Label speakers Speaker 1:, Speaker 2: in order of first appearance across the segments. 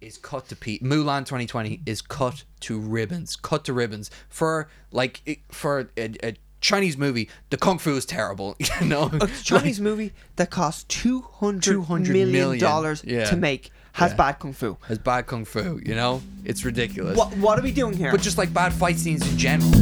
Speaker 1: is cut to pe Mulan 2020 is cut to ribbons, cut to ribbons for like it- for a, a Chinese movie. The kung fu is terrible, you know.
Speaker 2: A Chinese movie that cost 200,
Speaker 1: 200
Speaker 2: million,
Speaker 1: million.
Speaker 2: dollars
Speaker 1: Yeah.
Speaker 2: to make has
Speaker 1: Yeah.
Speaker 2: bad kung fu.
Speaker 1: It's bad kung fu, you know. It's ridiculous.
Speaker 2: What what are we doing here?
Speaker 1: But just like bad fight scenes in general.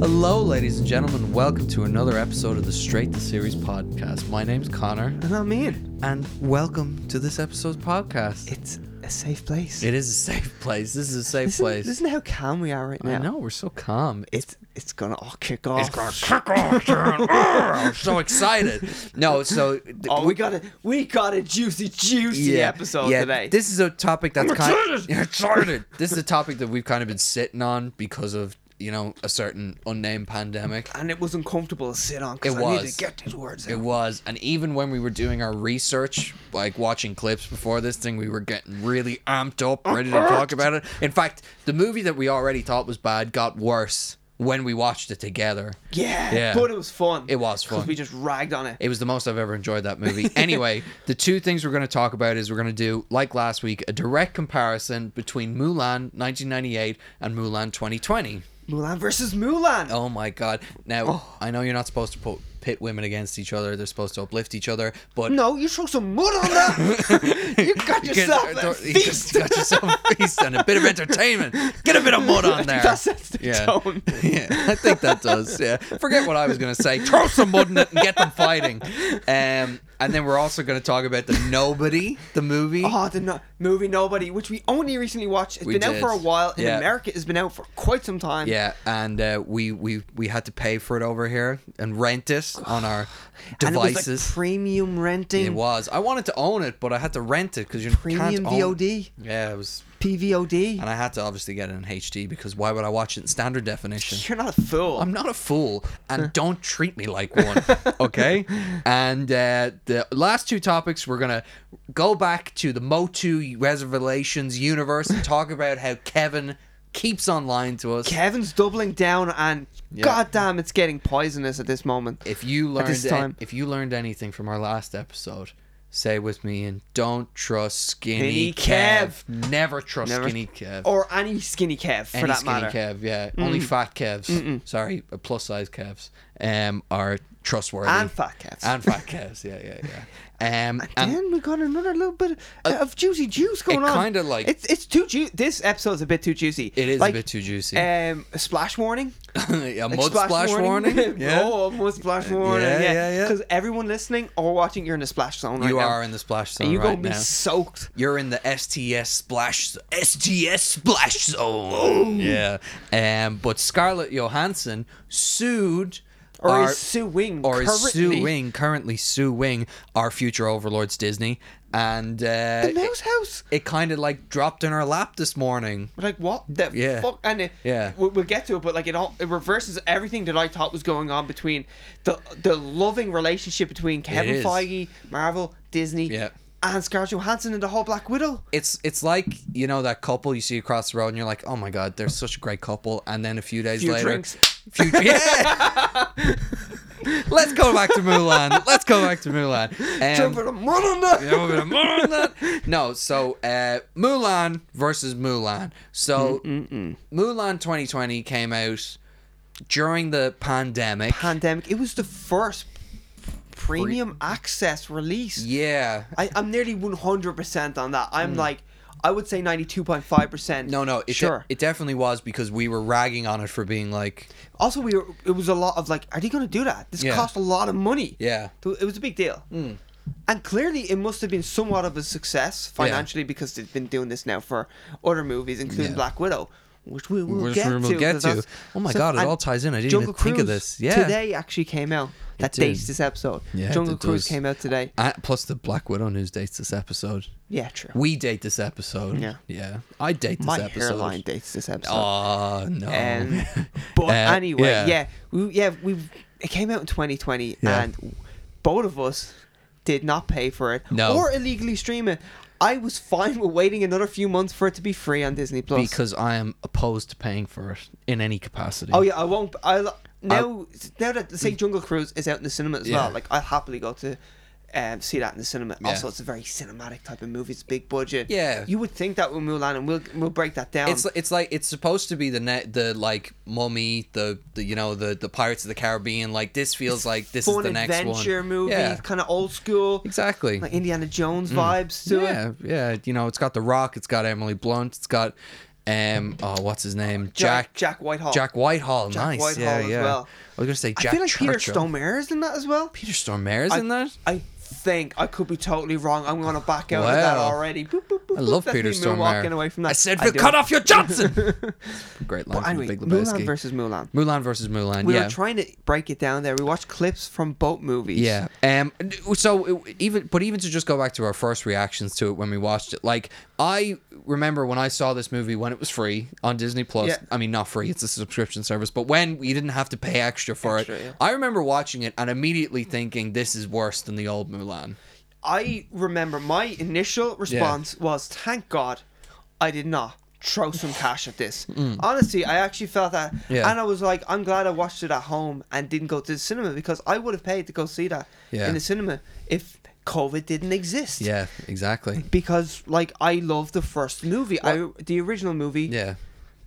Speaker 1: Hello, ladies and gentlemen. Welcome to another episode of the Straight to Series podcast. My name's Connor,
Speaker 2: and I'm in.
Speaker 1: and welcome to this episode's podcast.
Speaker 2: It's a safe place.
Speaker 1: It is a safe place. This is a safe
Speaker 2: Listen,
Speaker 1: place.
Speaker 2: listen to how calm we are right now.
Speaker 1: I know we're so calm.
Speaker 2: It's it's gonna all kick off.
Speaker 1: I'm so excited. No, so th-
Speaker 2: Oh, we got a we got a juicy juicy episode today.
Speaker 1: This is a topic that's kind of excited. This is a topic that we've kind of been sitting on because of you know a certain unnamed pandemic.
Speaker 2: and it was uncomfortable to sit on
Speaker 1: It
Speaker 2: because I need
Speaker 1: was.
Speaker 2: to get these words
Speaker 1: It
Speaker 2: out.
Speaker 1: was, and even when we were doing our research, like watching clips before this thing, we were getting really amped up, ready to talk about it. In fact, the movie that we already thought was bad got worse when we watched it together.
Speaker 2: Yeah,
Speaker 1: Yeah.
Speaker 2: but it was fun.
Speaker 1: It was fun.
Speaker 2: because we just ragged on it.
Speaker 1: It was the most I've ever enjoyed that movie. anyway, the two things we're going to talk about is we're going to do, like last week, a direct comparison between Mulan 1998 and Mulan 2020.
Speaker 2: Mulan versus Mulan.
Speaker 1: Oh my God. Now,
Speaker 2: Oh.
Speaker 1: I know you're not supposed to put, pit women against each other, they're supposed to uplift each other, but.
Speaker 2: No, you throw some mud on that. you got
Speaker 1: You get-
Speaker 2: yourself a
Speaker 1: you
Speaker 2: feast.
Speaker 1: got yourself a feast and a bit of entertainment. Get a bit of mud on there.
Speaker 2: That sets the tone.
Speaker 1: yeah, I think that does. Yeah, forget what I was going to say. Throw some mud in it and get them fighting. Um, and then we're also going to talk about the Nobody, the movie.
Speaker 2: Oh, the no- movie Nobody, which we only recently watched. It's
Speaker 1: We
Speaker 2: been out
Speaker 1: did.
Speaker 2: for a while. In
Speaker 1: Yeah.
Speaker 2: America, it's been out for quite some time.
Speaker 1: Yeah, and uh, we we we had to pay for it over here and rent it on our
Speaker 2: and
Speaker 1: devices.
Speaker 2: It was like premium renting.
Speaker 1: It was. I wanted to own it, but I had to rent it because you
Speaker 2: Premium
Speaker 1: can't own.
Speaker 2: VOD,
Speaker 1: Yeah, it was,
Speaker 2: PVOD.
Speaker 1: and I had to obviously get it in HD because why would I watch it in standard definition?
Speaker 2: You're not a fool.
Speaker 1: I'm not a fool, and don't treat me like one, okay? and uh, the last two topics, we're gonna go back to the Motu Reservations universe and talk about how Kevin keeps on lying to us.
Speaker 2: Kevin's doubling down, and
Speaker 1: Yeah.
Speaker 2: goddamn, it's getting poisonous at this moment.
Speaker 1: if you learned
Speaker 2: this
Speaker 1: an-
Speaker 2: time.
Speaker 1: if you learned anything from our last episode, say with me and don't trust skinny,
Speaker 2: Skinny
Speaker 1: Kev. Never trust
Speaker 2: Never-
Speaker 1: skinny Kev.
Speaker 2: or any skinny Kev, for
Speaker 1: Any
Speaker 2: that
Speaker 1: skinny
Speaker 2: matter. Mm.
Speaker 1: Kev, yeah. Only fat Kevs. Sorry, plus size Kevs um, are trustworthy.
Speaker 2: And fat Kevs.
Speaker 1: and fat calves. Yeah, yeah, yeah. Um, and Uh,
Speaker 2: then we got another little bit of juicy juice going on.
Speaker 1: kinda like-
Speaker 2: it's it's too juicy. This episode's a bit too juicy.
Speaker 1: it is
Speaker 2: Like,
Speaker 1: a bit too juicy.
Speaker 2: Um, a splash warning.
Speaker 1: a
Speaker 2: Like
Speaker 1: mud splash, warning. yeah.
Speaker 2: oh, a mud splash warning.
Speaker 1: Yeah,
Speaker 2: Yeah,
Speaker 1: yeah, yeah.
Speaker 2: Because everyone listening or watching, you're in a splash zone right
Speaker 1: you
Speaker 2: now.
Speaker 1: are in the splash zone
Speaker 2: And you're
Speaker 1: right
Speaker 2: gonna be
Speaker 1: now.
Speaker 2: soaked.
Speaker 1: You're in the STS splash STS splash
Speaker 2: Oh.
Speaker 1: zone. yeah. Um, but Scarlett Johansson sued
Speaker 2: Or
Speaker 1: our-
Speaker 2: is Sue Wing
Speaker 1: or is
Speaker 2: currently-
Speaker 1: suing currently suing our future overlords Disney and uh,
Speaker 2: The
Speaker 1: it,
Speaker 2: Mouse House.
Speaker 1: it kind of like dropped in our lap this morning.
Speaker 2: We're Like what the
Speaker 1: Yeah.
Speaker 2: fuck? And it,
Speaker 1: Yeah.
Speaker 2: we, we'll get to it, but like it all it reverses everything that I thought was going on between the the loving relationship between Kevin
Speaker 1: is.
Speaker 2: Feige, Marvel, Disney,
Speaker 1: Yeah.
Speaker 2: and Scarlett Johansson and the whole Black Widow.
Speaker 1: it's it's like you know that couple you see across the road and you're like oh my god they're such a great couple and then a few days
Speaker 2: Few
Speaker 1: later
Speaker 2: drinks.
Speaker 1: few, yeah let's go back to Mulan let's go back to Mulan
Speaker 2: Jump
Speaker 1: um,
Speaker 2: in the mud on that.
Speaker 1: yeah, we'll be like, "Mulan, that-" no so uh, Mulan versus Mulan so Mulan 2020 came out during the pandemic
Speaker 2: Pandemic. It was the first premium access release.
Speaker 1: yeah Mm.
Speaker 2: I, I'm nearly 100% on that. I'm like, I would say 92.5%.
Speaker 1: no no it, de-
Speaker 2: sure.
Speaker 1: it definitely was because we were ragging on it for being like
Speaker 2: also, we were, it was a lot of like, are they going to do that? This
Speaker 1: Yeah.
Speaker 2: cost a lot of money.
Speaker 1: yeah
Speaker 2: Th- It was a big deal.
Speaker 1: Hmm.
Speaker 2: And clearly, it must have been somewhat of a success financially because they've been doing this now for other movies, including
Speaker 1: Yeah.
Speaker 2: Black Widow. Which we will
Speaker 1: Which
Speaker 2: get
Speaker 1: we will
Speaker 2: to.
Speaker 1: get
Speaker 2: 'cause
Speaker 1: to.
Speaker 2: that's-
Speaker 1: Oh my God, it
Speaker 2: and
Speaker 1: all ties in. I didn't
Speaker 2: Jungle
Speaker 1: even think of
Speaker 2: Cruise
Speaker 1: this. Yeah.
Speaker 2: Today actually came out. That
Speaker 1: did.
Speaker 2: dates this episode.
Speaker 1: Yeah, it
Speaker 2: Jungle
Speaker 1: did
Speaker 2: Cruise
Speaker 1: does.
Speaker 2: came out today.
Speaker 1: Uh, plus the Black Widow news dates this episode.
Speaker 2: Yeah, true.
Speaker 1: We date this episode.
Speaker 2: Yeah.
Speaker 1: Yeah. I date this
Speaker 2: My
Speaker 1: episode.
Speaker 2: hairline dates this episode.
Speaker 1: Oh no.
Speaker 2: Um, but
Speaker 1: Uh,
Speaker 2: anyway,
Speaker 1: yeah.
Speaker 2: yeah. we yeah we it came out in 2020,
Speaker 1: Yeah.
Speaker 2: and both of us did not pay for it
Speaker 1: No.
Speaker 2: or illegally stream it. I was fine with waiting another few months for it to be free on Disney Plus.
Speaker 1: because I am opposed to paying for it in any capacity.
Speaker 2: oh yeah, I won't. I now now that say Jungle Cruise is out in the cinema as
Speaker 1: Mm. Yeah.
Speaker 2: well. Like I'll happily go to. Um, see that in the cinema.
Speaker 1: Yeah.
Speaker 2: Also, it's a very cinematic type of movie. It's big budget.
Speaker 1: Yeah.
Speaker 2: you would think that with Mulan, and we'll we'll break that down.
Speaker 1: It's it's like it's supposed to be the net the like mummy the, the you know the the Pirates of the Caribbean like this feels like this is
Speaker 2: fun
Speaker 1: the next
Speaker 2: adventure
Speaker 1: one
Speaker 2: movie,
Speaker 1: yeah
Speaker 2: kind of old school,
Speaker 1: exactly
Speaker 2: like Indiana Jones vibes to it.
Speaker 1: Mm. yeah yeah you know it's got The Rock it's got Emily Blunt it's got um oh what's his name Jack
Speaker 2: Jack Jack Whitehall.
Speaker 1: Jack Whitehall
Speaker 2: Jack
Speaker 1: nice
Speaker 2: Whitehall
Speaker 1: yeah
Speaker 2: as
Speaker 1: yeah
Speaker 2: well.
Speaker 1: I was gonna say Jack
Speaker 2: I feel like
Speaker 1: Churchill.
Speaker 2: Peter Stormare is in that as well.
Speaker 1: Peter Stormare's in that
Speaker 2: I think I could be totally wrong. I'm going to back out of that
Speaker 1: Wow.
Speaker 2: already. Boop, boop, boop,
Speaker 1: I love
Speaker 2: boop. That's
Speaker 1: Peter
Speaker 2: me moonwalking
Speaker 1: Stormare
Speaker 2: away from that.
Speaker 1: I said "Well,
Speaker 2: do.
Speaker 1: cut off your Johnson great line from
Speaker 2: But
Speaker 1: The
Speaker 2: anyway,
Speaker 1: Big
Speaker 2: Mulan
Speaker 1: Lebowski
Speaker 2: versus Mulan.
Speaker 1: Mulan versus Mulan
Speaker 2: We
Speaker 1: yeah
Speaker 2: were trying to break it down there. We watched clips from both movies.
Speaker 1: Yeah. Um. So even, but even to just go back to our first reactions to it when we watched it, like I remember when I saw this movie when it was free on Disney Plus.
Speaker 2: Yeah.
Speaker 1: I mean, not free; it's a subscription service. But when you didn't have to pay extra for it,
Speaker 2: Extra, yeah.
Speaker 1: I remember watching it and immediately thinking, "This is worse than the old Mulan."
Speaker 2: I remember my initial response was, "Thank God, I did not." Throw some cash at this. Honestly, I actually felt that,
Speaker 1: Mm. Yeah.
Speaker 2: and I was like, "I'm glad I watched it at home and didn't go to the cinema because I would have paid to go see that
Speaker 1: Yeah.
Speaker 2: in the cinema if COVID didn't exist."
Speaker 1: Yeah. Exactly.
Speaker 2: because like I love the first movie, I the original movie.
Speaker 1: Yeah.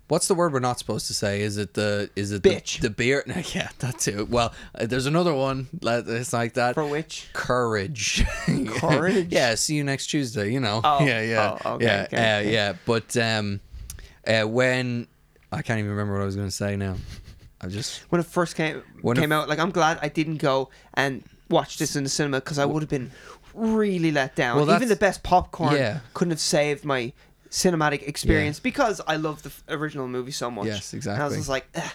Speaker 1: What's the word we're not supposed to say? Is it the is it
Speaker 2: Bitch.
Speaker 1: the, the beer? No, yeah, that too. Well, uh, there's another one. like- It's like that
Speaker 2: For which?
Speaker 1: courage.
Speaker 2: Courage?
Speaker 1: yeah. See you next Tuesday. You know.
Speaker 2: Oh,
Speaker 1: yeah. Yeah.
Speaker 2: oh, okay,
Speaker 1: yeah.
Speaker 2: okay,
Speaker 1: uh,
Speaker 2: okay.
Speaker 1: Yeah. But um, uh, when I can't even remember what I was going to say now. I just
Speaker 2: When it first came
Speaker 1: When it-
Speaker 2: came out, like I'm glad I didn't go and watch this in the cinema because I would have been really let down.
Speaker 1: Well,
Speaker 2: Even
Speaker 1: that's-
Speaker 2: the best popcorn
Speaker 1: Yeah.
Speaker 2: couldn't have saved my cinematic experience because I love the f- original movie so much.
Speaker 1: Yes,
Speaker 2: And I was
Speaker 1: exactly.
Speaker 2: just like, eh,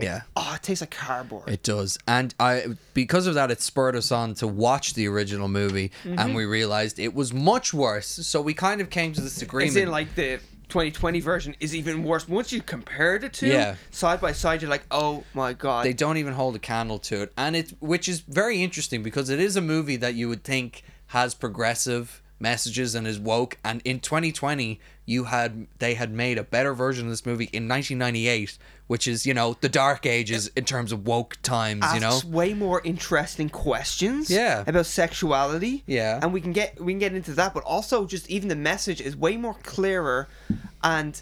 Speaker 1: yeah.
Speaker 2: oh, it tastes like cardboard.
Speaker 1: It does, and I because of that, it spurred us on to watch the original movie,
Speaker 2: Mm-hmm.
Speaker 1: and we realized it was much worse. So we kind of came to this
Speaker 2: It's
Speaker 1: agreement.
Speaker 2: in like the 2020 version is even worse. Once you compare the two
Speaker 1: Yeah.
Speaker 2: side by side, you're like, oh my god.
Speaker 1: they don't even hold a candle to it and it which is very interesting because it is a movie that you would think has progressive messages and is woke and in 2020 you had they had made a better version of this movie in 1998 which is you know the dark ages in terms of woke times you know
Speaker 2: asks way more interesting questions.
Speaker 1: Yeah.
Speaker 2: About sexuality.
Speaker 1: Yeah.
Speaker 2: And we can get we can get into that, but also just even the message is way more clearer and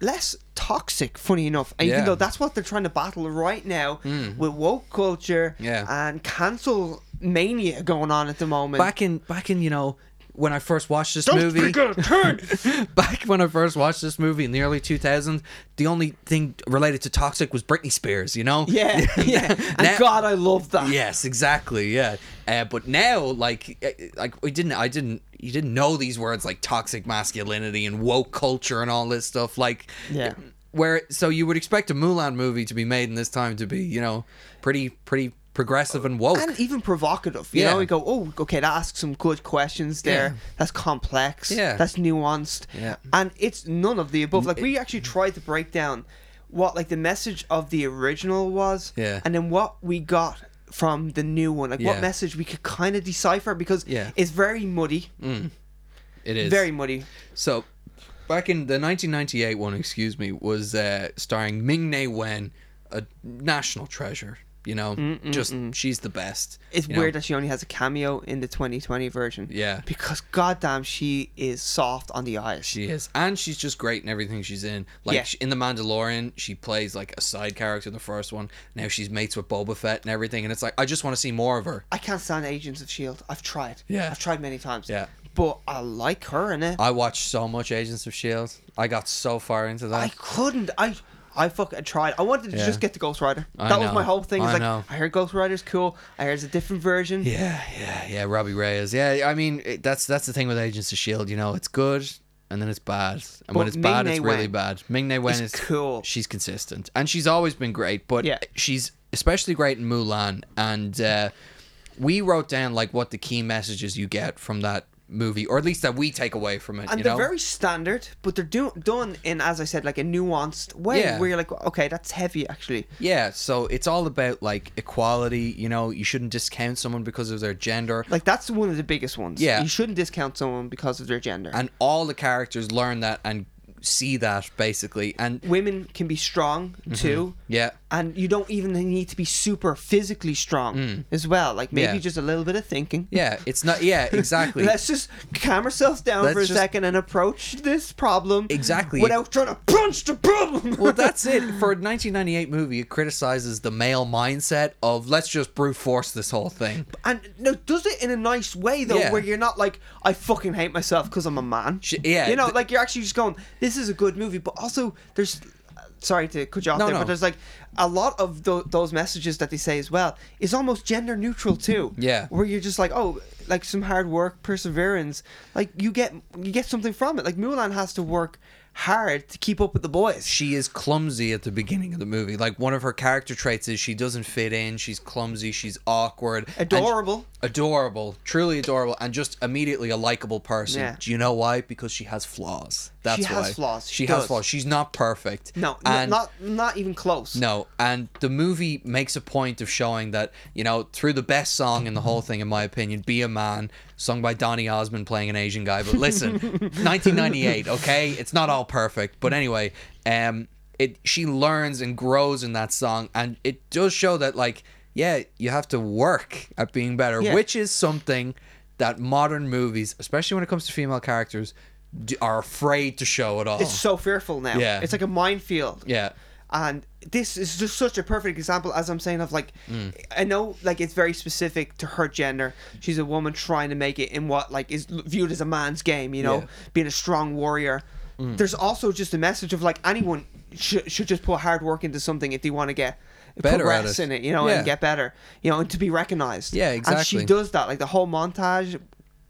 Speaker 2: less toxic, funny enough. And
Speaker 1: Yeah. Hmm.
Speaker 2: even though that's what they're trying to battle right now with woke culture
Speaker 1: Yeah.
Speaker 2: and cancel mania going on at the moment.
Speaker 1: back in back in you know when I first watched this movie,
Speaker 2: turn.
Speaker 1: back when I first watched this movie in the early 2000s, the only thing related to toxic was Britney Spears, you know?
Speaker 2: yeah, yeah. And
Speaker 1: Now-
Speaker 2: God, I love that.
Speaker 1: Yes, exactly. Yeah, uh, but now, like, eh, like we didn't, I didn't, you didn't know these words like toxic masculinity and woke culture and all this stuff. Like,
Speaker 2: Yeah.
Speaker 1: where so you would expect a Mulan movie to be made in this time to be, you know, pretty, pretty progressive and woke.
Speaker 2: And even provocative, you
Speaker 1: Yeah.
Speaker 2: know. We go, oh, okay, that asks some good questions there.
Speaker 1: Yeah.
Speaker 2: That's complex.
Speaker 1: Yeah.
Speaker 2: That's nuanced.
Speaker 1: Yeah.
Speaker 2: And it's none of the above. Like we actually tried to break down what like the message of the original was,
Speaker 1: Yeah.
Speaker 2: and then what we got from the new one. Like
Speaker 1: Yeah.
Speaker 2: what message we could kind of decipher because
Speaker 1: Yeah.
Speaker 2: it's very muddy,
Speaker 1: it is
Speaker 2: very muddy.
Speaker 1: so. Back in the 1998 one, excuse me, was uh, starring Ming Na Wen, a national treasure. You know, just she's the best.
Speaker 2: Mm, It's
Speaker 1: you know?
Speaker 2: weird that she only has a cameo in the 2020 version.
Speaker 1: Yeah.
Speaker 2: Because goddamn, she is soft on the eyes.
Speaker 1: She is, and she's just great in everything she's in. Like
Speaker 2: Yeah.
Speaker 1: she- in the Mandalorian, she plays like a side character in the first one. Now she's mates with Boba Fett and everything, and it's like I just want to see more of her.
Speaker 2: I can't stand Agents of Shield. I've tried.
Speaker 1: Yeah.
Speaker 2: I've tried many times.
Speaker 1: Yeah.
Speaker 2: But I like her in it. I,
Speaker 1: I watched so much Agents of Shield. I got so far into that.
Speaker 2: couldn't. I I fucking tried. I wanted to
Speaker 1: Yeah.
Speaker 2: just get the Ghost Rider.
Speaker 1: I
Speaker 2: that was
Speaker 1: know.
Speaker 2: my whole thing. It's
Speaker 1: I
Speaker 2: like
Speaker 1: know.
Speaker 2: I heard Ghost Rider's cool. I heard it's a different version.
Speaker 1: yeah, yeah, yeah. Robbie Reyes. Yeah, I mean it, that's that's the thing with Agents of Shield. E You know, it's good. And then it's bad, and when
Speaker 2: But
Speaker 1: it's bad,
Speaker 2: Ming-Na
Speaker 1: it's really
Speaker 2: Wen
Speaker 1: bad. Ming Na Wen is
Speaker 2: is cool.
Speaker 1: She's consistent, and she's always been great. But
Speaker 2: Yeah.
Speaker 1: she's especially great in Mulan. And uh, we wrote down like what the key messages you get from that movie, or at least that we take away from it.
Speaker 2: and
Speaker 1: you
Speaker 2: they're
Speaker 1: know,
Speaker 2: very standard, but they're do- done in, as I said, like a nuanced way
Speaker 1: Yeah.
Speaker 2: where you're like, okay, that's heavy actually.
Speaker 1: yeah. So it's all about like equality. You know, you shouldn't discount someone because of their gender.
Speaker 2: Like that's one of the biggest ones.
Speaker 1: Yeah.
Speaker 2: you shouldn't discount someone because of their gender.
Speaker 1: and all the characters learn that and see that basically and
Speaker 2: Women can be strong
Speaker 1: Mm-hmm.
Speaker 2: too.
Speaker 1: yeah
Speaker 2: And you don't even need to be super physically strong as well. Like maybe
Speaker 1: Mm. Yeah.
Speaker 2: just a little bit of thinking.
Speaker 1: yeah it's not yeah exactly
Speaker 2: Let's just calm ourselves down
Speaker 1: Let's
Speaker 2: for a
Speaker 1: just-
Speaker 2: second and approach this problem
Speaker 1: Exactly.
Speaker 2: without trying to punch the problem.
Speaker 1: well that's it for a 1998 movie it criticizes the male mindset of let's just brute force this whole thing
Speaker 2: and no, does it in a nice way though,
Speaker 1: Yeah.
Speaker 2: where you're not like I fucking hate myself because I'm a man.
Speaker 1: Sh- yeah,
Speaker 2: you know,
Speaker 1: th-
Speaker 2: like you're actually just going, this is a good movie, but also there's. uh, Sorry to cut you off
Speaker 1: No,
Speaker 2: there,
Speaker 1: no.
Speaker 2: but there's like a lot of tho- those messages that they say as well is almost gender neutral too.
Speaker 1: Yeah.
Speaker 2: where you're just like, oh, like some hard work, perseverance, like you get you get something from it. Like Mulan has to work hard to keep up with the boys.
Speaker 1: she is clumsy at the beginning of the movie like one of her character traits is she doesn't fit in she's clumsy she's awkward and sh-
Speaker 2: Adorable.
Speaker 1: adorable truly adorable and just immediately a likable person
Speaker 2: Yeah.
Speaker 1: do you know why because she has flaws that's
Speaker 2: She has
Speaker 1: why.
Speaker 2: flaws,
Speaker 1: she
Speaker 2: she
Speaker 1: has
Speaker 2: does.
Speaker 1: flaws she's not perfect
Speaker 2: No, n-
Speaker 1: and
Speaker 2: not not even close.
Speaker 1: No, and the movie makes a point of showing that, you know, through the best song in the whole thing, in my opinion, Be a Man, sung by Donny Osmond playing an Asian guy. But listen, 1998, okay? It's not all perfect. But anyway, um, it she learns and grows in that song. And it does show that, like, yeah, you have to work at being better,
Speaker 2: Yeah.
Speaker 1: which is something that modern movies, especially when it comes to female characters, do, are afraid to show at all.
Speaker 2: It's so fearful now.
Speaker 1: Yeah.
Speaker 2: It's like a minefield.
Speaker 1: yeah.
Speaker 2: And this is just such a perfect example, as I'm saying, of like,
Speaker 1: Mm.
Speaker 2: I know, like, it's very specific to her gender. She's a woman trying to make it in what, like, is l- viewed as a man's game, you know,
Speaker 1: Yeah. Mm.
Speaker 2: being a strong warrior. There's also just a message of, like, anyone should, should just put hard work into something if they want to get
Speaker 1: Better at
Speaker 2: progress
Speaker 1: it.
Speaker 2: in it, you know,
Speaker 1: Yeah.
Speaker 2: and get better, you know, and to be recognized.
Speaker 1: Yeah,
Speaker 2: And she
Speaker 1: exactly.
Speaker 2: does that. Like, the whole montage.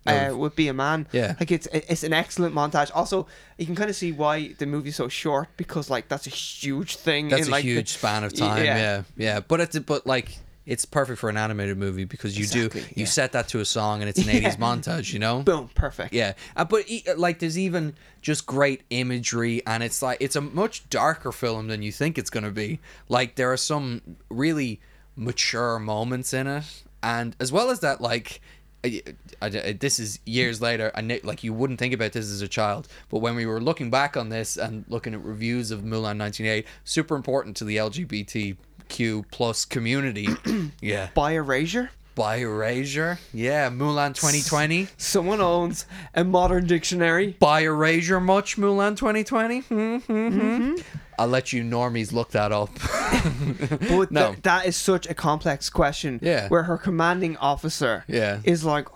Speaker 2: Uh, would be a man.
Speaker 1: Yeah.
Speaker 2: Like it's it's an excellent montage. Also, you can kind of see why the movie's so short because like that's a huge thing.
Speaker 1: That's
Speaker 2: in,
Speaker 1: a
Speaker 2: like, the-
Speaker 1: huge span of
Speaker 2: Y-
Speaker 1: time. Yeah.
Speaker 2: yeah.
Speaker 1: yeah, But it's but like it's perfect for an animated movie because you do
Speaker 2: Exactly,
Speaker 1: you
Speaker 2: yeah.
Speaker 1: set that to a song and it's an
Speaker 2: Yeah.
Speaker 1: '80s montage. You know.
Speaker 2: Boom, perfect.
Speaker 1: Yeah, uh, but e- like there's even just great imagery, and it's like it's a much darker film than you think it's gonna be. Like there are some really mature moments in it, and as well as that, like. I, I, I- this is years later and it- like you wouldn't think about this as a child but when we were looking back on this and looking at reviews of Mulan 1988 super important to the LGBTQ plus community yeah
Speaker 2: By erasure,
Speaker 1: by erasure yeah Mulan 2020
Speaker 2: someone owns a modern dictionary.
Speaker 1: by erasure much Mulan 2020 mm-hmm. I'll let you normies look that up
Speaker 2: But
Speaker 1: No.
Speaker 2: th- that is such a complex question.
Speaker 1: Yeah.
Speaker 2: Where her commanding officer.
Speaker 1: Yeah.
Speaker 2: Is like,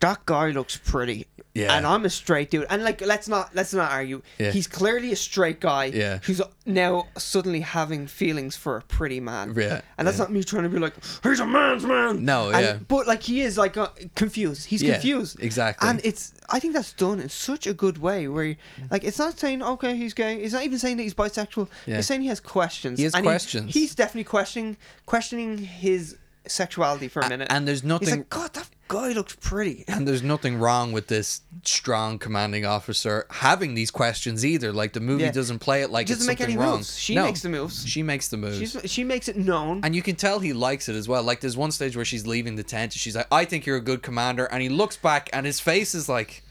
Speaker 2: that guy looks pretty.
Speaker 1: Yeah.
Speaker 2: And I'm a straight dude. And like, let's not let's not argue.
Speaker 1: Yeah.
Speaker 2: He's clearly a straight guy.
Speaker 1: Yeah.
Speaker 2: Who's now suddenly having feelings for a pretty man.
Speaker 1: Yeah,
Speaker 2: And that's not me trying to be like, he's a man's man.
Speaker 1: No,
Speaker 2: And-
Speaker 1: yeah.
Speaker 2: But like, he is like uh, confused. He's
Speaker 1: Yeah,
Speaker 2: confused.
Speaker 1: exactly.
Speaker 2: And it's I think that's done in such a good way where like it's not saying okay he's gay. It's not even saying that he's bisexual.
Speaker 1: Yeah.
Speaker 2: It's saying he has questions.
Speaker 1: He has
Speaker 2: And
Speaker 1: questions.
Speaker 2: he's definitely questioning questioning his sexuality for a minute.
Speaker 1: and there's
Speaker 2: he's
Speaker 1: nothing-
Speaker 2: like, God, that guy looks pretty.
Speaker 1: and there's nothing wrong with this strong commanding officer having these questions either. Like the movie
Speaker 2: Yeah.
Speaker 1: doesn't play it like
Speaker 2: She
Speaker 1: it's
Speaker 2: doesn't make
Speaker 1: something
Speaker 2: any
Speaker 1: wrong.
Speaker 2: moves. She makes the moves.
Speaker 1: She makes the moves.
Speaker 2: She's, she makes it known.
Speaker 1: and you can tell he likes it as well. Like there's one stage where she's leaving the tent. and She's like, "I think you're a good commander," and he looks back, and his face is like,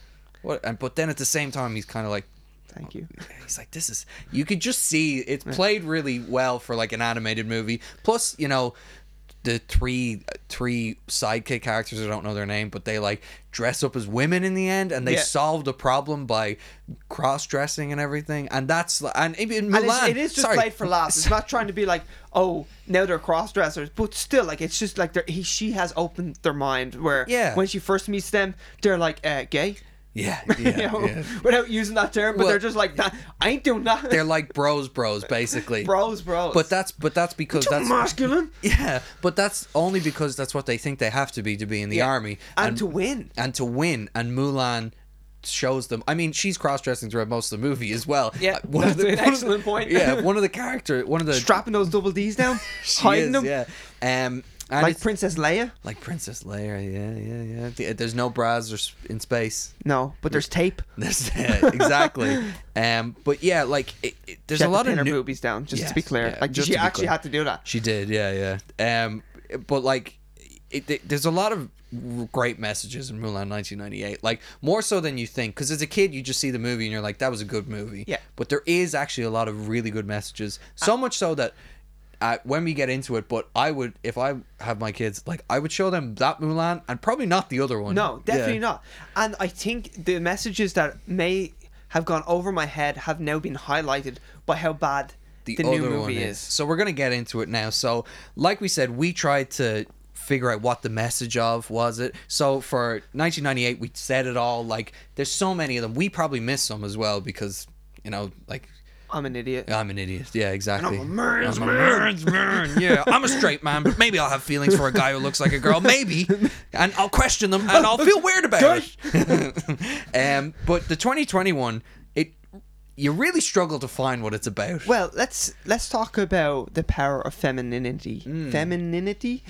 Speaker 1: "What?" And but then at the same time, he's kind of like,
Speaker 2: Thank you.
Speaker 1: He's like, this is. You could just see it's played really well for like an animated movie. Plus, you know, the three three sidekick characters. I don't know their name, but they like dress up as women in the end, and they
Speaker 2: Yeah.
Speaker 1: solve the problem by cross dressing and everything. And that's and even
Speaker 2: And
Speaker 1: Milan.
Speaker 2: it's, it is just
Speaker 1: sorry,
Speaker 2: played for laughs. It's not trying to be like, oh, now they're cross dressers, but still, like, it's just like they're- he, she has opened their mind. Where
Speaker 1: Yeah.
Speaker 2: when she first meets them, they're like, uh, gay,
Speaker 1: Yeah,
Speaker 2: you
Speaker 1: yeah,
Speaker 2: know,
Speaker 1: yeah.
Speaker 2: without using that term, but
Speaker 1: Well-
Speaker 2: they're just like, nah, I ain't doing that.
Speaker 1: They're like bros, bros, basically.
Speaker 2: bros, bros.
Speaker 1: But that's but that's because
Speaker 2: Too
Speaker 1: that's
Speaker 2: masculine
Speaker 1: yeah. But that's only because that's what they think they have to be to be in the
Speaker 2: Yeah.
Speaker 1: army
Speaker 2: and, to win.
Speaker 1: and to win and Mulan shows them I mean she's cross-dressing throughout most of the movie as well
Speaker 2: Yeah,
Speaker 1: Uh, one of
Speaker 2: that's an
Speaker 1: one of
Speaker 2: excellent point.
Speaker 1: yeah one of the character one of the
Speaker 2: Strapping those double D's down,
Speaker 1: she
Speaker 2: hiding
Speaker 1: is,
Speaker 2: them.
Speaker 1: yeah um And
Speaker 2: like
Speaker 1: it's-
Speaker 2: Princess Leia?
Speaker 1: like Princess Leia. Yeah, yeah, yeah. Th- There's no bras or s- in space.
Speaker 2: No, but there's tape.
Speaker 1: That's it, exactly. um, but yeah, like it, it- there's
Speaker 2: She
Speaker 1: a
Speaker 2: had to
Speaker 1: lot
Speaker 2: pin
Speaker 1: of
Speaker 2: her
Speaker 1: new-
Speaker 2: boobies down, just
Speaker 1: Yes,
Speaker 2: to be clear.
Speaker 1: yeah,
Speaker 2: like
Speaker 1: just
Speaker 2: she
Speaker 1: to be
Speaker 2: actually
Speaker 1: clear.
Speaker 2: had to do that.
Speaker 1: She did, yeah, yeah. Um, but like, it, it- there's a lot of great messages in Mulan 1998, like more so than you think. Because as a kid, you just see the movie and you're like, "That was a good movie."
Speaker 2: Yeah.
Speaker 1: But there is actually a lot of really good messages. So much so that. Uh, when we get into it, but I would, if I have my kids, like I would show them that Mulan and probably not the other one.
Speaker 2: No, definitely
Speaker 1: Yeah.
Speaker 2: not. And I think the messages that may have gone over my head have now been highlighted by how bad the, new movie is.
Speaker 1: So we're gonna get into it now. So, like we said, we tried to figure out what the message of was it. So for 1998, we said it all. Like, there's so many of them. We probably missed some as well because you know, like.
Speaker 2: I'm an idiot.
Speaker 1: I'm an idiot. Yeah, exactly.
Speaker 2: I'm a man's
Speaker 1: I'm a man's man. Yeah, I'm a straight man, but maybe I'll have feelings for a guy who looks like a girl. Maybe, and I'll question them, and I'll feel weird about it. um, but the 2021, it you really struggle to find what it's about.
Speaker 2: Well, let's let's talk about the power of femininity. Femininity.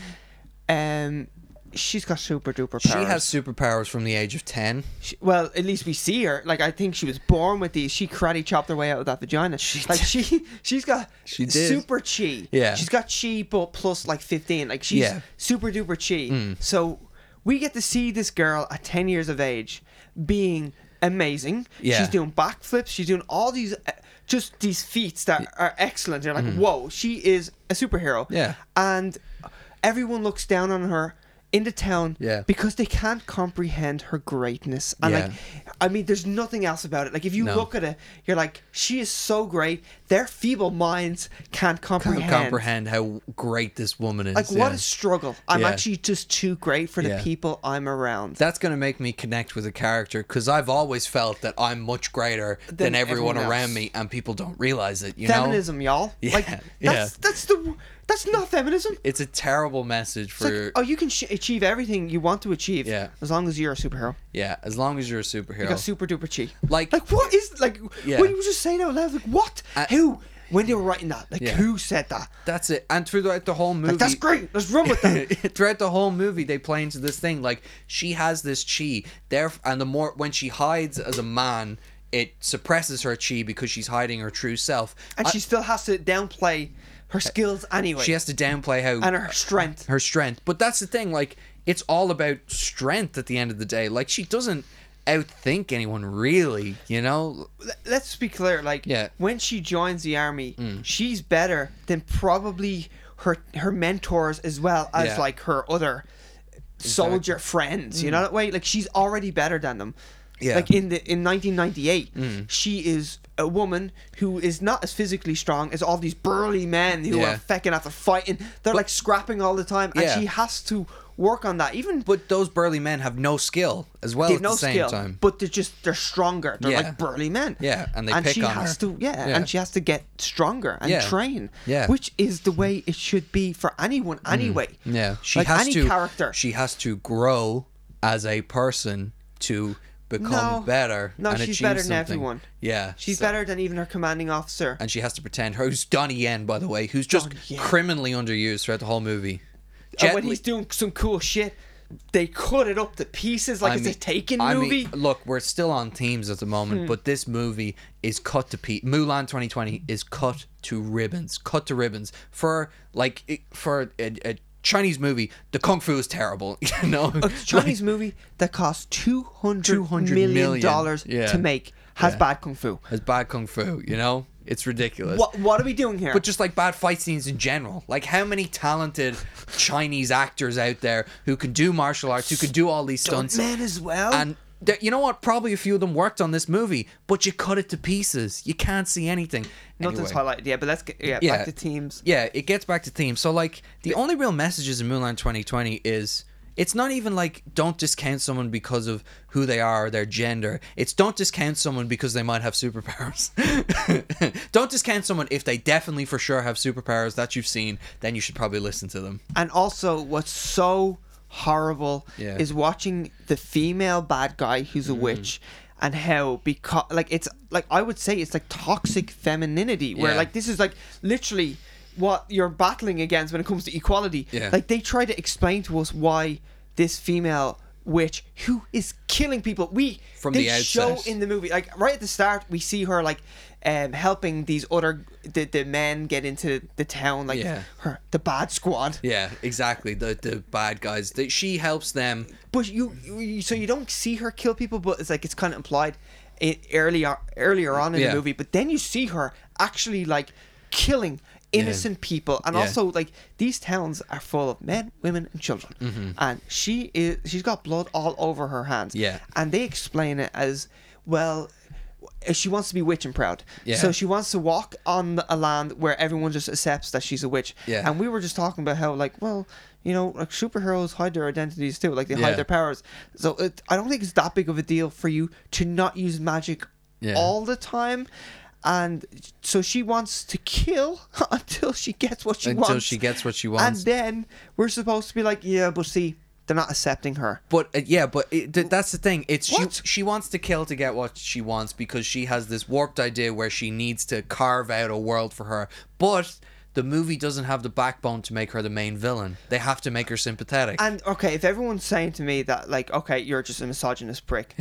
Speaker 2: Um, she's got super duper powers.
Speaker 1: She has superpowers from the age of 10.
Speaker 2: She- well, at least we see her. Like I think she was born with these. She karate chopped her way out of that vagina. like she, she's got
Speaker 1: She did.
Speaker 2: super chi.
Speaker 1: Yeah.
Speaker 2: she's got chi, but plus like fifteen. Like she's
Speaker 1: Yeah. Hmm.
Speaker 2: super duper chi. So we get to see this girl at ten years of age being amazing.
Speaker 1: Yeah.
Speaker 2: she's doing backflips. She's doing all these. uh, Just these feats that are excellent. You're like, whoa, she is a superhero.
Speaker 1: Hmm. Yeah.
Speaker 2: And everyone looks down on her in the town
Speaker 1: Yeah.
Speaker 2: because they can't comprehend her greatness. And like, I mean, there's nothing else about it. Like, if you
Speaker 1: No.
Speaker 2: look at it, you're like, she is so great. Their feeble minds can't comprehend.
Speaker 1: Comprehend. comprehend how great this woman is.
Speaker 2: Like,
Speaker 1: yeah.
Speaker 2: what a struggle. I'm
Speaker 1: Yeah.
Speaker 2: actually just too great for the
Speaker 1: Yeah.
Speaker 2: people I'm around.
Speaker 1: That's going to make me connect with a character because I've always felt that I'm much greater than,
Speaker 2: Than
Speaker 1: everyone,
Speaker 2: everyone
Speaker 1: around
Speaker 2: else.
Speaker 1: me and people don't realize it, you know?
Speaker 2: feminism, y'all.
Speaker 1: Yeah,
Speaker 2: Like, that's,
Speaker 1: yeah.
Speaker 2: that's the, that's not feminism.
Speaker 1: It's a terrible message for.
Speaker 2: It's like, oh, you can sh- achieve everything you want to achieve
Speaker 1: Yeah.
Speaker 2: as long as you're a superhero.
Speaker 1: yeah, as long as you're a
Speaker 2: You
Speaker 1: superhero.
Speaker 2: got super duper chi.
Speaker 1: like,
Speaker 2: Like what is like
Speaker 1: Yeah. Uh,
Speaker 2: when you were just saying out loud, like what? who when they were writing that? Like
Speaker 1: Yeah.
Speaker 2: who said that?
Speaker 1: that's it. And throughout the whole movie.
Speaker 2: Like that's great. Let's run with that.
Speaker 1: throughout the whole movie they play into this thing like she has this chi there and the more when she hides as a man it suppresses her chi because she's hiding her true self
Speaker 2: and
Speaker 1: I- Uh,
Speaker 2: she still has to downplay her skills anyway.
Speaker 1: she has to downplay how
Speaker 2: and her strength.
Speaker 1: her strength. But that's the thing, like it's all about strength at the end of the day. Like she doesn't outthink anyone really, you know?
Speaker 2: L- Let's be clear, like
Speaker 1: Yeah. Mm.
Speaker 2: when she joins the army, she's better than probably her her mentors as well as
Speaker 1: Yeah.
Speaker 2: like her other soldier friends. You know that way? Like she's already better than them.
Speaker 1: Mm. Yeah. Mm.
Speaker 2: Like in the in 1998, she is a woman who is not as physically strong as all these burly men who
Speaker 1: Yeah.
Speaker 2: are fecking after fighting. They're like scrapping all the time, and
Speaker 1: Yeah.
Speaker 2: she has to work on that. Even
Speaker 1: But those burly men have no skill as well
Speaker 2: they
Speaker 1: Oh, at
Speaker 2: have no
Speaker 1: the same
Speaker 2: skill,
Speaker 1: time.
Speaker 2: but they're just they're stronger. They're
Speaker 1: Yeah.
Speaker 2: like burly men.
Speaker 1: Yeah, and they
Speaker 2: and
Speaker 1: pick
Speaker 2: she
Speaker 1: on
Speaker 2: has
Speaker 1: her.
Speaker 2: to yeah,
Speaker 1: Yeah.
Speaker 2: and she has to get stronger and
Speaker 1: Yeah.
Speaker 2: train.
Speaker 1: Yeah. Mm.
Speaker 2: which is the way it should be for anyone anyway.
Speaker 1: yeah. She
Speaker 2: like
Speaker 1: has
Speaker 2: any
Speaker 1: to
Speaker 2: character.
Speaker 1: she has to grow as a person to become
Speaker 2: No.
Speaker 1: better.
Speaker 2: No,
Speaker 1: and
Speaker 2: she's
Speaker 1: achieve
Speaker 2: better than
Speaker 1: something.
Speaker 2: everyone.
Speaker 1: Yeah.
Speaker 2: She's
Speaker 1: so-
Speaker 2: better than even her commanding officer.
Speaker 1: And she has to pretend her who's Donnie Yen, by the way, who's just
Speaker 2: Donnie Yen.
Speaker 1: criminally underused throughout the whole movie.
Speaker 2: And
Speaker 1: Jet
Speaker 2: when
Speaker 1: Li-
Speaker 2: he's doing some cool shit, they cut it up to pieces like
Speaker 1: I
Speaker 2: it's
Speaker 1: mean-
Speaker 2: a Taken
Speaker 1: I
Speaker 2: movie. Hmm.
Speaker 1: Mean, look, we're still on themes at the moment, but this movie is cut to pe- Mulan 2020 is cut to ribbons, cut to ribbons for like it- for a, a Chinese movie. The kung fu is terrible, you know.
Speaker 2: a Chinese movie that cost two hundred
Speaker 1: $200
Speaker 2: million,
Speaker 1: million.
Speaker 2: dollars
Speaker 1: Yeah.
Speaker 2: to make has bad kung fu.
Speaker 1: It's bad kung fu, you know. It's ridiculous.
Speaker 2: What what are we doing here?
Speaker 1: But just like bad fight scenes in general, like how many talented Chinese actors out there who can do martial arts, who can do all these stunts,
Speaker 2: man as well.
Speaker 1: And there, you know what? Probably a few of them worked on this movie, but you cut it to pieces. You can't see anything.
Speaker 2: Nothing's
Speaker 1: Anyway,
Speaker 2: highlighted, yeah, but let's get yeah,
Speaker 1: Yeah.
Speaker 2: back to teams.
Speaker 1: yeah, it gets back to theme. So like the only real messages in Mulan 2020 is it's not even like don't discount someone because of who they are or their gender. It's don't discount someone because they might have superpowers. don't discount someone if they definitely for sure have superpowers that you've seen, then you should probably listen to them.
Speaker 2: And also, what's so horrible
Speaker 1: Yeah. Mm.
Speaker 2: is watching the female bad guy who's a witch. And how because like it's like I would say it's like toxic femininity where
Speaker 1: Yeah.
Speaker 2: like this is like literally what you're battling against when it comes to equality.
Speaker 1: Yeah.
Speaker 2: Like they try to explain to us why this female witch who is killing people we
Speaker 1: From
Speaker 2: they
Speaker 1: the outset.
Speaker 2: show in the movie like right at the start we see her like um helping these other the, the men get into the town like
Speaker 1: Yeah.
Speaker 2: her the bad squad
Speaker 1: Yeah, exactly. The the bad guys. That she helps them.
Speaker 2: But you, you, so you don't see her kill people, but it's like it's kind of implied it earlier earlier on in
Speaker 1: Yeah.
Speaker 2: the movie. But then you see her actually like killing innocent people, and
Speaker 1: Yeah.
Speaker 2: also like these towns are full of men, women, and children,
Speaker 1: Mm-hmm.
Speaker 2: and she is she's got blood all over her hands.
Speaker 1: Yeah.
Speaker 2: and they explain it as well. She wants to be witch and proud,
Speaker 1: Yeah.
Speaker 2: so she wants to walk on a land where everyone just accepts that she's a witch.
Speaker 1: Yeah.
Speaker 2: and we were just talking about how like well, you know, like superheroes hide their identities too, like they
Speaker 1: Yeah.
Speaker 2: hide their powers. So it, I don't think it's that big of a deal for you to not use magic
Speaker 1: Yeah.
Speaker 2: all the time. And so she wants to kill until she gets what she wants.
Speaker 1: Until she gets what she
Speaker 2: And
Speaker 1: wants.
Speaker 2: then we're supposed to be like, yeah, but see, they're not accepting her.
Speaker 1: But uh, yeah, but it, th- that's the thing. It's she,
Speaker 2: What?
Speaker 1: she wants to kill to get what she wants because she has this warped idea where she needs to carve out a world for her. But the movie doesn't have the backbone to make her the main villain. They have to make her sympathetic.
Speaker 2: And okay, if everyone's saying to me that, like, okay, you're just a misogynist prick,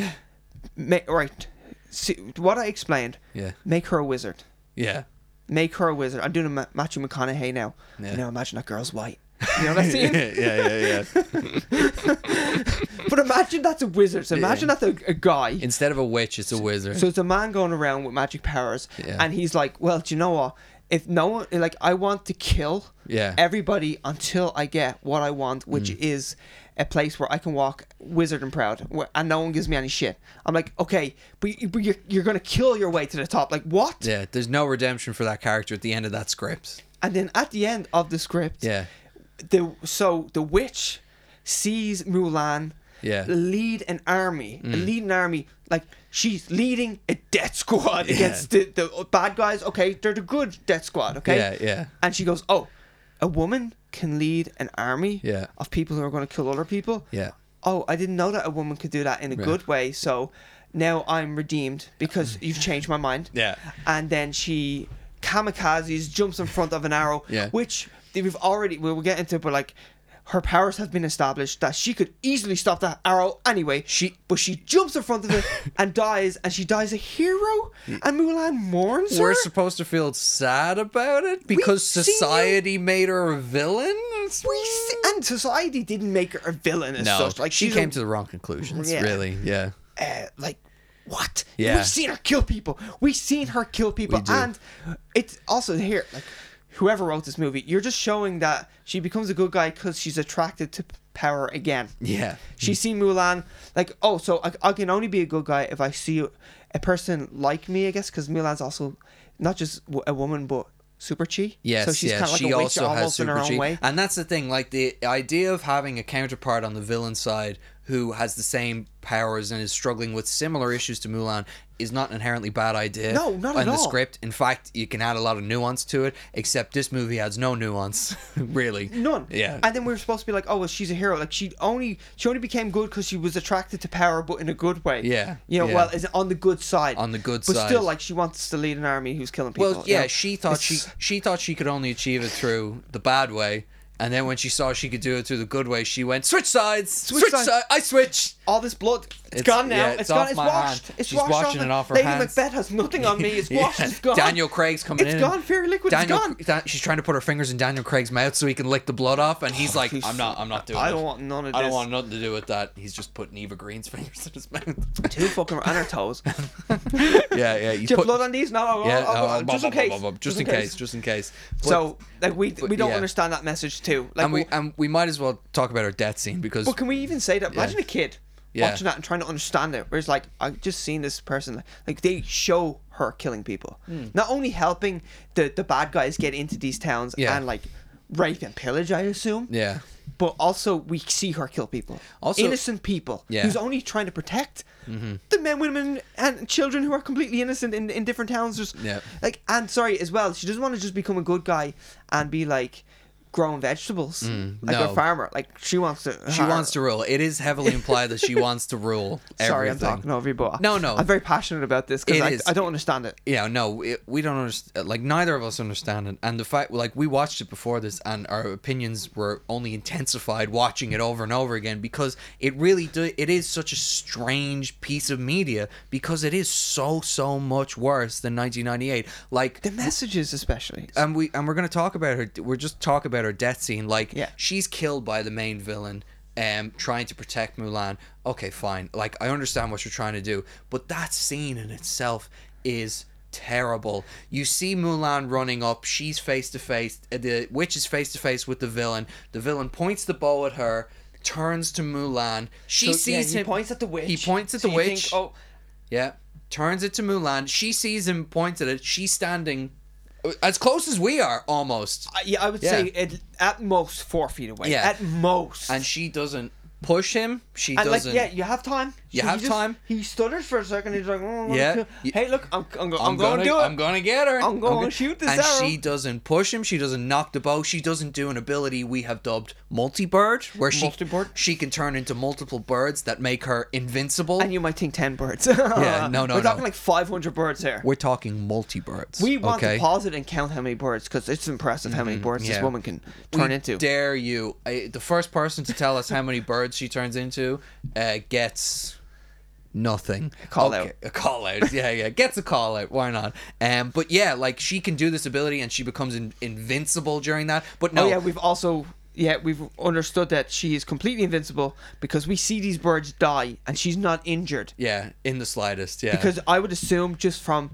Speaker 2: ma- right? See, what I explained.
Speaker 1: Yeah.
Speaker 2: Make her a wizard.
Speaker 1: yeah.
Speaker 2: Make her a wizard. I'm doing a Ma- Matthew McConaughey now.
Speaker 1: Yeah.
Speaker 2: You know, imagine that girl's white. You know what I'm saying?
Speaker 1: yeah, yeah, yeah.
Speaker 2: But imagine that's a wizard. So imagine that's a, a guy.
Speaker 1: Instead of a witch, it's a wizard.
Speaker 2: So it's a man going around with magic powers,
Speaker 1: Yeah.
Speaker 2: and he's like, "Well, do you know what? If no one, like, I want to kill
Speaker 1: Yeah. Mm.
Speaker 2: everybody until I get what I want, which is a place where I can walk wizard and proud, where, and no one gives me any shit." I'm like, "Okay, but, you- but you're you're gonna kill your way to the top. Like what?"
Speaker 1: yeah, there's no redemption for that character at the end of that script.
Speaker 2: And then at the end of the script,
Speaker 1: Yeah.
Speaker 2: the so the witch sees Mulan
Speaker 1: Yeah. Mm.
Speaker 2: lead an army, lead an army like she's leading a death squad against the, the bad guys. Okay, they're the good death squad. Okay,
Speaker 1: Yeah, yeah.
Speaker 2: And she goes, "Oh, a woman can lead an army
Speaker 1: Yeah.
Speaker 2: of people who are going to kill other people."
Speaker 1: Yeah.
Speaker 2: Oh, I didn't know that a woman could do that in a good way. So now I'm redeemed because you've changed my mind.
Speaker 1: Yeah.
Speaker 2: And then she kamikazes, jumps in front of an arrow,
Speaker 1: Yeah.
Speaker 2: which we've already we'll get into, but like her powers have been established that she could easily stop that arrow anyway. She but she jumps in front of it and dies, and she dies a hero, and Mulan mourns
Speaker 1: Mm. We're
Speaker 2: her.
Speaker 1: supposed to feel sad about it because
Speaker 2: seen you-
Speaker 1: society made her a villain. It's-
Speaker 2: We s- and society didn't make her a villain as
Speaker 1: no,
Speaker 2: such. Like
Speaker 1: she
Speaker 2: she's
Speaker 1: came
Speaker 2: a-
Speaker 1: to the wrong conclusions.
Speaker 2: Yeah.
Speaker 1: Really, yeah.
Speaker 2: uh, like what?
Speaker 1: Yeah.
Speaker 2: We've seen her kill people. We've seen her kill people.
Speaker 1: We do.
Speaker 2: And it's also here, like whoever wrote this movie, you're just showing that she becomes a good guy because she's attracted to p- power again.
Speaker 1: Yeah. Mm.
Speaker 2: She's seen Mulan, like, oh, so I, I can only be a good guy if I see a person like me, I guess, because Mulan's also not just w- a woman, but super chi.
Speaker 1: Yes,
Speaker 2: so she's
Speaker 1: yes.
Speaker 2: kind of like
Speaker 1: she
Speaker 2: a witch
Speaker 1: also
Speaker 2: almost
Speaker 1: has super
Speaker 2: in her own
Speaker 1: G.
Speaker 2: way.
Speaker 1: And that's the thing, like the idea of having a counterpart on the villain side who has the same powers and is struggling with similar issues to Mulan is not an inherently bad idea.
Speaker 2: No, not at
Speaker 1: in the
Speaker 2: all.
Speaker 1: script. In fact, you can add a lot of nuance to it, except this movie has no nuance, really.
Speaker 2: None.
Speaker 1: Yeah.
Speaker 2: And then we were supposed to be like, oh, well, she's a hero. Like she only she only became good because she was attracted to power, but in a good way.
Speaker 1: Yeah,
Speaker 2: You know,
Speaker 1: yeah.
Speaker 2: well, is on the good side.
Speaker 1: On the good
Speaker 2: But
Speaker 1: side.
Speaker 2: still, like she wants to lead an army who's killing people.
Speaker 1: Well,
Speaker 2: you
Speaker 1: yeah,
Speaker 2: know?
Speaker 1: she thought she
Speaker 2: It's-
Speaker 1: she thought she could only achieve it through the bad way, and then when she saw she could do it through the good way, she went switch sides, switch,
Speaker 2: sides."
Speaker 1: sides. I switched.
Speaker 2: all this blood. it's
Speaker 1: It's-
Speaker 2: gone now.
Speaker 1: yeah,
Speaker 2: it's
Speaker 1: it's
Speaker 2: gone.
Speaker 1: off
Speaker 2: It's
Speaker 1: my
Speaker 2: washed.
Speaker 1: hand.
Speaker 2: It's
Speaker 1: She's
Speaker 2: washed off
Speaker 1: washing
Speaker 2: my-
Speaker 1: it off her
Speaker 2: Lady
Speaker 1: hands.
Speaker 2: Macbeth has nothing on me. It's washed.
Speaker 1: Yeah.
Speaker 2: It's gone.
Speaker 1: Daniel Craig's coming
Speaker 2: It's
Speaker 1: in.
Speaker 2: gone. Fairy liquid.
Speaker 1: Daniel,
Speaker 2: it's gone.
Speaker 1: Dan- she's trying to put her fingers in Daniel Craig's mouth so he can lick the blood off, and he's like,
Speaker 2: Oh, he's-
Speaker 1: "I'm not, I'm not doing.
Speaker 2: I don't
Speaker 1: it.
Speaker 2: want none of
Speaker 1: I don't
Speaker 2: this."
Speaker 1: want nothing to do with that." He's just putting Eva Green's fingers in his mouth.
Speaker 2: Two fucking on her toes. Do
Speaker 1: yeah, yeah. He's
Speaker 2: you have blood on these? No. I'll-
Speaker 1: yeah, oh,
Speaker 2: I'll-
Speaker 1: no,
Speaker 2: I'll-
Speaker 1: blah,
Speaker 2: just
Speaker 1: blah, blah,
Speaker 2: in case.
Speaker 1: blah, blah, just in case, just in case. But-
Speaker 2: So like we we don't
Speaker 1: yeah.
Speaker 2: understand that message too. Like
Speaker 1: and we and we might as well talk about our death scene because
Speaker 2: But can we even say that? Imagine a kid
Speaker 1: Yeah.
Speaker 2: watching that and trying to understand it. Where it's like, I've just seen this person. Like they show her killing people,
Speaker 1: Hmm.
Speaker 2: not only helping the the bad guys get into these towns
Speaker 1: Yeah.
Speaker 2: and like rape and pillage, I assume.
Speaker 1: yeah,
Speaker 2: But also, we see her kill people,
Speaker 1: Also-
Speaker 2: innocent people,
Speaker 1: Yeah. Mm-hmm.
Speaker 2: who's only trying to protect the men, women, and children who are completely innocent in, in different towns. Just
Speaker 1: Yeah.
Speaker 2: like, and sorry as well, she doesn't want to just become a good guy and be like growing vegetables like
Speaker 1: Mm, no.
Speaker 2: a farmer. Like she wants to.
Speaker 1: She wants to rule. It is heavily implied that she wants to rule everything.
Speaker 2: Sorry, I'm talking over you, but
Speaker 1: No, no.
Speaker 2: I'm very passionate about this
Speaker 1: It
Speaker 2: because
Speaker 1: is.
Speaker 2: I, I don't understand it.
Speaker 1: Yeah, no, it, we don't understand. Like neither of us understand it, and the fact, like, we watched it before this, and our opinions were only intensified watching it over and over again because it really do. It is such a strange piece of media because it is so so much worse than 1998. Like
Speaker 2: The messages, especially.
Speaker 1: and we and we're gonna talk about her. We're just talk about her death scene. Like,
Speaker 2: Yeah.
Speaker 1: she's killed by the main villain, um, trying to protect Mulan. Okay, fine. Like, I understand what you're trying to do, but that scene in itself is terrible. You see Mulan running up. She's face to face. uh, The witch is face to face with the villain. The villain points the bow at her. Turns to Mulan. She
Speaker 2: So, yeah,
Speaker 1: sees
Speaker 2: he
Speaker 1: him.
Speaker 2: points at the witch.
Speaker 1: He points at
Speaker 2: So
Speaker 1: the
Speaker 2: you think,
Speaker 1: witch.
Speaker 2: oh,
Speaker 1: Yeah. Turns it to Mulan. She sees him, points at it. She's standing as close as we are, almost.
Speaker 2: I- yeah, I would say it, at most four feet away.
Speaker 1: Yeah.
Speaker 2: At most.
Speaker 1: And she doesn't push him. She
Speaker 2: And like,
Speaker 1: doesn't.
Speaker 2: yeah, you have time.
Speaker 1: You
Speaker 2: So
Speaker 1: have
Speaker 2: he just-
Speaker 1: time.
Speaker 2: He stutters for a second. He's like,
Speaker 1: Yeah,
Speaker 2: oh, yeah.
Speaker 1: you-
Speaker 2: Hey, look, I'm, I'm, go- I'm, going to do it.
Speaker 1: I'm gonna get her.
Speaker 2: I'm gonna shoot this
Speaker 1: And
Speaker 2: arrow.
Speaker 1: she doesn't push him. She doesn't knock the bow. She doesn't do an ability we have dubbed multi-bird, where she
Speaker 2: Multi-bird?
Speaker 1: she can turn into multiple birds that make her invincible.
Speaker 2: and you might think 10 birds. yeah,
Speaker 1: no, no,
Speaker 2: We're
Speaker 1: no.
Speaker 2: talking like 500 birds here.
Speaker 1: We're talking multi-birds.
Speaker 2: We want
Speaker 1: okay? Mm-hmm.
Speaker 2: to pause it and count how many birds because it's impressive how many birds
Speaker 1: yeah.
Speaker 2: this woman can
Speaker 1: We
Speaker 2: turn into.
Speaker 1: Dare you? I, the first person to tell us how many birds she turns into uh, gets nothing. A
Speaker 2: call out.
Speaker 1: A call out. Yeah, yeah. Gets a call out. Why not? Um, but yeah, like she can do this ability and she becomes in- invincible during that. But no,
Speaker 2: Oh yeah, we've also yeah we've understood that she is completely invincible because we see these birds die and she's not injured.
Speaker 1: yeah, in the slightest. Yeah,
Speaker 2: Because I would assume just from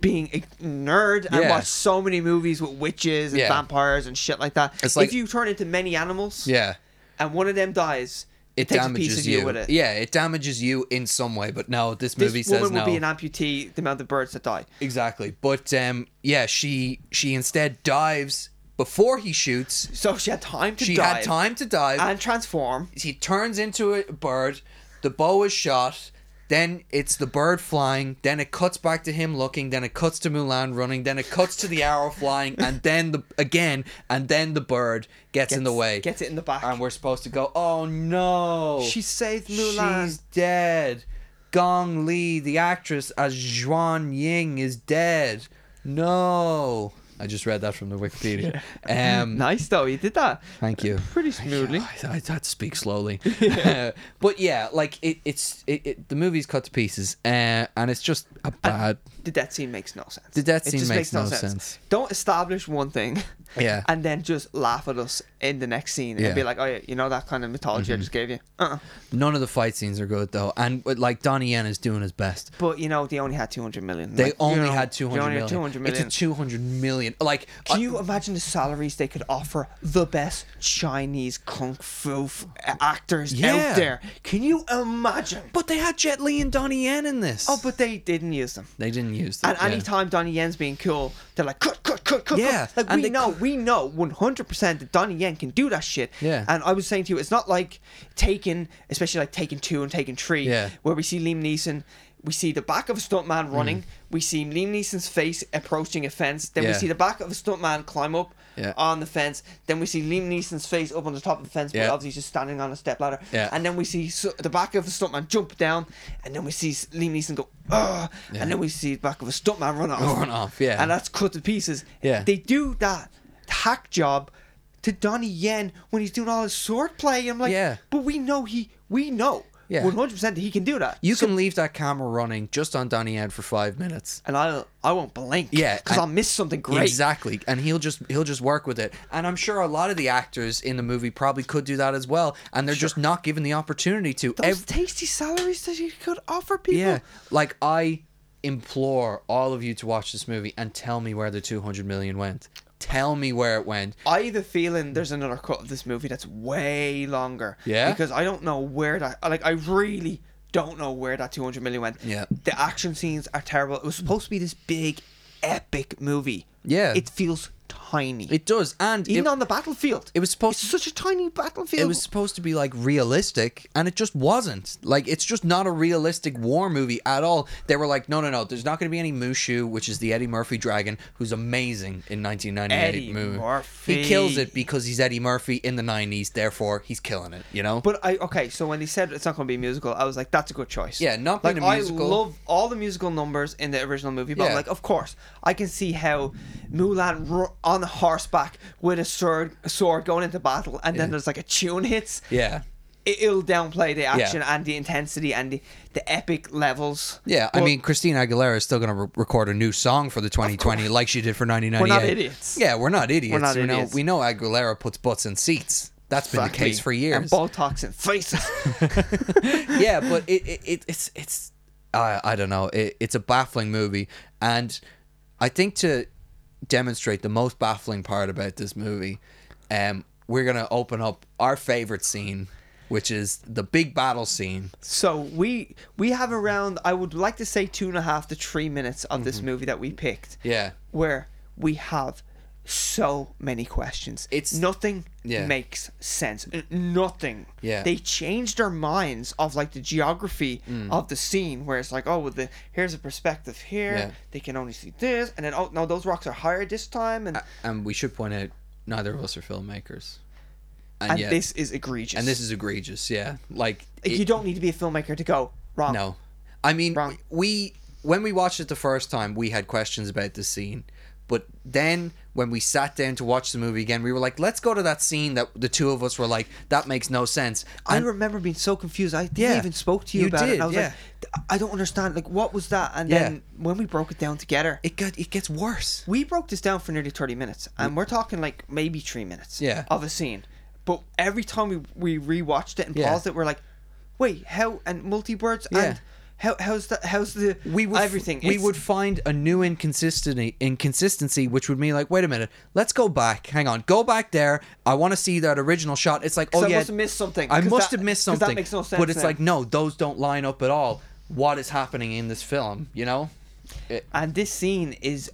Speaker 2: being a nerd and
Speaker 1: Yeah.
Speaker 2: watch so many movies with witches and
Speaker 1: Yeah.
Speaker 2: vampires and shit like that.
Speaker 1: It's like-
Speaker 2: if you turn into many animals,
Speaker 1: yeah.
Speaker 2: and one of them dies,
Speaker 1: It
Speaker 2: takes a
Speaker 1: damages
Speaker 2: piece of
Speaker 1: you.
Speaker 2: you with it.
Speaker 1: Yeah, it damages you in some way. But no, this
Speaker 2: this
Speaker 1: movie
Speaker 2: woman
Speaker 1: says
Speaker 2: would
Speaker 1: no.
Speaker 2: be an amputee. The amount of birds that die.
Speaker 1: exactly. But um, yeah, she she instead dives before he shoots.
Speaker 2: So she had time to
Speaker 1: She had
Speaker 2: dive
Speaker 1: time to dive.
Speaker 2: and transform.
Speaker 1: he turns into a bird. The bow is shot. Then it's the bird flying. Then it cuts back to him looking. Then it cuts to Mulan running. Then it cuts to the arrow flying. And then the again. And then the bird gets, in the way.
Speaker 2: Gets it in the back.
Speaker 1: and we're supposed to go. Oh no!
Speaker 2: She saved Mulan.
Speaker 1: She's dead. Gong Li, the actress as Zhuan Ying, is dead. No. I just read that from the Wikipedia. Um,
Speaker 2: Nice though, you did that.
Speaker 1: Thank you.
Speaker 2: Pretty smoothly.
Speaker 1: I, I, I'd speak slowly. but yeah, like it, it's it, it, the movie's cut to pieces, uh, and it's just a bad.
Speaker 2: The death scene makes no sense.
Speaker 1: The death
Speaker 2: It
Speaker 1: scene
Speaker 2: just
Speaker 1: makes no sense.
Speaker 2: Don't establish one thing.
Speaker 1: Yeah.
Speaker 2: And then just laugh at us in the next scene
Speaker 1: Yeah. Mm-hmm.
Speaker 2: and be like, "Oh yeah, you know that kind of mythology I just gave you." Uh-uh.
Speaker 1: None of the fight scenes are good though, and but, like Donnie Yen is doing his best.
Speaker 2: But you know they only had 200 million.
Speaker 1: They
Speaker 2: Like, you
Speaker 1: only
Speaker 2: know,
Speaker 1: had
Speaker 2: they
Speaker 1: two hundred
Speaker 2: only
Speaker 1: million.
Speaker 2: had 200 million.
Speaker 1: It's a two hundred million. Like uh,
Speaker 2: Can
Speaker 1: I-
Speaker 2: you imagine the salaries they could offer the best Chinese kung fu f- actors
Speaker 1: Yeah.
Speaker 2: out there? Can you imagine?
Speaker 1: but they had Jet Li and Donnie Yen in this.
Speaker 2: Oh, but they didn't use them.
Speaker 1: they didn't use them.
Speaker 2: And
Speaker 1: yeah.
Speaker 2: anytime Donnie Yen's being cool, they're like, cut, cut, cut, cut,
Speaker 1: Yeah,
Speaker 2: cut. Like,
Speaker 1: and
Speaker 2: we
Speaker 1: they
Speaker 2: know, we know 100% that Donnie Yen can do that shit.
Speaker 1: Yeah.
Speaker 2: And I was saying to you, it's not like Taken, especially like Taken 2 and Taken 3,
Speaker 1: Yeah. Mm.
Speaker 2: where we see Liam Neeson, we see the back of a stuntman running, we see Liam Neeson's face approaching a fence, then we
Speaker 1: Yeah.
Speaker 2: see the back of a stuntman climb up
Speaker 1: Yeah.
Speaker 2: on the fence, then we see Liam Neeson's face up on the top of the fence, but
Speaker 1: Yeah.
Speaker 2: obviously he's just standing on a step ladder.
Speaker 1: Yeah.
Speaker 2: And then we see so- the back of a stuntman jump down, and then we see s- Liam Neeson go, ugh, and then we see the back of a stuntman run off.
Speaker 1: Run off, yeah.
Speaker 2: And that's cut to pieces.
Speaker 1: Yeah.
Speaker 2: They do that hack job to Donnie Yen when he's doing all his sword play. I'm like,
Speaker 1: Yeah.
Speaker 2: but we know he, we know
Speaker 1: Yeah.
Speaker 2: 100% that he can do that.
Speaker 1: you can leave that camera running just on Donnie Yen for five minutes.
Speaker 2: and I'll, I won't blink.
Speaker 1: Yeah,
Speaker 2: Because
Speaker 1: and-
Speaker 2: I'll miss something great.
Speaker 1: Exactly, and he'll just he'll just work with it. And I'm sure a lot of the actors in the movie probably could do that as well, and they're just not given the opportunity to.
Speaker 2: Those
Speaker 1: Ev-
Speaker 2: tasty salaries that you could offer people.
Speaker 1: yeah, like I implore all of you to watch this movie and tell me where the 200 million went. Tell me where it went.
Speaker 2: I have a feeling there's another cut of this movie that's way longer.
Speaker 1: Yeah?
Speaker 2: Because I don't know where that like I really don't know where that 200 million went.
Speaker 1: Yeah.
Speaker 2: The action scenes are terrible. It was supposed to be this big epic movie.
Speaker 1: Yeah.
Speaker 2: It feels tiny.
Speaker 1: It does, and
Speaker 2: Even
Speaker 1: it,
Speaker 2: on the battlefield.
Speaker 1: it was supposed
Speaker 2: it's
Speaker 1: to
Speaker 2: such a tiny battlefield.
Speaker 1: it was supposed to be like realistic and it just wasn't like it's just not a realistic war movie at all they were like no no no there's not going to be any mushu which is the eddie murphy dragon who's amazing in 1998
Speaker 2: Eddie
Speaker 1: movie
Speaker 2: Murphy.
Speaker 1: he kills it because he's eddie murphy in the 90s therefore he's killing it you know
Speaker 2: But I okay, so when he said it's not going to be a musical, I was like, that's a good choice.
Speaker 1: Yeah, not
Speaker 2: like
Speaker 1: being a musical.
Speaker 2: I love all the musical numbers in the original movie, but I'm
Speaker 1: Yeah.
Speaker 2: like, of course, I can see how Mulan ru- on horseback with a sword, sword going into battle, and then there's like a tune hits.
Speaker 1: yeah
Speaker 2: It, it'll downplay the action and the intensity and the, the epic levels.
Speaker 1: yeah, I
Speaker 2: But
Speaker 1: mean, Christina Aguilera is still going to re- record a new song for the 2020, like she did for 1998.
Speaker 2: idiots.
Speaker 1: Yeah, we're not idiots.
Speaker 2: not
Speaker 1: we know,
Speaker 2: idiots.
Speaker 1: We know Aguilera puts butts in seats. That's been
Speaker 2: exactly.
Speaker 1: the case for years.
Speaker 2: And Botox and faces.
Speaker 1: yeah, but it, it, it it's it's I I don't know. It, it's a baffling movie, and I think to demonstrate the most baffling part about this movie, um, we're gonna open up our favorite scene, which is the big battle scene.
Speaker 2: So we we have around I would like to say two and a half to three minutes of
Speaker 1: Mm-hmm.
Speaker 2: this movie that we picked.
Speaker 1: Yeah.
Speaker 2: Where we have so many questions.
Speaker 1: It's-
Speaker 2: nothing
Speaker 1: Yeah.
Speaker 2: makes sense. N- Nothing.
Speaker 1: Yeah.
Speaker 2: They changed their minds of like the geography
Speaker 1: Mm.
Speaker 2: of the scene where it's like, oh well the here's a perspective here.
Speaker 1: Yeah.
Speaker 2: They can only see this and then oh no those rocks are higher this time and
Speaker 1: And we should point out neither of us are filmmakers, and,
Speaker 2: and
Speaker 1: yet
Speaker 2: this is egregious.
Speaker 1: and this is egregious. Yeah, like it-
Speaker 2: you don't need to be a filmmaker to go wrong.
Speaker 1: No. I mean,
Speaker 2: Uh, Wrong.
Speaker 1: we when we watched it the first time, we had questions about the scene. But then when we sat down to watch the movie again, we were like, let's go to that scene that the two of us were like, that makes no sense.
Speaker 2: I
Speaker 1: And-
Speaker 2: remember being so confused. I didn't
Speaker 1: Yeah.
Speaker 2: even spoke to you,
Speaker 1: You
Speaker 2: about it.
Speaker 1: did,
Speaker 2: And I was
Speaker 1: yeah.
Speaker 2: like, I don't understand. Like, what was that? And then when we broke it down together,
Speaker 1: it got it gets worse.
Speaker 2: we broke this down for nearly 30 minutes. And we're talking like maybe three minutes
Speaker 1: Mm. Yeah.
Speaker 2: of a scene. But every time we, we rewatched it and
Speaker 1: Yeah.
Speaker 2: paused it, we're like, wait, how? And multi words?
Speaker 1: Yeah.
Speaker 2: And how, how's that? How's the.
Speaker 1: We would
Speaker 2: everything.
Speaker 1: we
Speaker 2: It's-
Speaker 1: would find a new inconsistency inconsistency, which would mean like, wait a minute, let's go back. Hang on, go back there. I want to see that original shot. It's like, oh
Speaker 2: I
Speaker 1: yeah,
Speaker 2: must have missed something,
Speaker 1: I
Speaker 2: 'cause
Speaker 1: must
Speaker 2: that-
Speaker 1: have missed
Speaker 2: 'cause that
Speaker 1: something.
Speaker 2: makes no
Speaker 1: But
Speaker 2: sense
Speaker 1: it's
Speaker 2: now.
Speaker 1: like, no, those don't line up at all. What is happening in this film? You know, It-
Speaker 2: And this scene is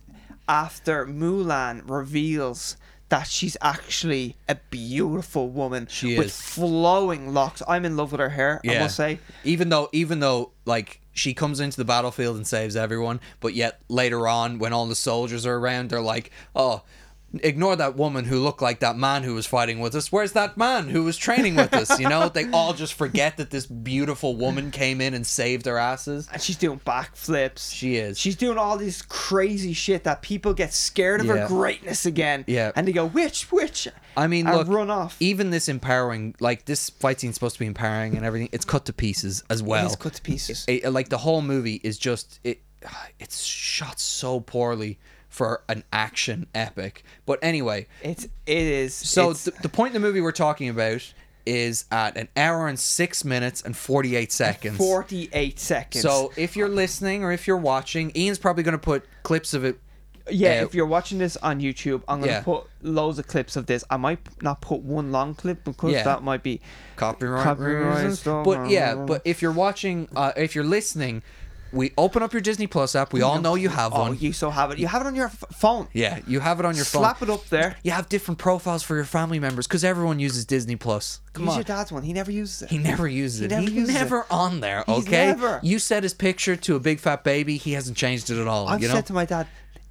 Speaker 2: after Mulan reveals that she's actually a beautiful woman
Speaker 1: She
Speaker 2: with
Speaker 1: is.
Speaker 2: flowing locks. I'm in love with her hair, I must say.
Speaker 1: Even though, even though, like she comes into the battlefield and saves everyone, but yet later on, when all the soldiers are around, they're like, "Oh, ignore that woman who looked like that man who was fighting with us. Where's that man who was training with us?" You know, they all just forget that this beautiful woman came in and saved their asses.
Speaker 2: And she's doing backflips.
Speaker 1: She is.
Speaker 2: She's doing all this crazy shit that people get scared of her
Speaker 1: Yeah.
Speaker 2: greatness again.
Speaker 1: Yeah.
Speaker 2: And they go, which, which?
Speaker 1: I mean,
Speaker 2: and
Speaker 1: look,
Speaker 2: run off.
Speaker 1: Even this empowering, like this fight scene's supposed to be empowering and everything, it's cut to pieces as well.
Speaker 2: is cut to pieces.
Speaker 1: It- like the whole movie is just it. It's shot so poorly for an action epic. But anyway,
Speaker 2: It's, it is.
Speaker 1: so
Speaker 2: it's-
Speaker 1: th- the point in the movie we're talking about is at an hour and six minutes and forty eight seconds.
Speaker 2: 48 seconds.
Speaker 1: so if you're listening or if you're watching, Ian's probably going to put clips of it.
Speaker 2: Yeah,
Speaker 1: Uh,
Speaker 2: if you're watching this on YouTube, I'm gonna
Speaker 1: Yeah.
Speaker 2: put loads of clips of this. I might not put one long clip because
Speaker 1: Yeah.
Speaker 2: that might be
Speaker 1: copyright,
Speaker 2: Copyright
Speaker 1: reasons.
Speaker 2: stuff.
Speaker 1: But yeah, but if you're watching, uh, if you're listening, we open up your Disney Plus app. We all know you have
Speaker 2: Oh,
Speaker 1: one.
Speaker 2: you so have it. You have it on your f- phone.
Speaker 1: Yeah, you have it on your phone.
Speaker 2: Slap it up there.
Speaker 1: You have different profiles for your family members because everyone uses Disney Plus. Come
Speaker 2: Use
Speaker 1: on.
Speaker 2: your dad's one. He never uses it.
Speaker 1: He never uses it.
Speaker 2: never
Speaker 1: He's
Speaker 2: uses it.
Speaker 1: never on there,
Speaker 2: He's
Speaker 1: okay?
Speaker 2: never.
Speaker 1: You set his picture to a big fat baby. He hasn't changed it at all,
Speaker 2: I've
Speaker 1: you know?
Speaker 2: said to my dad,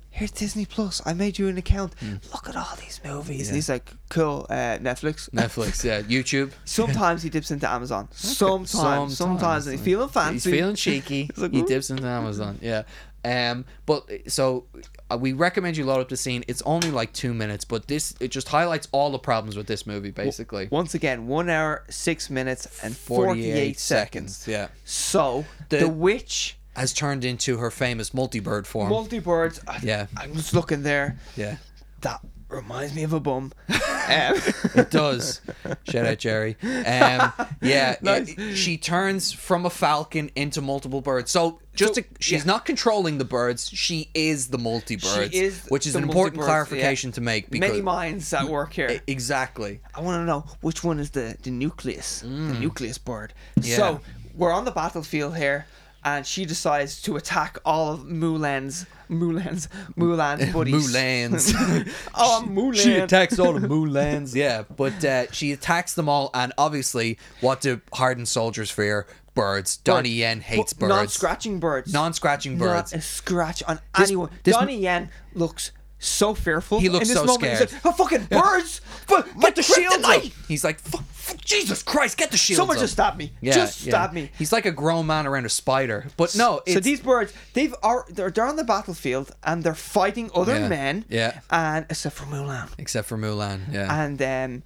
Speaker 2: "Here's Disney Plus. I made you an account.
Speaker 1: Hmm.
Speaker 2: Look at all these movies." And he's like, "Cool, uh, Netflix."
Speaker 1: Netflix, yeah, YouTube.
Speaker 2: Sometimes he dips into Amazon. Sometimes, sometimes, and he's feeling fancy.
Speaker 1: He's feeling cheeky.
Speaker 2: He's like,
Speaker 1: he
Speaker 2: "Ooh."
Speaker 1: dips into Amazon. Yeah. Um. But so uh, we recommend you load up the scene. It's only like two minutes, but this it just highlights all the problems with this movie, basically.
Speaker 2: Once again, one hour, six minutes, and 48, seconds.
Speaker 1: Yeah.
Speaker 2: So
Speaker 1: The-
Speaker 2: the witch
Speaker 1: Has turned into her famous multi-bird form.
Speaker 2: multi birds. I,
Speaker 1: Um, Yeah.
Speaker 2: I was looking there.
Speaker 1: yeah.
Speaker 2: That reminds me of a bum. Um,
Speaker 1: It does. Shout out Jerry. Um, yeah,
Speaker 2: Nice.
Speaker 1: it- she turns from a falcon into multiple birds. So just
Speaker 2: So,
Speaker 1: to, she's not controlling the birds; she is the multi birds,
Speaker 2: She is
Speaker 1: which is
Speaker 2: the
Speaker 1: an important
Speaker 2: multi-birds, yeah.
Speaker 1: clarification to make. Because e,
Speaker 2: many minds at work here.
Speaker 1: exactly,
Speaker 2: I want to know which one is the the nucleus, the nucleus bird.
Speaker 1: Mm. Yeah.
Speaker 2: So we're on the battlefield here, and she decides to attack all of Mulan's Mulan's Mulan's buddies.
Speaker 1: Mulan's.
Speaker 2: oh,
Speaker 1: She-
Speaker 2: Mulan.
Speaker 1: She attacks all the Mulans, yeah. But uh, she attacks them all, and obviously, what do hardened soldiers fear? Birds. Donnie Yen hates
Speaker 2: Bu-
Speaker 1: birds.
Speaker 2: Non-scratching birds.
Speaker 1: Non-scratching birds.
Speaker 2: Not a scratch on
Speaker 1: This-
Speaker 2: anyone.
Speaker 1: this-
Speaker 2: Donnie Yen looks so fearful.
Speaker 1: He looks
Speaker 2: in this
Speaker 1: so
Speaker 2: moment. He's
Speaker 1: scared.
Speaker 2: like, "Oh, fucking birds! But
Speaker 1: Get the shields up!
Speaker 2: kryptonite!
Speaker 1: He's like, "Fuck- fuck, Jesus Christ, get the shields
Speaker 2: Someone
Speaker 1: up.
Speaker 2: just stabbed me. just stabbed me.
Speaker 1: He's like a grown man around a spider. But no, it's,
Speaker 2: so these birds, they've are they're, they're on the battlefield and they're fighting other
Speaker 1: Yeah,
Speaker 2: men.
Speaker 1: yeah.
Speaker 2: And except for Mulan,
Speaker 1: except for Mulan, yeah.
Speaker 2: and um,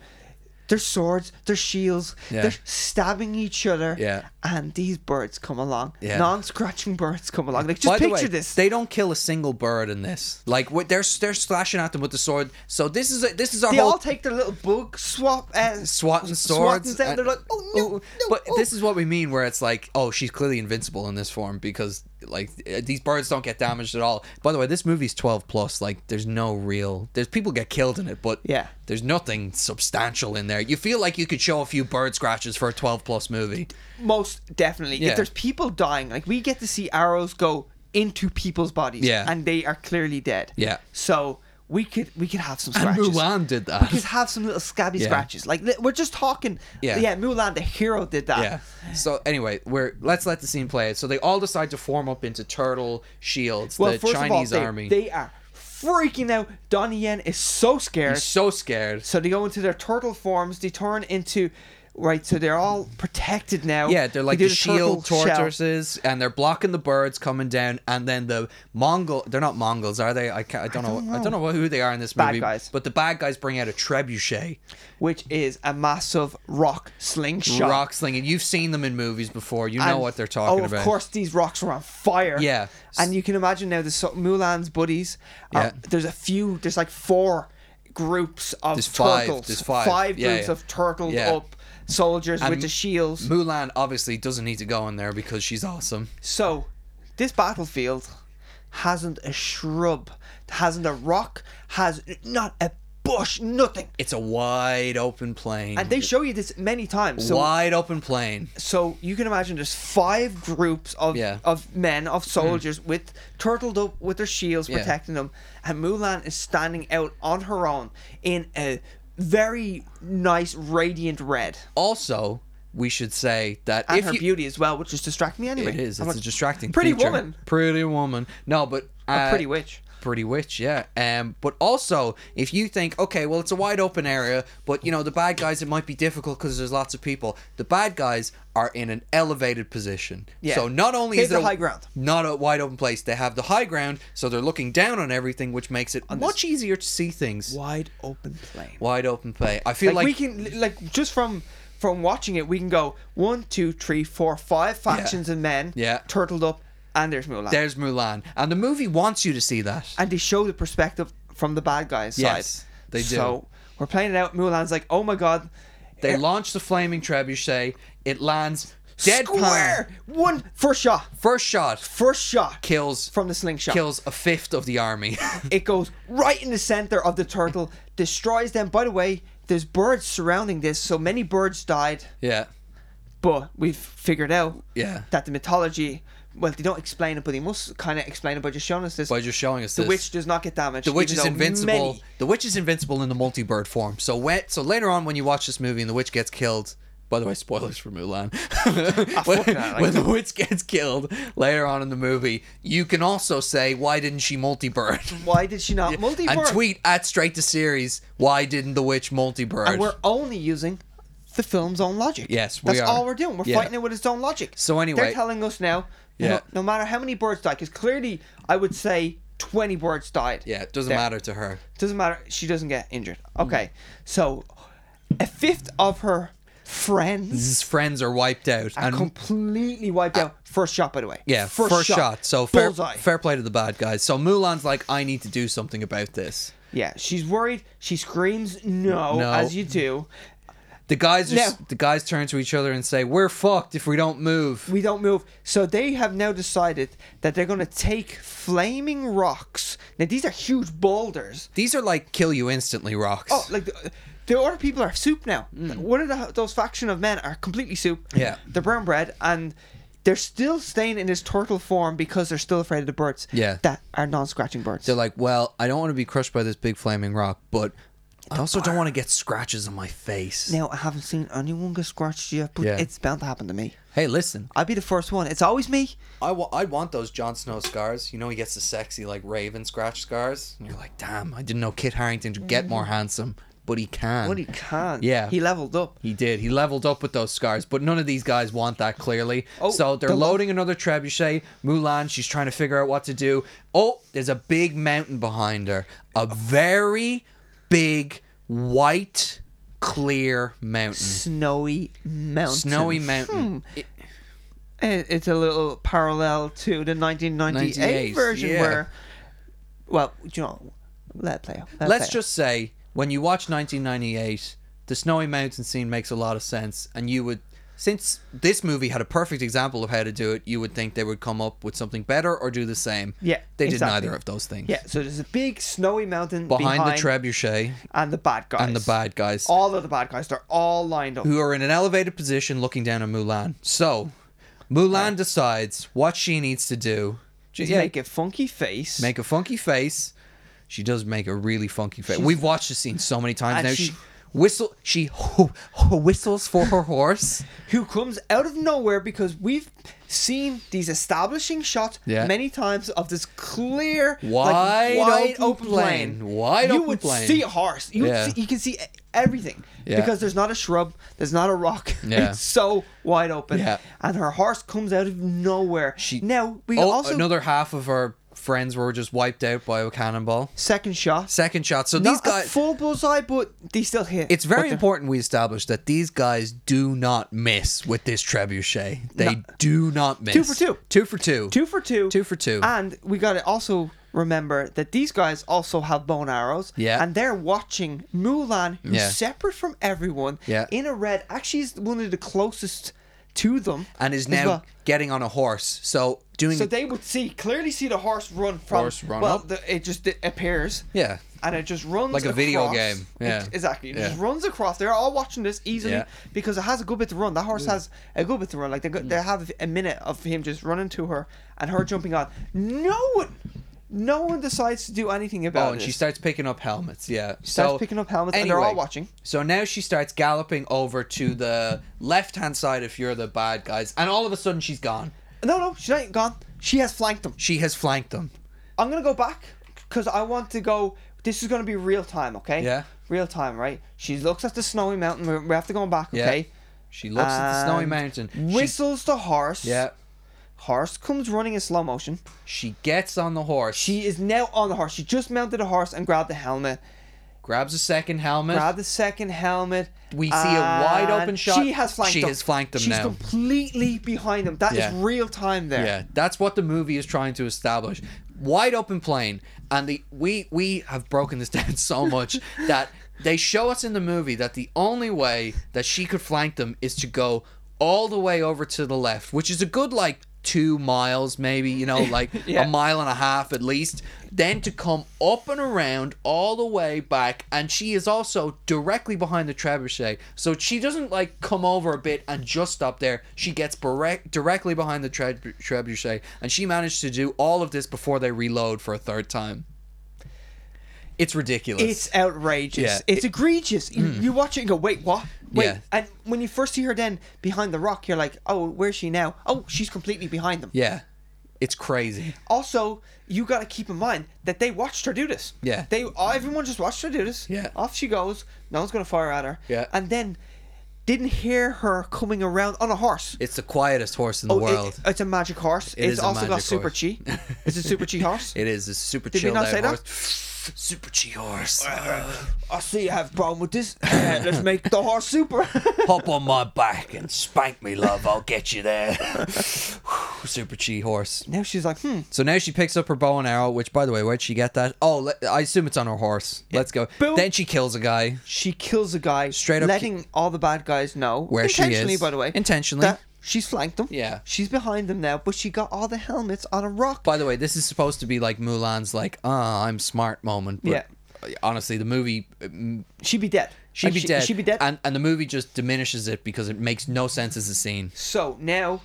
Speaker 2: their swords, their shields,
Speaker 1: Yeah.
Speaker 2: they're stabbing each other.
Speaker 1: Yeah.
Speaker 2: And these birds come along.
Speaker 1: Yeah.
Speaker 2: Non-scratching birds come along. Like just
Speaker 1: By
Speaker 2: picture
Speaker 1: the way,
Speaker 2: this.
Speaker 1: They don't kill a single bird in this. Like what they're they're slashing at them with the sword. So this is a, this is our
Speaker 2: They
Speaker 1: whole
Speaker 2: all take their little bug swap uh, and
Speaker 1: swatting
Speaker 2: swatting
Speaker 1: swords.
Speaker 2: them,
Speaker 1: and-
Speaker 2: they're like, oh no,
Speaker 1: Ooh,
Speaker 2: no,
Speaker 1: but
Speaker 2: oh.
Speaker 1: this is what we mean, where it's like, oh, she's clearly invincible in this form because like eh, these birds don't get damaged at all. By the way, this movie's twelve plus. Like, there's no real. There's people get killed in it, but
Speaker 2: Yeah.
Speaker 1: there's nothing substantial in there. You feel like you could show a few bird scratches for a twelve plus movie.
Speaker 2: Most definitely.
Speaker 1: Yeah.
Speaker 2: If there's people dying, like we get to see arrows go into people's bodies.
Speaker 1: Yeah.
Speaker 2: And they are clearly dead.
Speaker 1: Yeah.
Speaker 2: So we could we could have some
Speaker 1: And
Speaker 2: scratches.
Speaker 1: Mulan did
Speaker 2: We
Speaker 1: that.
Speaker 2: could have some little scabby
Speaker 1: Yeah.
Speaker 2: scratches. Like li- we're just talking.
Speaker 1: Yeah.
Speaker 2: Yeah. Mulan, the hero, did that.
Speaker 1: Yeah. So anyway, we're let's let the scene play out. So they all decide to form up into turtle shields,
Speaker 2: Well,
Speaker 1: the
Speaker 2: first
Speaker 1: Chinese
Speaker 2: of all, they,
Speaker 1: army.
Speaker 2: they are freaking out. Donnie Yen is so scared.
Speaker 1: so scared.
Speaker 2: So they go into their turtle forms. They turn into right. So they're all protected now.
Speaker 1: Yeah, they're like
Speaker 2: They do
Speaker 1: the shield
Speaker 2: turtle shell.
Speaker 1: tortoises, and they're blocking the birds coming down. And then the Mongol, they're not Mongols, are they? I, can't, I don't know. I don't know who they are in this
Speaker 2: Bad
Speaker 1: movie.
Speaker 2: guys.
Speaker 1: But the bad guys bring out a trebuchet,
Speaker 2: which is a massive rock slingshot.
Speaker 1: rock slinging. You've seen them in movies before. You know
Speaker 2: And-
Speaker 1: what they're talking
Speaker 2: oh,
Speaker 1: about.
Speaker 2: Of course, these rocks were on fire.
Speaker 1: Yeah.
Speaker 2: and you can imagine now the so- Mulan's buddies. Are,
Speaker 1: Yeah.
Speaker 2: there's a few. There's like four groups of
Speaker 1: There's five,
Speaker 2: turtles.
Speaker 1: there's five, yeah,
Speaker 2: groups
Speaker 1: yeah.
Speaker 2: of turtled
Speaker 1: Yeah.
Speaker 2: up soldiers with the shields.
Speaker 1: Mulan obviously doesn't need to go in there because she's awesome.
Speaker 2: so, this battlefield hasn't a shrub, hasn't a rock, has not a bush, nothing.
Speaker 1: It's a wide open plain.
Speaker 2: And they show you this many times. So
Speaker 1: wide open plain.
Speaker 2: so you can imagine there's five groups of
Speaker 1: Yeah. Hmm.
Speaker 2: of men of soldiers with turtled up with their shields
Speaker 1: Yeah.
Speaker 2: protecting them and Mulan is standing out on her own in a very nice radiant red
Speaker 1: Also, we should say that
Speaker 2: and
Speaker 1: if
Speaker 2: her
Speaker 1: you,
Speaker 2: beauty as well which is distracting me anyway
Speaker 1: It is.
Speaker 2: I'm
Speaker 1: It's a
Speaker 2: like,
Speaker 1: distracting.
Speaker 2: pretty
Speaker 1: feature.
Speaker 2: woman.
Speaker 1: Pretty woman. No, but uh,
Speaker 2: pretty witch
Speaker 1: Pretty witch. Yeah. Um. But also, if you think, okay, well, it's a wide open area, but you know, the bad guys, it might be difficult because there's lots of people. The bad guys are in an elevated position.
Speaker 2: Yeah.
Speaker 1: So not only
Speaker 2: They
Speaker 1: is
Speaker 2: have
Speaker 1: it
Speaker 2: the
Speaker 1: a-
Speaker 2: high ground.
Speaker 1: not a wide open place, they have the high ground, so they're looking down on everything, which makes it much easier to see things.
Speaker 2: wide open plain
Speaker 1: Wide open play. I feel like,
Speaker 2: like, we can like just from from watching it we can go one two three four five factions and men
Speaker 1: Yeah.
Speaker 2: turtled up and there's Mulan
Speaker 1: there's Mulan, and the movie wants you to see that.
Speaker 2: and they show the perspective from the bad guy's
Speaker 1: Yes,
Speaker 2: side.
Speaker 1: they do.
Speaker 2: So we're playing it out. Mulan's like, "Oh my god,
Speaker 1: They
Speaker 2: Eh,
Speaker 1: launch the flaming trebuchet. It lands dead
Speaker 2: square one first shot,
Speaker 1: First shot
Speaker 2: first shot
Speaker 1: kills
Speaker 2: from the slingshot.
Speaker 1: kills a fifth of the army.
Speaker 2: It goes right in the center of the turtle, destroys them. By the way, there's birds surrounding this, so many birds died.
Speaker 1: yeah,
Speaker 2: But we've figured out
Speaker 1: Yeah.
Speaker 2: that the mythology. Well, they don't explain it, but they must kind of explain it by just showing us this.
Speaker 1: by just showing us
Speaker 2: the
Speaker 1: this.
Speaker 2: witch does not get damaged.
Speaker 1: The witch
Speaker 2: even
Speaker 1: is
Speaker 2: though
Speaker 1: invincible.
Speaker 2: many-
Speaker 1: The witch is invincible in the multi-bird form. So when, so later on when you watch this movie and the witch gets killed. By the way, spoilers for Mulan. when,
Speaker 2: Ah, fuck that, like-
Speaker 1: when the witch gets killed later on in the movie, you can also say, "Why didn't she multi-bird?"
Speaker 2: Why did she not multi
Speaker 1: and tweet at straight to series, "Why didn't the witch multi-bird?"
Speaker 2: And we're only using the film's own logic.
Speaker 1: Yes, we
Speaker 2: That's
Speaker 1: are.
Speaker 2: all we're doing. We're
Speaker 1: Yeah.
Speaker 2: fighting it with its own logic.
Speaker 1: So anyway-
Speaker 2: they're telling us now.
Speaker 1: Yeah.
Speaker 2: No, no matter how many birds die, because clearly, I would say twenty birds died.
Speaker 1: yeah, Mm. it doesn't
Speaker 2: There.
Speaker 1: matter to her.
Speaker 2: Doesn't matter. She doesn't get injured. Okay. So, a fifth of her friends
Speaker 1: His friends are wiped out, and
Speaker 2: completely wiped out. First shot, by the way.
Speaker 1: Yeah, first, shot. So fair,
Speaker 2: bullseye.
Speaker 1: fair play to the bad guys. So Mulan's like, I need to do something about this.
Speaker 2: Yeah, she's worried. She screams no,
Speaker 1: No.
Speaker 2: as you do.
Speaker 1: The guys, are, s-
Speaker 2: No.
Speaker 1: the guys turn to each other and say, "We're fucked if we don't move."
Speaker 2: we don't move. So they have now decided that they're going to take flaming rocks. Now these are huge boulders.
Speaker 1: These are like kill you instantly rocks.
Speaker 2: Oh, Mm. like the, the other people are soup now. One of the, those faction of men are completely soup.
Speaker 1: Yeah.
Speaker 2: they're brown bread and. They're still staying in this turtle form because they're still afraid of the birds.
Speaker 1: Yeah.
Speaker 2: That are non-scratching birds.
Speaker 1: They're like, well, I don't want to be crushed by this big flaming rock, but I also don't want to get scratches on my face.
Speaker 2: now I haven't seen anyone get scratched yet, but
Speaker 1: Yeah.
Speaker 2: it's bound to happen to me.
Speaker 1: Hey, listen,
Speaker 2: I'd be the first one. It's always me.
Speaker 1: I wa- I want those Jon Snow scars. You know, he gets the sexy like Raven scratch scars, and you're like, damn, I didn't know Kit Harrington could get more handsome, but he can.
Speaker 2: Mm-hmm. But he can.
Speaker 1: Yeah.
Speaker 2: He leveled up.
Speaker 1: He did. He leveled up with those scars, but none of these guys want that clearly.
Speaker 2: Oh,
Speaker 1: so they're
Speaker 2: the lo-
Speaker 1: loading another trebuchet. Mulan, she's trying to figure out what to do. Oh, there's a big mountain behind her. A very big, white, clear mountain.
Speaker 2: Snowy mountain.
Speaker 1: Snowy
Speaker 2: Hmm,
Speaker 1: mountain. It-
Speaker 2: It- It's a little parallel to the 1998
Speaker 1: 98,
Speaker 2: version
Speaker 1: yeah.
Speaker 2: where, well, you know, let it play out. Let it
Speaker 1: Let's
Speaker 2: play out.
Speaker 1: just say when you watch 1998, the snowy mountain scene makes a lot of sense, and you would. Since this movie had a perfect example of how to do it, you would think they would come up with something better or do the same.
Speaker 2: Yeah,
Speaker 1: they did
Speaker 2: exactly.
Speaker 1: neither of those things.
Speaker 2: Yeah, so there's a big snowy mountain
Speaker 1: behind, the trebuchet
Speaker 2: and the bad guys.
Speaker 1: and the bad guys
Speaker 2: All of the bad guys, they're all lined up.
Speaker 1: who are in an elevated position looking down on Mulan. So Mulan decides what she needs to do. Just
Speaker 2: Just make a funky face.
Speaker 1: make a funky face. She does make a really funky face. We've watched the scene so many times
Speaker 2: And
Speaker 1: now.
Speaker 2: Ah, she-
Speaker 1: She, whistle. She whistles for her horse.
Speaker 2: who comes out of nowhere because we've seen these establishing shots
Speaker 1: Yeah.
Speaker 2: many times of this clear, like,
Speaker 1: Wide
Speaker 2: wide
Speaker 1: open
Speaker 2: open
Speaker 1: plain.
Speaker 2: plain.
Speaker 1: Wide
Speaker 2: you
Speaker 1: open
Speaker 2: would
Speaker 1: plain.
Speaker 2: see a horse. You, would
Speaker 1: Yeah.
Speaker 2: see, you can see everything
Speaker 1: Yeah.
Speaker 2: because there's not a shrub, there's not a rock.
Speaker 1: Yeah.
Speaker 2: it's so wide open.
Speaker 1: Yeah.
Speaker 2: And her horse comes out of nowhere.
Speaker 1: She
Speaker 2: now we
Speaker 1: Oh,
Speaker 2: also
Speaker 1: another half of her friends were just wiped out by a cannonball.
Speaker 2: second shot.
Speaker 1: Second shot. So
Speaker 2: Not
Speaker 1: these guys.
Speaker 2: a full bullseye, but they still hit.
Speaker 1: It's very
Speaker 2: But
Speaker 1: important we establish that these guys do not miss with this trebuchet. They
Speaker 2: No.
Speaker 1: do not miss.
Speaker 2: Two for two.
Speaker 1: Two for two.
Speaker 2: they're two for two.
Speaker 1: Two for two.
Speaker 2: And we got to also remember that these guys also have bone arrows.
Speaker 1: Yeah.
Speaker 2: And they're watching Mulan, who's
Speaker 1: Yeah.
Speaker 2: separate from everyone,
Speaker 1: Yeah.
Speaker 2: in a red. Actually, is one of the closest to them.
Speaker 1: and is
Speaker 2: as
Speaker 1: now
Speaker 2: well.
Speaker 1: getting on a horse. So doing
Speaker 2: So they would see, clearly see the horse run from.
Speaker 1: Horse run
Speaker 2: well,
Speaker 1: up.
Speaker 2: The, it just it appears.
Speaker 1: yeah.
Speaker 2: And it just runs
Speaker 1: Like a video
Speaker 2: across.
Speaker 1: game,
Speaker 2: It-
Speaker 1: yeah.
Speaker 2: exactly. It just
Speaker 1: Yeah.
Speaker 2: runs across. They're all watching this easily
Speaker 1: Yeah. Mm.
Speaker 2: because it has a good bit to run. That horse has a good bit to run. Like they, go, they have a minute of him just running to her and her jumping on. No one, no one decides to do anything about
Speaker 1: Oh, and
Speaker 2: it.
Speaker 1: she starts picking up helmets. Yeah. She
Speaker 2: starts picking up helmets and they're all watching.
Speaker 1: So now she starts galloping over to the left hand side if you're the bad guys. And all of a sudden she's gone.
Speaker 2: no, no, she ain't gone. She has flanked them.
Speaker 1: She has flanked them.
Speaker 2: I'm gonna go back because I want to go. This is gonna be real time, okay?
Speaker 1: Yeah.
Speaker 2: Real time, right? She looks at the snowy mountain. We're- We have to go back,
Speaker 1: Yeah.
Speaker 2: okay?
Speaker 1: She looks at the snowy
Speaker 2: And
Speaker 1: mountain. She,
Speaker 2: Whistles the horse.
Speaker 1: yeah.
Speaker 2: Horse comes running in slow motion.
Speaker 1: She gets on the horse. She
Speaker 2: She is now on the horse. She just mounted a horse and grabbed the helmet.
Speaker 1: grabs a second helmet.
Speaker 2: Grabbed the second helmet.
Speaker 1: We see a wide open
Speaker 2: and
Speaker 1: shot.
Speaker 2: She has flanked
Speaker 1: She
Speaker 2: them.
Speaker 1: has flanked them
Speaker 2: She's
Speaker 1: now.
Speaker 2: completely behind them. That is
Speaker 1: Yeah.
Speaker 2: real time there.
Speaker 1: Yeah, that's what the movie is trying to establish. Wide open plane, and the we we have broken this down so much that they show us in the movie that the only way that she could flank them is to go all the way over to the left, which is a good like two miles maybe you know like
Speaker 2: Yeah.
Speaker 1: a mile and a half at least then to come up and around all the way back and she is also directly behind the trebuchet so she doesn't like come over a bit and just stop there she gets direct, directly behind the tre- trebuchet and she managed to do all of this before they reload for a third time it's ridiculous
Speaker 2: It's outrageous.
Speaker 1: Yeah. Mm.
Speaker 2: It's egregious. You, you watch it and go, wait, what? Wait.
Speaker 1: Yeah.
Speaker 2: And when you first see her then behind the rock, you're like, oh, where's she now? Oh, she's completely behind them.
Speaker 1: yeah it's crazy
Speaker 2: Also, you got to keep in mind that they watched her do this.
Speaker 1: Yeah.
Speaker 2: They uh, everyone just watched her do this.
Speaker 1: Yeah.
Speaker 2: Off she goes. No one's gonna fire at her.
Speaker 1: Yeah.
Speaker 2: And then didn't hear her coming around on a horse.
Speaker 1: it's the quietest horse in the
Speaker 2: Oh, it-
Speaker 1: world
Speaker 2: it's a magic horse. it's
Speaker 1: is a
Speaker 2: also got
Speaker 1: magic
Speaker 2: super
Speaker 1: horse.
Speaker 2: chi. It's a super chi horse.
Speaker 1: it is a super
Speaker 2: we
Speaker 1: chilled
Speaker 2: not
Speaker 1: out
Speaker 2: say that?
Speaker 1: horse super chi horse
Speaker 2: I see you have problem with this. Uh, let's make the horse super.
Speaker 1: Hop on my back and spank me, love. I'll get you there. Super chi horse.
Speaker 2: now she's like, hmm.
Speaker 1: So now she picks up her bow and arrow, which, by the way, where'd she get that? Oh, le- I assume it's on her horse. Let's go.
Speaker 2: Boom.
Speaker 1: Then she kills a guy.
Speaker 2: She kills a guy,
Speaker 1: Straight up
Speaker 2: letting all the bad guys know
Speaker 1: Where she
Speaker 2: intentionally,
Speaker 1: is.
Speaker 2: by the way,
Speaker 1: Intentionally.
Speaker 2: that she's flanked them.
Speaker 1: Yeah.
Speaker 2: she's behind them now, but she got all the helmets on a rock.
Speaker 1: By the way, this is supposed to be like Mulan's, like, ah, I'm smart moment. But honestly, the movie. mm,
Speaker 2: She'd be dead.
Speaker 1: She'd
Speaker 2: And
Speaker 1: be
Speaker 2: she-
Speaker 1: dead.
Speaker 2: She'd be dead.
Speaker 1: And, and the movie just diminishes it because it makes no sense as a scene.
Speaker 2: so now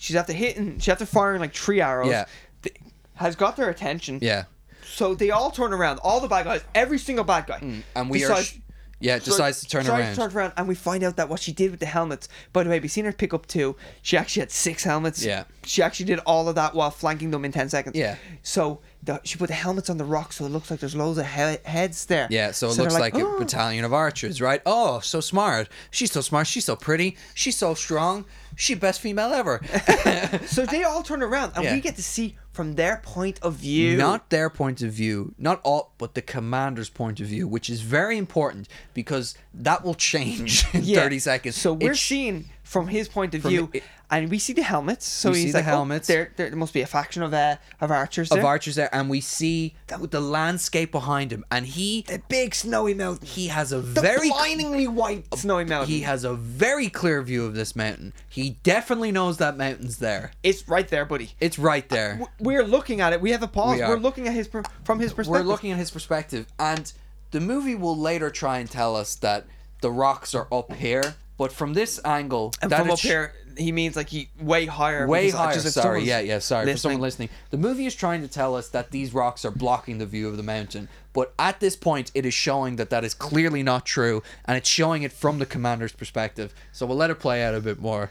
Speaker 2: She's after hitting. She's after firing like three arrows.
Speaker 1: Yeah.
Speaker 2: Th- has got their attention.
Speaker 1: Yeah.
Speaker 2: So they all turn around. All the bad guys. Every single bad guy.
Speaker 1: Mm, And we are.
Speaker 2: decides-
Speaker 1: Sh- yeah, decides to turn
Speaker 2: decides
Speaker 1: around.
Speaker 2: turn around, and we find out that what she did with the helmets. By the way, we seen her pick up two. She actually had six helmets.
Speaker 1: Yeah.
Speaker 2: She actually did all of that while flanking them in ten seconds.
Speaker 1: Yeah.
Speaker 2: So the, she put the helmets on the rock, so it looks like there's loads of he- heads there.
Speaker 1: Yeah, so it
Speaker 2: they're
Speaker 1: looks like,
Speaker 2: "Oh."
Speaker 1: a battalion of archers, right? Oh, so smart. She's so smart. She's so pretty. She's so strong. She best female ever.
Speaker 2: So they all turn around, and
Speaker 1: Yeah.
Speaker 2: we get to see from their point of view.
Speaker 1: not their point of view, not all, but the commander's point of view, which is very important because that will change in
Speaker 2: Yeah.
Speaker 1: 30 seconds.
Speaker 2: So we're
Speaker 1: It sh-
Speaker 2: seeing from his point of view,
Speaker 1: it-
Speaker 2: and we see the helmets. So
Speaker 1: We
Speaker 2: he's
Speaker 1: see the
Speaker 2: like, "Oh,
Speaker 1: helmets."
Speaker 2: there, there must be a faction of uh, of archers.
Speaker 1: of
Speaker 2: there."
Speaker 1: archers there, and we see that the landscape behind him, and he, the big snowy mountain, he has a very
Speaker 2: blindingly white snowy mountain.
Speaker 1: he has a very clear view of this mountain. He definitely knows that mountain's there.
Speaker 2: it's right there, buddy.
Speaker 1: It's right there.
Speaker 2: W- We're looking at it. We have a pause.
Speaker 1: We
Speaker 2: We
Speaker 1: are.
Speaker 2: are looking at his per- from his perspective.
Speaker 1: We're looking at his perspective, and the movie will later try and tell us that the rocks are up here, but from this angle,
Speaker 2: and
Speaker 1: that
Speaker 2: from
Speaker 1: it
Speaker 2: up
Speaker 1: sh-
Speaker 2: here. He means like he way higher.
Speaker 1: way
Speaker 2: because I
Speaker 1: higher.
Speaker 2: just- if
Speaker 1: sorry,
Speaker 2: someone's
Speaker 1: yeah, yeah, sorry for someone listening. The movie is trying to tell us that these rocks are blocking the view of the mountain, but at this point, it is showing that that is clearly not true, and it's showing it from the commander's perspective. So we'll let it play out a bit more.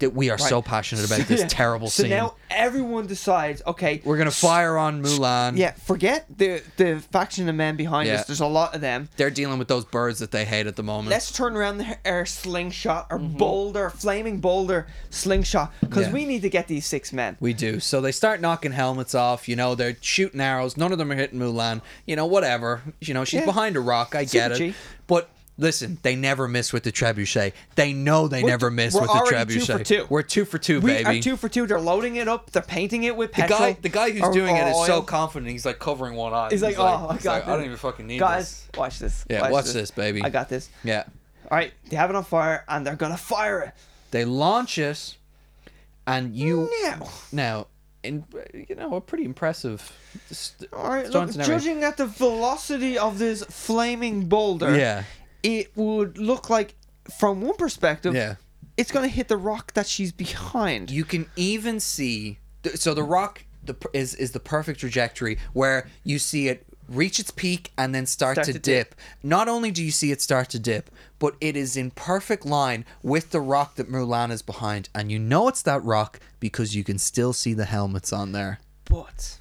Speaker 1: That we are so passionate about this
Speaker 2: Yeah.
Speaker 1: terrible
Speaker 2: So
Speaker 1: scene.
Speaker 2: now everyone decides. Okay,
Speaker 1: We're gonna fire on Mulan.
Speaker 2: Yeah, forget the the faction of men behind
Speaker 1: Yeah.
Speaker 2: us. There's a lot of them.
Speaker 1: They're dealing with those birds that they hate at the moment.
Speaker 2: Let's turn around the- our slingshot, our boulder, flaming boulder slingshot, because
Speaker 1: Mm-hmm. Yeah.
Speaker 2: we need to get these six men.
Speaker 1: We do. So they start knocking helmets off. You know, they're shooting arrows. None of them are hitting Mulan. You know, whatever. You know, she's
Speaker 2: Yeah.
Speaker 1: behind a rock. I
Speaker 2: Super
Speaker 1: get it.
Speaker 2: G.
Speaker 1: But listen, they never miss with the trebuchet. They know they never miss
Speaker 2: we're
Speaker 1: with the
Speaker 2: already two
Speaker 1: trebuchet.
Speaker 2: for two.
Speaker 1: We're two for two,
Speaker 2: We
Speaker 1: baby.
Speaker 2: are two for two. They're loading it up. They're painting it with
Speaker 1: the
Speaker 2: petrol.
Speaker 1: guy, the guy who's
Speaker 2: or-
Speaker 1: doing it
Speaker 2: or
Speaker 1: is so
Speaker 2: oil.
Speaker 1: confident. He's like covering one eye.
Speaker 2: He's like, oh, I
Speaker 1: he's
Speaker 2: got
Speaker 1: like,
Speaker 2: this.
Speaker 1: I don't even fucking need
Speaker 2: Guys, watch this.
Speaker 1: Yeah, watch this, baby.
Speaker 2: I got this.
Speaker 1: this. Yeah.
Speaker 2: All right, they have it on fire, and they're gonna fire it.
Speaker 1: They launch it, and you
Speaker 2: Now,
Speaker 1: now, in you know, a pretty impressive. st-
Speaker 2: all right, look,
Speaker 1: stunts and everything.
Speaker 2: judging at the velocity of this flaming boulder,
Speaker 1: Yeah.
Speaker 2: it would look like, from one perspective,
Speaker 1: Yeah.
Speaker 2: it's gonna hit the rock that she's behind.
Speaker 1: you can even see th- so the rock the, p- is is the perfect trajectory where you see it reach its peak and then start, to,
Speaker 2: to
Speaker 1: dip.
Speaker 2: dip.
Speaker 1: Not only do you see it start to dip, but it is in perfect line with the rock that Mulan is behind and you know it's that rock because you can still see the helmets on there.
Speaker 2: But,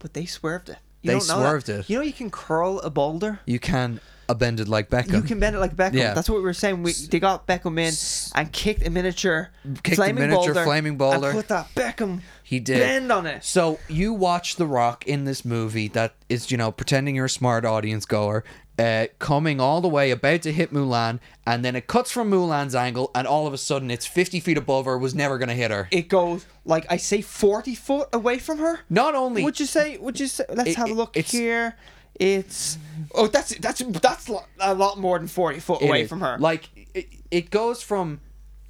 Speaker 2: but they swerved it. You
Speaker 1: They
Speaker 2: don't know that.
Speaker 1: swerved it.
Speaker 2: You know, you can curl a boulder.
Speaker 1: You can a bend it like Beckham.
Speaker 2: You can bend it like Beckham.
Speaker 1: Yeah.
Speaker 2: That's what we were saying. We, they got Beckham in and kicked a miniature
Speaker 1: Kicked a
Speaker 2: flaming
Speaker 1: miniature
Speaker 2: boulder
Speaker 1: flaming boulder.
Speaker 2: And put that Beckham
Speaker 1: He did.
Speaker 2: bend on it.
Speaker 1: So you watch The Rock in this movie that is, you know, pretending you're a smart audience goer, uh, coming all the way, about to hit Mulan, and then it cuts from Mulan's angle, and all of a sudden it's 50 feet above her, was never going to hit her.
Speaker 2: It goes like I say, forty foot away from her.
Speaker 1: Not only.
Speaker 2: Would you say? Would you say? Let's
Speaker 1: It-
Speaker 2: have a
Speaker 1: it-
Speaker 2: look
Speaker 1: it's-
Speaker 2: here. It's oh, that's that's that's lo- a lot more than forty foot
Speaker 1: it
Speaker 2: away
Speaker 1: is.
Speaker 2: from her.
Speaker 1: Like, it, it goes from.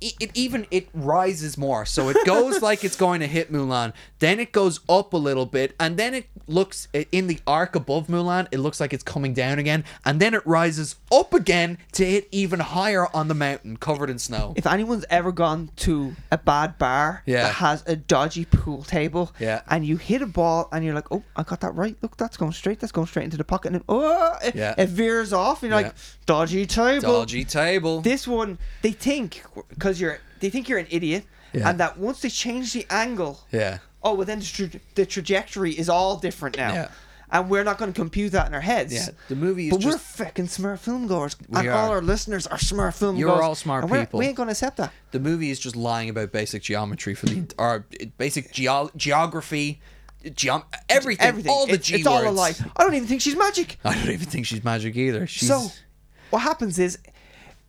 Speaker 1: It, it even it rises more, so it goes like it's going to hit Mulan. Then it goes up a little bit, and then it looks i- in the arc above Mulan. It looks like it's coming down again, and then it rises up again to hit even higher on the mountain covered in snow.
Speaker 2: if anyone's ever gone to a bad bar
Speaker 1: Yeah.
Speaker 2: that has a dodgy pool table,
Speaker 1: Yeah.
Speaker 2: and you hit a ball and you're like, oh, I got that right. Look, that's going straight. That's going straight into the pocket. And then, oh, it,
Speaker 1: Yeah.
Speaker 2: it veers off. And you're
Speaker 1: Yeah.
Speaker 2: like, dodgy table.
Speaker 1: Dodgy table.
Speaker 2: This one, they think because you're, they think you're an idiot,
Speaker 1: Yeah.
Speaker 2: and that once they change the angle,
Speaker 1: Yeah.
Speaker 2: oh, well then the, tra- the trajectory is all different now.
Speaker 1: Yeah.
Speaker 2: And we're not going to compute that in our heads.
Speaker 1: Yeah, the movie is
Speaker 2: But
Speaker 1: just-
Speaker 2: we're fucking smart film goers, and
Speaker 1: are.
Speaker 2: all our listeners are smart film
Speaker 1: You're
Speaker 2: goers.
Speaker 1: all smart
Speaker 2: and we're-
Speaker 1: people.
Speaker 2: We ain't going to accept that.
Speaker 1: The movie is just lying about basic geometry for the or basic geo- geography, geom- everything,
Speaker 2: everything.
Speaker 1: all the
Speaker 2: it's,
Speaker 1: G
Speaker 2: it's all a
Speaker 1: words.
Speaker 2: lie. I don't even think she's magic.
Speaker 1: I don't even think she's magic either. She's
Speaker 2: So, what happens is,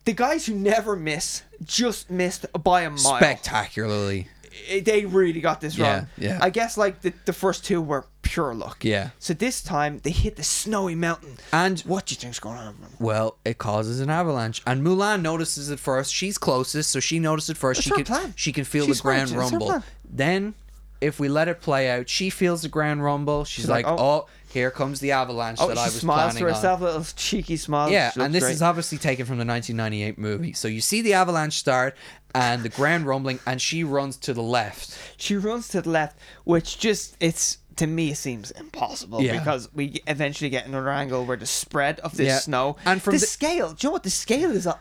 Speaker 2: the guys who never miss just missed by a mile.
Speaker 1: spectacularly.
Speaker 2: Eh, they really got this
Speaker 1: Yeah,
Speaker 2: wrong.
Speaker 1: yeah.
Speaker 2: I guess like the, the first two were pure luck.
Speaker 1: Yeah.
Speaker 2: So this time they hit the snowy mountain.
Speaker 1: And-
Speaker 2: what do you think's going on?
Speaker 1: Well, it causes an avalanche, and Mulan notices it first. She's closest, so she notices it first. she
Speaker 2: her
Speaker 1: can
Speaker 2: plan.
Speaker 1: she can feel
Speaker 2: She's
Speaker 1: the ground
Speaker 2: smart. It's her
Speaker 1: rumble.
Speaker 2: plan.
Speaker 1: Then if we let it play out, she feels the ground rumble. She's, like,
Speaker 2: like,
Speaker 1: oh. here comes the avalanche
Speaker 2: Oh,
Speaker 1: that
Speaker 2: she
Speaker 1: I was
Speaker 2: smiles
Speaker 1: planning
Speaker 2: to herself,
Speaker 1: on.
Speaker 2: a little cheeky smile.
Speaker 1: Yeah,
Speaker 2: She
Speaker 1: and
Speaker 2: looks
Speaker 1: this
Speaker 2: great.
Speaker 1: is obviously taken from the 1998 movie. So you see the avalanche start and the ground rumbling, and she runs to the left.
Speaker 2: she runs to the left, which just it's to me seems impossible
Speaker 1: Yeah.
Speaker 2: because we eventually get another angle where the spread of this
Speaker 1: Yeah.
Speaker 2: snow
Speaker 1: And from
Speaker 2: the,
Speaker 1: the-
Speaker 2: scale. Do you know what the scale is? uh,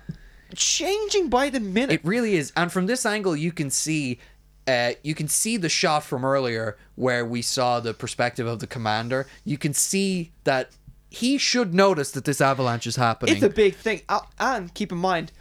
Speaker 2: Changing by the minute.
Speaker 1: It really is. And from this angle, you can see. Uh, you can see the shot from earlier where we saw the perspective of the commander. You can see that he should notice that this avalanche is happening.
Speaker 2: it's a big thing. Uh, and keep in mind,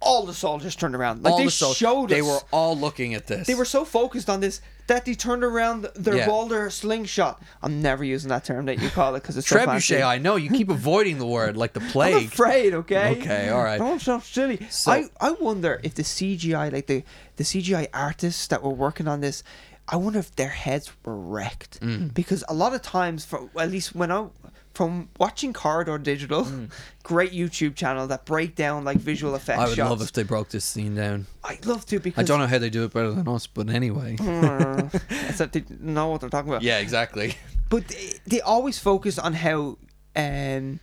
Speaker 2: all the soldiers turned around. Like
Speaker 1: All
Speaker 2: they
Speaker 1: the sol-
Speaker 2: showed us.
Speaker 1: They were all looking at this.
Speaker 2: They were so focused on this that they turned around their
Speaker 1: Yeah.
Speaker 2: Walder slingshot. I'm never using that term that you call it because it's so fancy.
Speaker 1: Trebuchet, I know. You keep avoiding the word like the
Speaker 2: I'm
Speaker 1: plague.
Speaker 2: afraid, okay?
Speaker 1: Okay, all right.
Speaker 2: Don't sound silly.
Speaker 1: So-
Speaker 2: I, I wonder if the CGI, like the, the CGI artists that were working on this, I wonder if their heads were wrecked.
Speaker 1: Mm.
Speaker 2: Because a lot of times, for, at least when I, from watching Corridor Digital, great YouTube channel that break down like visual effects
Speaker 1: Mm. I would
Speaker 2: shots.
Speaker 1: love if they broke this scene down.
Speaker 2: I'd love to
Speaker 1: I
Speaker 2: because
Speaker 1: don't know how they do it better than us, but anyway.
Speaker 2: Mm. it's that they know what they're talking about.
Speaker 1: yeah, exactly.
Speaker 2: but they, they always focus on how um,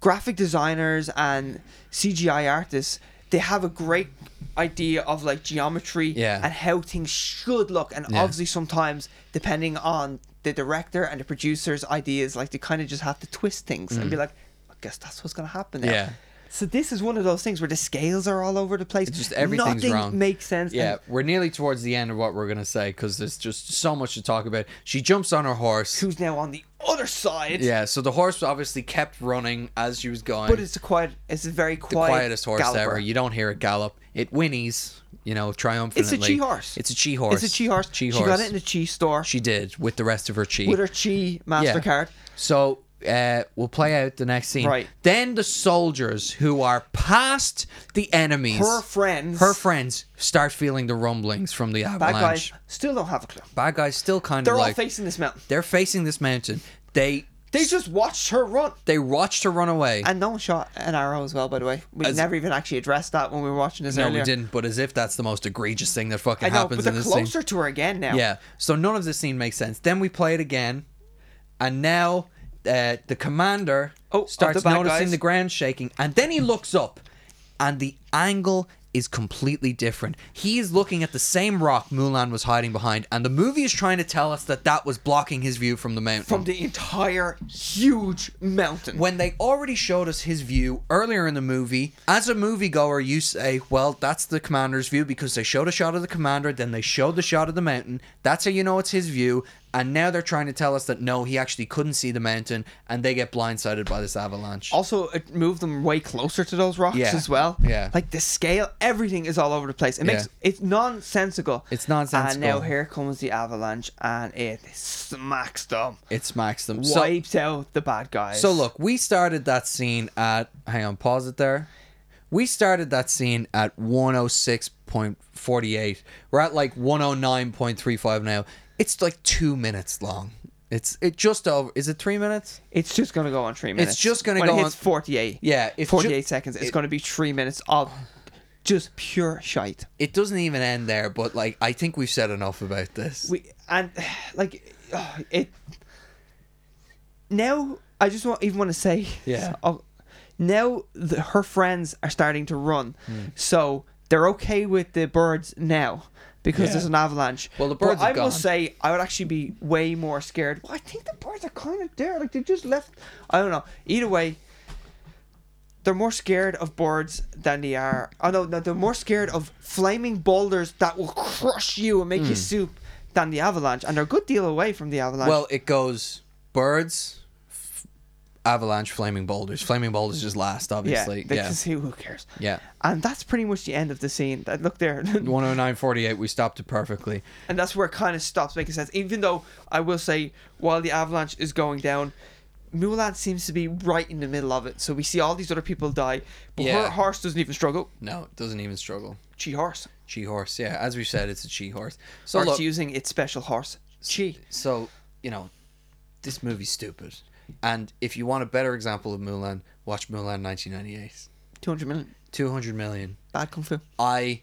Speaker 2: graphic designers and CGI artists they have a great idea of like geometry
Speaker 1: Yeah.
Speaker 2: and how things should look and
Speaker 1: Yeah.
Speaker 2: obviously sometimes depending on the director and the producer's ideas like they kind of just have to twist things and be like I guess that's what's gonna happen now.
Speaker 1: Mm-hmm. Yeah.
Speaker 2: So this is one of those things where the scales are all over the place.
Speaker 1: Just everything's
Speaker 2: Nothing
Speaker 1: wrong.
Speaker 2: makes sense.
Speaker 1: Yeah,
Speaker 2: And
Speaker 1: we're nearly towards the end of what we're going to say because there's just so much to talk about. She jumps on her horse.
Speaker 2: who's now on the other side?
Speaker 1: Yeah, so the horse obviously kept running as she was going.
Speaker 2: But it's a quiet. It's a very quiet.
Speaker 1: the quietest horse
Speaker 2: galloper.
Speaker 1: ever. You don't hear it gallop. It whinnies, you know, triumphantly.
Speaker 2: chi horse.
Speaker 1: It's a chi horse.
Speaker 2: It's a chi horse.
Speaker 1: Chi
Speaker 2: She
Speaker 1: horse.
Speaker 2: got it in the chi store
Speaker 1: She did with the rest of her chi.
Speaker 2: with her chi Mastercard.
Speaker 1: So uh, we'll play out the next scene.
Speaker 2: Right.
Speaker 1: Then the soldiers who are past the enemies,
Speaker 2: Her friends.
Speaker 1: her friends, start feeling the rumblings from the
Speaker 2: bad
Speaker 1: avalanche.
Speaker 2: guys still don't have a clue.
Speaker 1: Bad guys still kind
Speaker 2: They're
Speaker 1: of
Speaker 2: all
Speaker 1: like
Speaker 2: facing this mountain.
Speaker 1: they're facing this mountain. They
Speaker 2: They just watched her run.
Speaker 1: they watched her run away.
Speaker 2: And no one shot an arrow as well, by the way. We
Speaker 1: As-
Speaker 2: never even actually addressed that when we were watching this
Speaker 1: no,
Speaker 2: earlier.
Speaker 1: we didn't. But as if that's the most egregious thing that fucking
Speaker 2: I know,
Speaker 1: happens
Speaker 2: but
Speaker 1: in
Speaker 2: they're
Speaker 1: this
Speaker 2: closer
Speaker 1: scene.
Speaker 2: to her again now.
Speaker 1: Yeah. So none of this scene makes sense. Then we play it again, and now uh, the commander
Speaker 2: Oh, of
Speaker 1: starts
Speaker 2: the bad
Speaker 1: noticing
Speaker 2: guys.
Speaker 1: the ground shaking, and then he looks up, and the angle is completely different. He is looking at the same rock Mulan was hiding behind, and the movie is trying to tell us that that was blocking his view from the mountain.
Speaker 2: From the entire huge mountain.
Speaker 1: when they already showed us his view earlier in the movie, as a moviegoer, you say, well, that's the commander's view because they showed a shot of the commander, then they showed the shot of the mountain. That's how you know it's his view. And now they're trying to tell us that no, he actually couldn't see the mountain and they get blindsided by this avalanche.
Speaker 2: also, it moved them way closer to those rocks
Speaker 1: Yeah.
Speaker 2: as well.
Speaker 1: Yeah.
Speaker 2: Like the scale, everything is all over the place. It makes it's nonsensical.
Speaker 1: It's nonsensical.
Speaker 2: And now here comes the avalanche, and it smacks them.
Speaker 1: It smacks them. So,
Speaker 2: wipes out the bad guys.
Speaker 1: so look, we started that scene at. Hang on, pause it there. We started that scene at 106.48. We're at like 109.35 now. It's like two minutes long. It's it just over. Is it three minutes?
Speaker 2: it's just gonna go on three minutes.
Speaker 1: just gonna
Speaker 2: when
Speaker 1: go
Speaker 2: it hits
Speaker 1: on-
Speaker 2: forty-eight.
Speaker 1: Yeah, it's ju-
Speaker 2: forty-eight seconds. It's
Speaker 1: it-
Speaker 2: gonna be three minutes of just pure shite.
Speaker 1: It doesn't even end there, but like I think we've said enough about this.
Speaker 2: We and like oh, it. Now I just want even want to say
Speaker 1: Yeah.
Speaker 2: oh, now the, her friends are starting to run,
Speaker 1: Hmm.
Speaker 2: so they're okay with the birds now. Because
Speaker 1: Yeah.
Speaker 2: there's an avalanche.
Speaker 1: Well, the
Speaker 2: But
Speaker 1: birds
Speaker 2: I
Speaker 1: have
Speaker 2: must
Speaker 1: gone.
Speaker 2: say, I would actually be way more scared. Well, I think the birds are kind of there. Like they just left. I don't know. Either way, they're more scared of birds than they are. Oh no, no, they're more scared of flaming boulders that will crush you and make you soup than the avalanche, and they're a good deal away from the avalanche.
Speaker 1: Hmm. well, it goes birds, f- avalanche, flaming boulders. Flaming boulders is last,
Speaker 2: yeah,
Speaker 1: obviously.
Speaker 2: they
Speaker 1: Yeah,
Speaker 2: can see who cares.
Speaker 1: yeah.
Speaker 2: And that's pretty much the end of the scene. That look there,
Speaker 1: 109.48. We stopped it perfectly.
Speaker 2: and that's where it kind of stops making sense. Even though I will say, while the avalanche is going down. Mulan seems to be right in the middle of it, so we see all these other people die, but
Speaker 1: Yeah.
Speaker 2: her horse doesn't even struggle.
Speaker 1: No, it doesn't even struggle.
Speaker 2: She horse,
Speaker 1: She horse, yeah. As we said, it's a she horse. So
Speaker 2: or it's
Speaker 1: look,
Speaker 2: using its special horse. Chi.
Speaker 1: so you know, this movie's stupid. And if you want a better example of Mulan, watch Mulan 1998.
Speaker 2: two hundred million.
Speaker 1: 200 million.
Speaker 2: Bad kung fu.
Speaker 1: I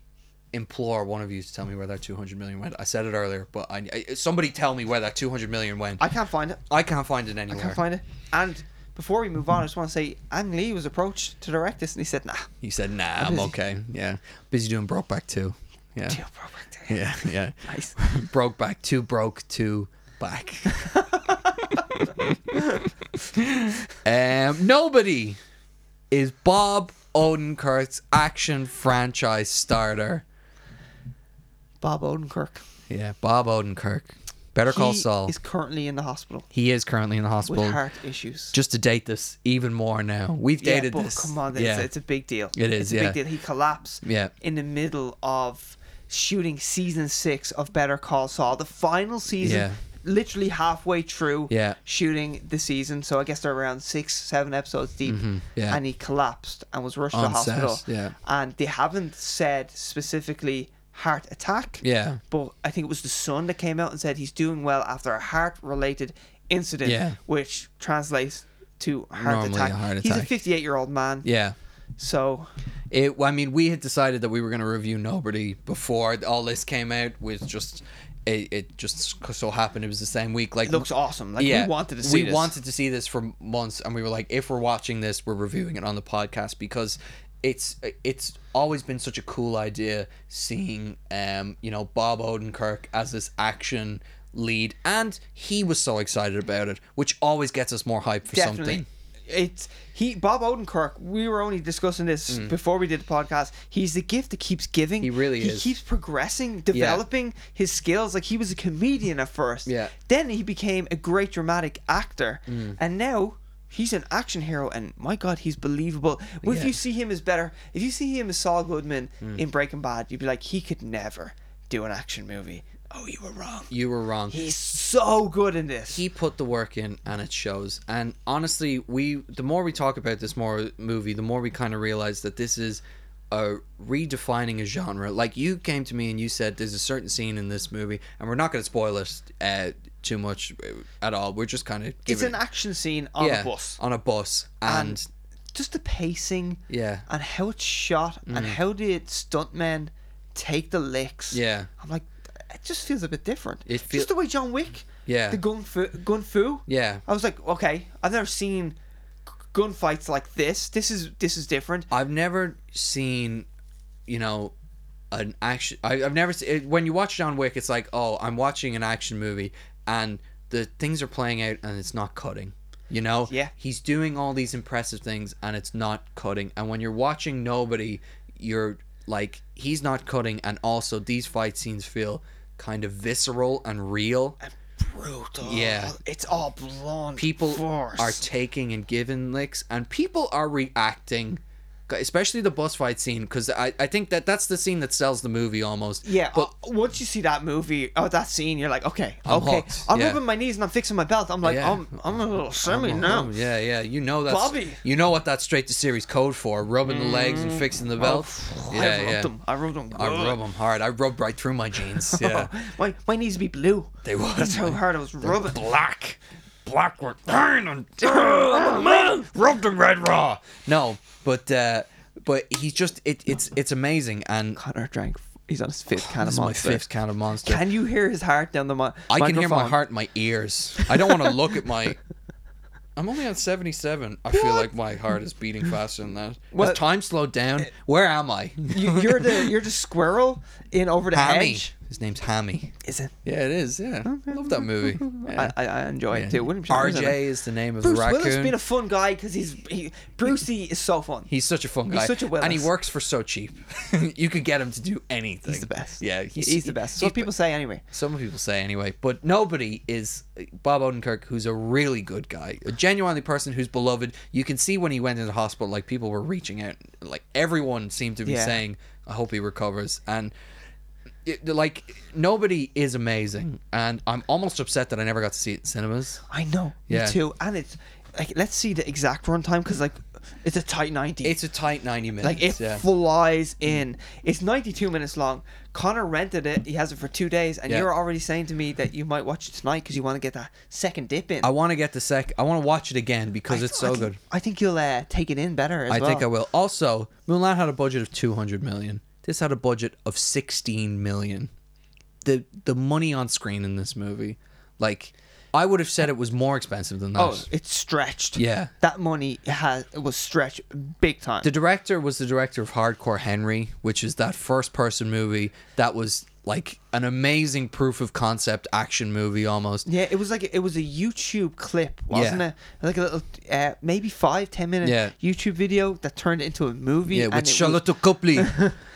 Speaker 1: implore one of you to tell me where that 200 million went. I said it earlier, but I, I- somebody tell me where that 200 million went.
Speaker 2: I
Speaker 1: I,
Speaker 2: can't find it.
Speaker 1: can't find it
Speaker 2: I
Speaker 1: anywhere.
Speaker 2: can't find it. And before we move on, I just want to say Ang Lee was approached to direct this, and he said, "Nah."
Speaker 1: He said, "Nah, I'm
Speaker 2: busy.
Speaker 1: okay. Yeah, busy doing Brokeback too. Yeah,
Speaker 2: Deal, bro, back there.
Speaker 1: yeah, yeah.
Speaker 2: Nice.
Speaker 1: Brokeback too broke too back. um, nobody is Bob Odenkirk's action franchise starter.
Speaker 2: Bob Odenkirk.
Speaker 1: Yeah, Bob Odenkirk. Better Call
Speaker 2: he
Speaker 1: Saul.
Speaker 2: is currently in the hospital
Speaker 1: he is currently in the
Speaker 2: with
Speaker 1: hospital.
Speaker 2: heart issues.
Speaker 1: Just to date this even more now. We've
Speaker 2: Yeah,
Speaker 1: dated
Speaker 2: but
Speaker 1: this.
Speaker 2: Come on, it's,
Speaker 1: yeah.
Speaker 2: it's a big deal.
Speaker 1: It is,
Speaker 2: It's a
Speaker 1: yeah.
Speaker 2: big deal. He collapsed.
Speaker 1: Yeah.
Speaker 2: In the middle of shooting season six of Better Call Saul, the final season,
Speaker 1: Yeah.
Speaker 2: literally halfway through.
Speaker 1: Yeah.
Speaker 2: Shooting the season, so I guess they're around six, seven episodes deep.
Speaker 1: Mm-hmm. yeah.
Speaker 2: And he collapsed and was rushed to
Speaker 1: On
Speaker 2: the
Speaker 1: set,
Speaker 2: hospital.
Speaker 1: yeah.
Speaker 2: And they haven't said specifically heart attack.
Speaker 1: yeah.
Speaker 2: But I think it was the son that came out and said he's doing well after a heart related incident,
Speaker 1: Yeah.
Speaker 2: which translates to heart
Speaker 1: Normally
Speaker 2: attack.
Speaker 1: a heart
Speaker 2: He's a
Speaker 1: attack.
Speaker 2: 58 year old man.
Speaker 1: Yeah.
Speaker 2: So,
Speaker 1: It. I mean, we had decided that we were going to review Nobody before all this came out. With just, it, it just so happened it was the same week. Like
Speaker 2: it looks awesome. Like, we wanted to see
Speaker 1: we
Speaker 2: this.
Speaker 1: wanted to see this for months, and we were like, if we're watching this, we're reviewing it on the podcast because it's it's always been such a cool idea seeing um you know Bob Odenkirk as this action lead, and he was so excited about it, which always gets us more hype for
Speaker 2: Definitely.
Speaker 1: something.
Speaker 2: It's he Bob Odenkirk. We were only discussing this before we did the podcast. He's the gift that keeps giving.
Speaker 1: Mm. He really
Speaker 2: he
Speaker 1: is.
Speaker 2: keeps progressing, developing his skills. Like he was a comedian at first.
Speaker 1: Yeah. Mm.
Speaker 2: Then he became a great dramatic actor, and now he's an action hero. And my God, he's believable. If
Speaker 1: Yeah. Mm.
Speaker 2: you see him as better, if you see him as Saul Goodman in Breaking Bad, you'd be like, he could never do an action movie. Oh, you were wrong.
Speaker 1: You were wrong.
Speaker 2: He's so good in this.
Speaker 1: he put the work in and it shows and honestly we the more we talk about this more movie the more we kind of realize that this is a redefining a genre like you came to me and you said there's a certain scene in this movie and we're not going to spoil it uh, too much uh, at all we're just kind of
Speaker 2: it's an action scene on
Speaker 1: yeah,
Speaker 2: a bus.
Speaker 1: on a bus and,
Speaker 2: and just the pacing
Speaker 1: yeah Mm.
Speaker 2: and how it's shot and how the stuntmen take the licks.
Speaker 1: yeah
Speaker 2: I'm like, it just feels a bit different.
Speaker 1: It feel-
Speaker 2: just the way John Wick,
Speaker 1: Yeah.
Speaker 2: the gun fu, gun fu.
Speaker 1: yeah
Speaker 2: I was like, okay, I've never seen g- gunfights like this. This is this is different.
Speaker 1: I've never seen, you know, an action. I, I've never se- it, when you watch John Wick, it's like, oh, I'm watching an action movie, and the things are playing out, and it's not cutting. You know,
Speaker 2: Yeah.
Speaker 1: he's doing all these impressive things, and it's not cutting. And when you're watching nobody, you're like, he's not cutting, and also these fight scenes feel kind of visceral and real.
Speaker 2: Brutal.
Speaker 1: Yeah.
Speaker 2: it's all blonde.
Speaker 1: people
Speaker 2: force.
Speaker 1: are taking and giving licks and people are reacting especially the bus fight scene because I, I think that that's the scene that sells the movie almost
Speaker 2: yeah,
Speaker 1: but
Speaker 2: but once you see that movie, oh that scene, you're like, okay,
Speaker 1: I'm
Speaker 2: okay.
Speaker 1: hooked,
Speaker 2: I'm
Speaker 1: yeah.
Speaker 2: rubbing my knees and I'm fixing my belt. I'm like,
Speaker 1: Yeah.
Speaker 2: I'm, I'm a little semi
Speaker 1: Oh,
Speaker 2: now.
Speaker 1: yeah yeah you know that's
Speaker 2: Bobby. Mm.
Speaker 1: you know what that's straight to series code for rubbing the legs and fixing the belt
Speaker 2: Oh, I
Speaker 1: yeah
Speaker 2: rubbed
Speaker 1: yeah
Speaker 2: them. I rubbed them.
Speaker 1: I rub them hard I rub right through my jeans yeah
Speaker 2: my my knees be blue.
Speaker 1: they were
Speaker 2: That's how hard I was rubbing.
Speaker 1: black black were burning and man rubbed them red raw no but uh but he's just it, it's it's amazing and
Speaker 2: Connor drank. He's on his fifth can
Speaker 1: This
Speaker 2: of
Speaker 1: is my
Speaker 2: monster.
Speaker 1: fifth count of monster.
Speaker 2: Can you hear his heart down the mi-
Speaker 1: I can hear my
Speaker 2: microphone?
Speaker 1: heart in my ears. I don't want to look at my. I'm only on 77. I feel like my heart is beating faster than that. Well,
Speaker 2: Well-
Speaker 1: Has time slowed down? Where am I?
Speaker 2: You, you're the you're the squirrel in over the
Speaker 1: Hammy.
Speaker 2: hedge.
Speaker 1: His name's Hammy.
Speaker 2: Is it?
Speaker 1: Yeah, it is. Yeah, love that movie. Yeah.
Speaker 2: I, I, I enjoy it too. William Shatner's in
Speaker 1: RJ
Speaker 2: it.
Speaker 1: is the name of
Speaker 2: Bruce
Speaker 1: the raccoon.
Speaker 2: Willis been a fun guy because he's he, Brucey is so fun.
Speaker 1: He's such a fun guy.
Speaker 2: such a Willis.
Speaker 1: and he works for so cheap. you could get him to do anything.
Speaker 2: He's the best.
Speaker 1: Yeah,
Speaker 2: he's, he's the best. So
Speaker 1: he's-
Speaker 2: people say anyway.
Speaker 1: Some people say anyway, but nobody is Bob Odenkirk, who's a really good guy, a genuinely person who's beloved. You can see when he went into the hospital, like people were reaching out, like everyone seemed to be
Speaker 2: Yeah.
Speaker 1: saying, "I hope he recovers." And it, like nobody is amazing, and I'm almost upset that I never got to see it in cinemas.
Speaker 2: I know.
Speaker 1: Yeah.
Speaker 2: Me too. And it's like let's see the exact runtime because like it's a tight ninety.
Speaker 1: It's a tight ninety minutes.
Speaker 2: Like it
Speaker 1: yeah. Mm.
Speaker 2: flies in. It's 92 minutes long. Connor rented it. He has it for two days, and
Speaker 1: Yeah.
Speaker 2: you're already saying to me that you might watch it tonight because you want to get that second dip in.
Speaker 1: I want to get the sec. I want to watch it again because it's so
Speaker 2: I think,
Speaker 1: good.
Speaker 2: I think you'll uh, take it in better as
Speaker 1: I
Speaker 2: well.
Speaker 1: think I will. Also, Mulan had a budget of two hundred million. This had a budget of 16 million. The the money on screen in this movie, like I would have said it was more expensive than that.
Speaker 2: Oh, it's stretched.
Speaker 1: Yeah.
Speaker 2: That money has it was stretched big time.
Speaker 1: The director was the director of Hardcore Henry, which is that first person movie that was like an amazing proof of concept action movie almost.
Speaker 2: yeah, it was like it was a YouTube clip, wasn't
Speaker 1: Yeah.
Speaker 2: it? Like a little, uh, maybe five, ten minute
Speaker 1: Yeah.
Speaker 2: YouTube video that turned into a movie.
Speaker 1: Yeah,
Speaker 2: and
Speaker 1: with
Speaker 2: it was
Speaker 1: Charlotte Copley.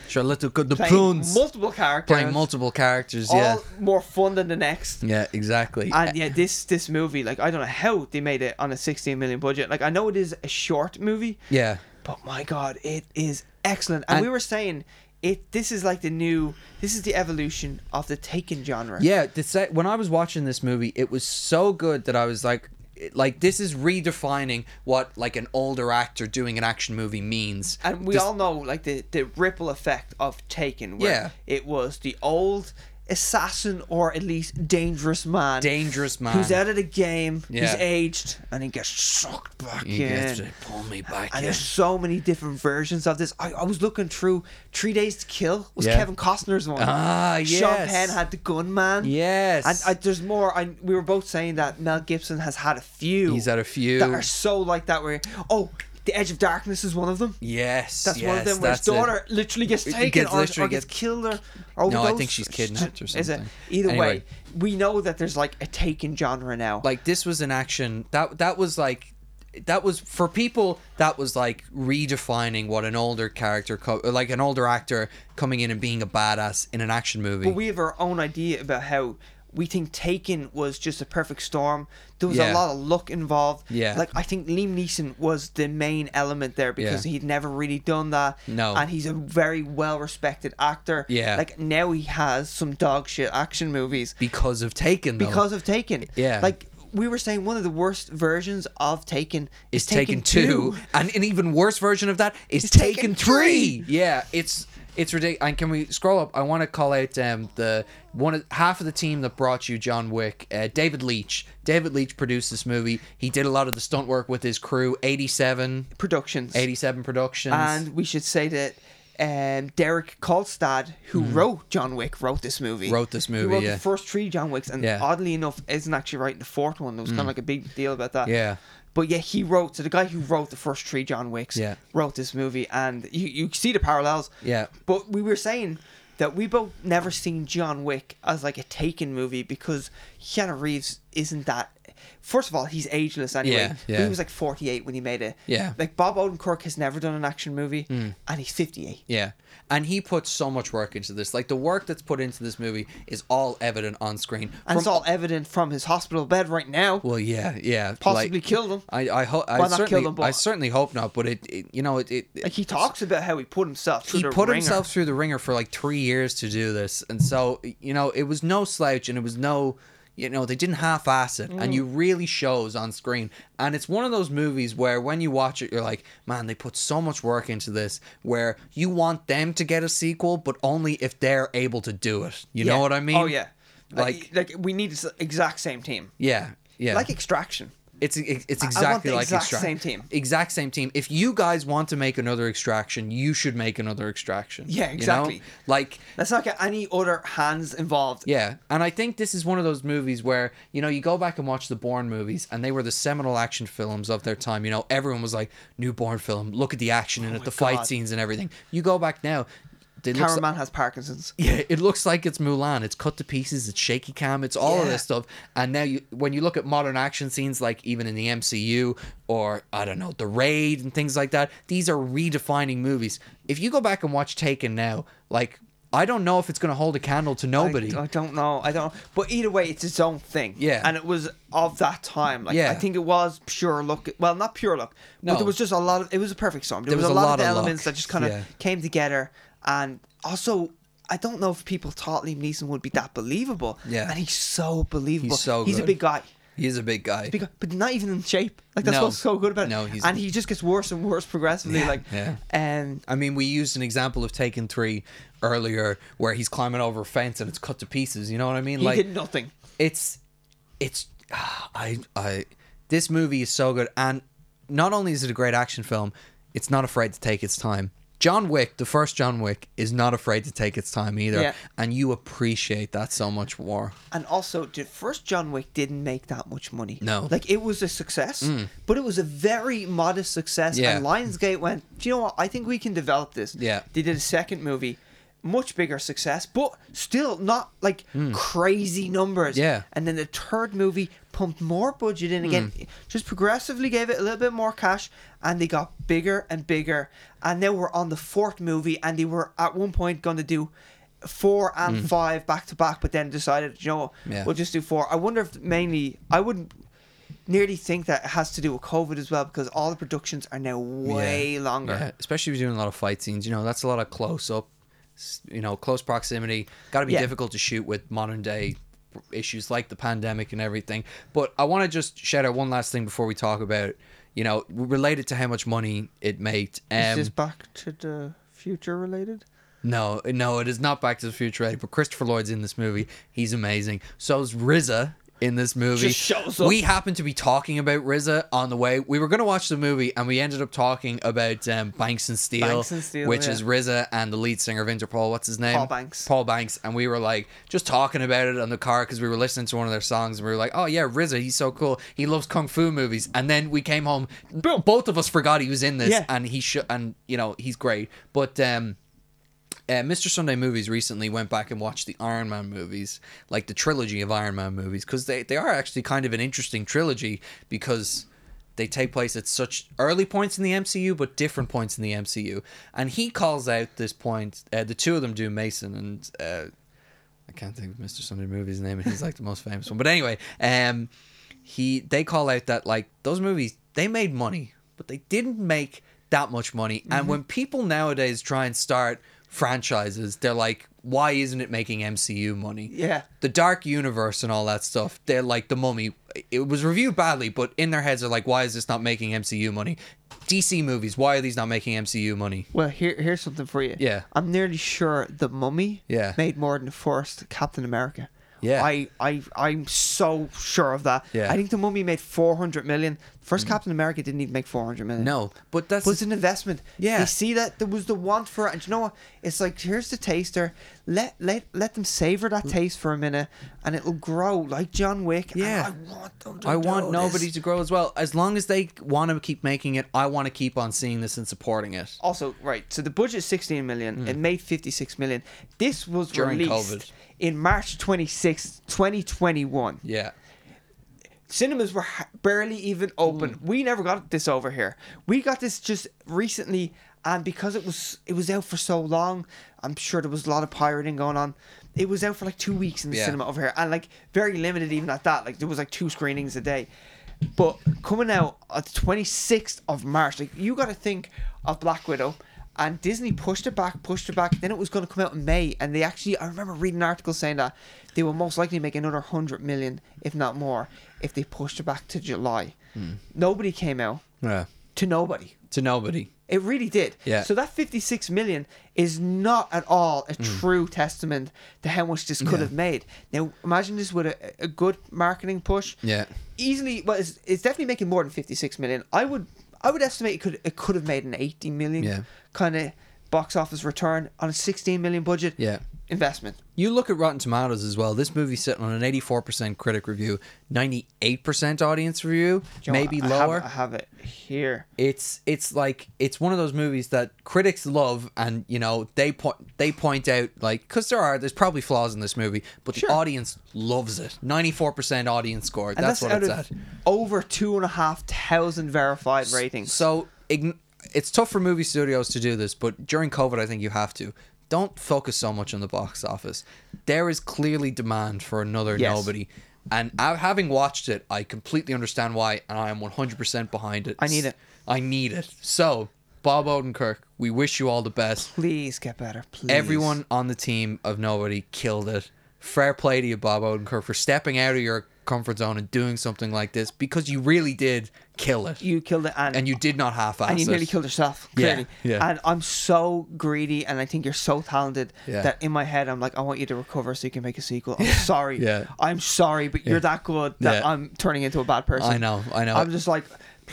Speaker 1: Charlotte Co- the
Speaker 2: playing
Speaker 1: prunes.
Speaker 2: multiple characters,
Speaker 1: playing multiple characters,
Speaker 2: all
Speaker 1: yeah.
Speaker 2: more fun than the next.
Speaker 1: Yeah, exactly.
Speaker 2: And yeah, this this movie, like I don't know how they made it on a 16 million budget. Like I know it is a short movie,
Speaker 1: yeah.
Speaker 2: But my god, it is excellent. And,
Speaker 1: And-
Speaker 2: we were saying it this is like the new this is the evolution of the taken genre.
Speaker 1: Yeah, the se- when I was watching this movie, it was so good that I was like, it- like this is redefining what like an older actor doing an action movie means.
Speaker 2: And we
Speaker 1: This-
Speaker 2: all know like the, the ripple effect of Taken where
Speaker 1: Yeah.
Speaker 2: it was the old assassin or at least dangerous man.
Speaker 1: dangerous man.
Speaker 2: Who's out of the game,
Speaker 1: Yeah.
Speaker 2: he's aged, and he gets sucked back
Speaker 1: He
Speaker 2: in.
Speaker 1: gets to pull me back
Speaker 2: and
Speaker 1: in.
Speaker 2: there's so many different versions of this. I, I was looking through Three Days to Kill was
Speaker 1: Yeah.
Speaker 2: Kevin Costner's one.
Speaker 1: Ah,
Speaker 2: Sean
Speaker 1: yes.
Speaker 2: Penn had the gunman.
Speaker 1: Yes.
Speaker 2: And I, there's more. I, we were both saying that Mel Gibson has had a few.
Speaker 1: He's had a few.
Speaker 2: that are so like that. Where oh, The Edge of Darkness is one of them.
Speaker 1: yes.
Speaker 2: That's
Speaker 1: yes,
Speaker 2: one of them where his
Speaker 1: that's it.
Speaker 2: daughter literally gets
Speaker 1: It
Speaker 2: taken
Speaker 1: gets-
Speaker 2: or,
Speaker 1: literally
Speaker 2: or gets,
Speaker 1: gets-
Speaker 2: killed or
Speaker 1: No, I
Speaker 2: overdosed.
Speaker 1: think she's kidnapped or
Speaker 2: Is it?
Speaker 1: something.
Speaker 2: Either
Speaker 1: Anyway.
Speaker 2: way, we know that there's like a taken genre now.
Speaker 1: Like this was an action that that was like that was for people that was like redefining what an older character co- like an older actor coming in and being a badass in an action movie.
Speaker 2: we have our own idea about how we think Taken was just a perfect storm. There was
Speaker 1: Yeah.
Speaker 2: a lot of luck involved.
Speaker 1: Yeah.
Speaker 2: Like I think Liam Neeson was the main element there because
Speaker 1: Yeah.
Speaker 2: he'd never really done that.
Speaker 1: No.
Speaker 2: And he's a very well respected actor.
Speaker 1: Yeah.
Speaker 2: Like now he has some dog shit action movies
Speaker 1: because of Taken though.
Speaker 2: because of Taken.
Speaker 1: Yeah.
Speaker 2: Like we were saying one of the worst versions of Taken
Speaker 1: is
Speaker 2: is
Speaker 1: Taken, two, and an even worse version of that is Taken,
Speaker 2: Taken
Speaker 1: three. Yeah, it's it's ridiculous. And can we scroll up? I want to call out um, the one of, half of the team that brought you John Wick, uh, David Leach. David Leach produced this movie. He did a lot of the stunt work with his crew. 87,
Speaker 2: Productions.
Speaker 1: 87 Productions.
Speaker 2: And we should say that um, Derek Kolstad, who wrote John Wick, wrote this movie.
Speaker 1: Mm-hmm. Wrote this movie,
Speaker 2: He wrote
Speaker 1: yeah.
Speaker 2: the first three John Wicks, and
Speaker 1: Yeah. Mm.
Speaker 2: oddly enough, isn't actually writing the fourth one. There was kind of like a big deal about that.
Speaker 1: Yeah.
Speaker 2: But yeah, he wrote. So the guy who wrote the first three John Wicks
Speaker 1: Yeah.
Speaker 2: wrote this movie, and you you see the parallels.
Speaker 1: Yeah.
Speaker 2: But we were saying that we both never seen John Wick as like a Taken movie because Keanu Reeves isn't that. First of all, he's ageless anyway.
Speaker 1: Yeah,
Speaker 2: But
Speaker 1: yeah.
Speaker 2: He was like 48 when he made it.
Speaker 1: Yeah. Mm.
Speaker 2: Like Bob Odenkirk has never done an action movie, and he's 58.
Speaker 1: Yeah. And he put so much work into this. Like the work that's put into this movie is all evident on screen.
Speaker 2: And it's
Speaker 1: From-
Speaker 2: all evident from his hospital bed right now.
Speaker 1: Well, yeah, yeah.
Speaker 2: Possibly
Speaker 1: like-
Speaker 2: killed him.
Speaker 1: I I, ho- I
Speaker 2: Well, not
Speaker 1: certainly
Speaker 2: killed him, but-
Speaker 1: I certainly hope not. But it, it you know it, it
Speaker 2: like he talks about how he put himself. Through
Speaker 1: he
Speaker 2: the
Speaker 1: put
Speaker 2: ringer.
Speaker 1: himself through the ringer for like three years to do this, and so you know it was no slouch, and it was no, you know, they didn't half-ass it, and you
Speaker 2: Mm.
Speaker 1: really shows on screen. And it's one of those movies where when you watch it, you're like, man, they put so much work into this, where you want them to get a sequel, but only if they're able to do it. You know
Speaker 2: Yeah.
Speaker 1: what I mean?
Speaker 2: Oh yeah.
Speaker 1: Like-
Speaker 2: Like like we need this exact same team.
Speaker 1: yeah, yeah.
Speaker 2: Like Extraction.
Speaker 1: It's e, it's
Speaker 2: I want
Speaker 1: exactly
Speaker 2: the
Speaker 1: like
Speaker 2: exact
Speaker 1: Extract-
Speaker 2: same team.
Speaker 1: Exact same team. If you guys want to make another extraction, you should make another extraction.
Speaker 2: Yeah,
Speaker 1: you know?
Speaker 2: exactly.
Speaker 1: Like
Speaker 2: Let's not get any other hands involved.
Speaker 1: yeah, and I think this is one of those movies where you know you go back and watch the Bourne movies, and they were the seminal action films of their time. You know, everyone was like, "New Bourne film, look at the action in it, the fight
Speaker 2: Oh God.
Speaker 1: scenes and everything." You go back now, it looks
Speaker 2: Cameraman has Parkinson's.
Speaker 1: yeah, it looks like it's Mulan. It's cut to pieces. It's shaky cam. It's all of
Speaker 2: Yeah.
Speaker 1: this stuff. And now, you, when you look at modern action scenes, like even in the MCU or I don't know, The Raid and things like that, these are redefining movies. If you go back and watch Taken now, like I don't know if it's going to hold a candle to nobody.
Speaker 2: I, I don't know. I don't. But either way, it's its own thing.
Speaker 1: Yeah.
Speaker 2: And it was of that time. Like
Speaker 1: Yeah.
Speaker 2: I think it was pure luck. Well, not pure luck.
Speaker 1: No.
Speaker 2: But there was just a lot of. It was a perfect storm. There, was, a lot, of, elements
Speaker 1: luck.
Speaker 2: that just kind of
Speaker 1: Yeah.
Speaker 2: came together. And also, I don't know if people thought Liam Neeson would be that believable.
Speaker 1: Yeah.
Speaker 2: And he's so believable.
Speaker 1: He's so
Speaker 2: He's a
Speaker 1: good.
Speaker 2: big guy.
Speaker 1: He's a big guy.
Speaker 2: Big guy, but not even in shape. Like that's
Speaker 1: No.
Speaker 2: what's so good about it.
Speaker 1: No, he's-
Speaker 2: and he just gets worse and worse progressively. like,
Speaker 1: yeah.
Speaker 2: and
Speaker 1: I mean, we used an example of Taken Three earlier, where he's climbing over a fence and it's cut to pieces. You know what I mean?
Speaker 2: he
Speaker 1: like
Speaker 2: did nothing.
Speaker 1: it's it's ah, I I this movie is so good and not only is it a great action film, it's not afraid to take its time. John Wick, the first John Wick, is not afraid to take its time either,
Speaker 2: Yeah.
Speaker 1: and you appreciate that so much more.
Speaker 2: And also, the first John Wick didn't make that much money.
Speaker 1: No. Mm.
Speaker 2: Like, it was a success, but it was a very modest success.
Speaker 1: Yeah.
Speaker 2: And Lionsgate went, do you know what? I think we can develop this.
Speaker 1: Yeah.
Speaker 2: They did a second movie, much bigger success, but still not like crazy numbers.
Speaker 1: Mm. Yeah.
Speaker 2: And then the third movie pumped more budget in again,
Speaker 1: Hmm.
Speaker 2: just progressively gave it a little bit more cash, and they got bigger and bigger. And now we're on the fourth movie, and they were at one point going to do four and five back to back, but then decided, you know, what,
Speaker 1: Hmm. Yeah.
Speaker 2: we'll just do four. I wonder if mainly, I wouldn't nearly think that it has to do with COVID as well, because all the productions are now way
Speaker 1: Yeah.
Speaker 2: longer.
Speaker 1: Yeah, especially if you're doing a lot of fight scenes. You know, that's a lot of close up, s- you know, close proximity. Got to be
Speaker 2: Yeah.
Speaker 1: difficult to shoot with modern day issues like the pandemic and everything. But I want to just shout out one last thing before we talk about, you know, related to how much money it made.
Speaker 2: Is
Speaker 1: Um,
Speaker 2: this back to the future related?
Speaker 1: no, no, it is not Back to the Future, Eddie, but Christopher Lloyd's in this movie. He's amazing. So is RZA in this movie.
Speaker 2: Just shows up.
Speaker 1: We happened to be talking about RZA on the way. We were going to watch the movie, and we ended up talking about um, Banks and Steel,
Speaker 2: Banks and Steel,
Speaker 1: which
Speaker 2: yeah.
Speaker 1: is RZA and the lead singer of Interpol. What's his name?
Speaker 2: Paul Banks.
Speaker 1: Paul Banks. And we were like just talking about it on the car because we were listening to one of their songs, and we were like, "Oh yeah, RZA, he's so cool. He loves kung fu movies." And then we came home. Both of us forgot he was in this,
Speaker 2: Yeah.
Speaker 1: and he should. And you know, he's great, but. um uh, Mr. Sunday Movies recently went back and watched the Iron Man movies, like the trilogy of Iron Man movies, because they, they are actually kind of an interesting trilogy because they take place at such early points in the MCU, but different points in the MCU. And he calls out this point, uh, the two of them do, Mason and. Uh, I can't think of Mr. Sunday Movie's name, and he's like the most famous one. But anyway, um, he they call out that like those movies they made money, but they didn't make that much money. And
Speaker 2: Mm-hmm.
Speaker 1: when people nowadays try and start franchises, they're like, why isn't it making MCU money?
Speaker 2: Yeah.
Speaker 1: the dark universe and all that stuff they're like the mummy it was reviewed badly but in their heads are like why is this not making mcu money dc movies why are these not making mcu money
Speaker 2: Well, here, here's something for you.
Speaker 1: Yeah.
Speaker 2: I'm nearly sure the Mummy
Speaker 1: Yeah.
Speaker 2: made more than the first Captain America.
Speaker 1: Yeah.
Speaker 2: I, I, I'm so sure of that.
Speaker 1: Yeah. Mm.
Speaker 2: I think the Mummy made 400 million. First Captain America didn't even make 400 million.
Speaker 1: no but that's
Speaker 2: But it's an investment.
Speaker 1: Yeah.
Speaker 2: They see that there was the want for it. And you know what? It's like, here's the taster. Let let let them savor that taste for a minute and it'll grow like John Wick. and
Speaker 1: Yeah.
Speaker 2: I want them to
Speaker 1: I want
Speaker 2: do
Speaker 1: nobody
Speaker 2: this.
Speaker 1: to grow as well. As long as they want to keep making it, I want to keep on seeing this and supporting it.
Speaker 2: Also, right. So the budget is 16 million. It made 56 million. This was
Speaker 1: Hmm. During
Speaker 2: released
Speaker 1: COVID.
Speaker 2: in March 26th, 2021.
Speaker 1: Yeah.
Speaker 2: Cinemas were ha- barely even open.
Speaker 1: Hmm.
Speaker 2: We never got this over here. We got this just recently, and because it was it was out for so long, I'm sure there was a lot of pirating going on. It was out for like two weeks in the
Speaker 1: Yeah.
Speaker 2: cinema over here, and like very limited even at that. Like there was like two screenings a day, but coming out on the 26th of March, like you got to think of Black Widow. And Disney pushed it back, pushed it back. Then it was going to come out in May, and they actually—I remember reading an article saying that they will most likely make another hundred million, if not more, if they pushed it back to July. Nobody came out
Speaker 1: Yeah.
Speaker 2: to nobody.
Speaker 1: To nobody.
Speaker 2: It really did.
Speaker 1: Yeah.
Speaker 2: So that 56 million is not at all
Speaker 1: Mm.
Speaker 2: a true testament to how much this could have made. Now, imagine this with a, a good marketing push.
Speaker 1: Yeah.
Speaker 2: Easily, well, it's, it's definitely making more than 56 million. I would I would estimate it could it could have made an 80 million
Speaker 1: Yeah.
Speaker 2: kind of box office return on a 16 million budget
Speaker 1: Yeah.
Speaker 2: investment.
Speaker 1: You look at Rotten Tomatoes as well. This movie's sitting on an 84% critic review, 98% audience review,
Speaker 2: Do you know what?
Speaker 1: maybe
Speaker 2: I have-
Speaker 1: lower.
Speaker 2: I have it here.
Speaker 1: it's it's like it's one of those movies that critics love and you know they point they point out like because there are there's probably flaws in this movie but
Speaker 2: Sure.
Speaker 1: the audience loves it 94% audience score
Speaker 2: And
Speaker 1: that's,
Speaker 2: that's,
Speaker 1: what it's
Speaker 2: out
Speaker 1: at
Speaker 2: of over two and a half thousand verified ratings.
Speaker 1: So ign- it's tough for movie studios to do this, but during COVID, I think you have to. Don't focus so much on the box office. There is clearly demand for another
Speaker 2: Yes.
Speaker 1: nobody. And I, having watched it, I completely understand why, and I am 100% behind it.
Speaker 2: I need it.
Speaker 1: I need it. So, Bob Odenkirk, we wish you all the best.
Speaker 2: Please get better. Please.
Speaker 1: Everyone on the team of Nobody killed it. Fair play to you, Bob Odenkirk, for stepping out of your comfort zone and doing something like this because you really did kill it.
Speaker 2: you killed it, and,
Speaker 1: and you did not half ass
Speaker 2: and you
Speaker 1: it.
Speaker 2: nearly killed yourself.
Speaker 1: Yeah,
Speaker 2: Clearly.
Speaker 1: yeah.
Speaker 2: And I'm so greedy, and I think you're so talented
Speaker 1: Yeah.
Speaker 2: that in my head I'm like, I want you to recover so you can make a sequel. I'm sorry.
Speaker 1: Yeah.
Speaker 2: I'm sorry, but you're that good that
Speaker 1: Yeah.
Speaker 2: I'm turning into a bad person.
Speaker 1: I know, I know.
Speaker 2: I'm just like.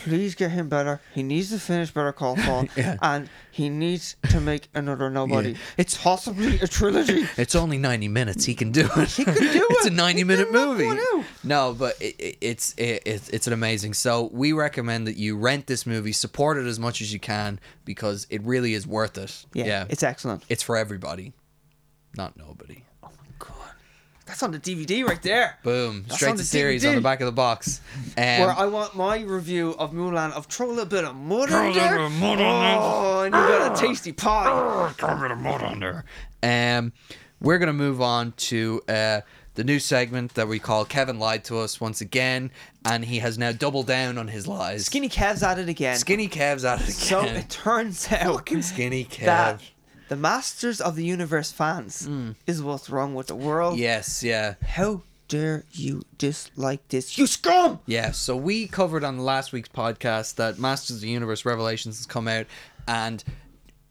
Speaker 2: please get him better. He needs to finish Better Call Saul,
Speaker 1: Yeah.
Speaker 2: and he needs to make another Nobody.
Speaker 1: Yeah.
Speaker 2: It's possibly a trilogy.
Speaker 1: It's only 90 minutes. He can do it. He
Speaker 2: can do
Speaker 1: It's a
Speaker 2: it.
Speaker 1: 90
Speaker 2: He
Speaker 1: minute
Speaker 2: can knock
Speaker 1: movie.
Speaker 2: one out.
Speaker 1: No, but it, it, it's it, it's it's an amazing. So we recommend that you rent this movie, support it as much as you can because it really is worth it.
Speaker 2: Yeah, it's excellent.
Speaker 1: it's for everybody, not nobody.
Speaker 2: God, that's on the DVD right there.
Speaker 1: Boom!
Speaker 2: That's
Speaker 1: Straight
Speaker 2: on
Speaker 1: to
Speaker 2: the
Speaker 1: series on
Speaker 2: DVD.
Speaker 1: the back of the box.
Speaker 2: Where
Speaker 1: Um,
Speaker 2: I want my review of Mulan of throw a little bit of mud
Speaker 3: Throw a
Speaker 2: in
Speaker 3: little
Speaker 2: there.
Speaker 3: bit of mud on there.
Speaker 2: oh, and you got a tasty pie.
Speaker 3: Oh, throw a bit of mud on there.
Speaker 1: um, we're gonna move on to uh, the new segment that we call "Kevin lied to us" once again, and he has now doubled down on his lies.
Speaker 2: Skinny Kev's at it again.
Speaker 1: skinny calves out of the
Speaker 2: so
Speaker 1: can.
Speaker 2: it turns out
Speaker 1: fucking skinny Kev.
Speaker 2: that the Masters of the Universe fans is what's wrong with the world.
Speaker 1: Yes, yeah.
Speaker 2: How dare you dislike this? You scum!
Speaker 1: Yeah, so we covered on last week's podcast that Masters of the Universe Revelations has come out, and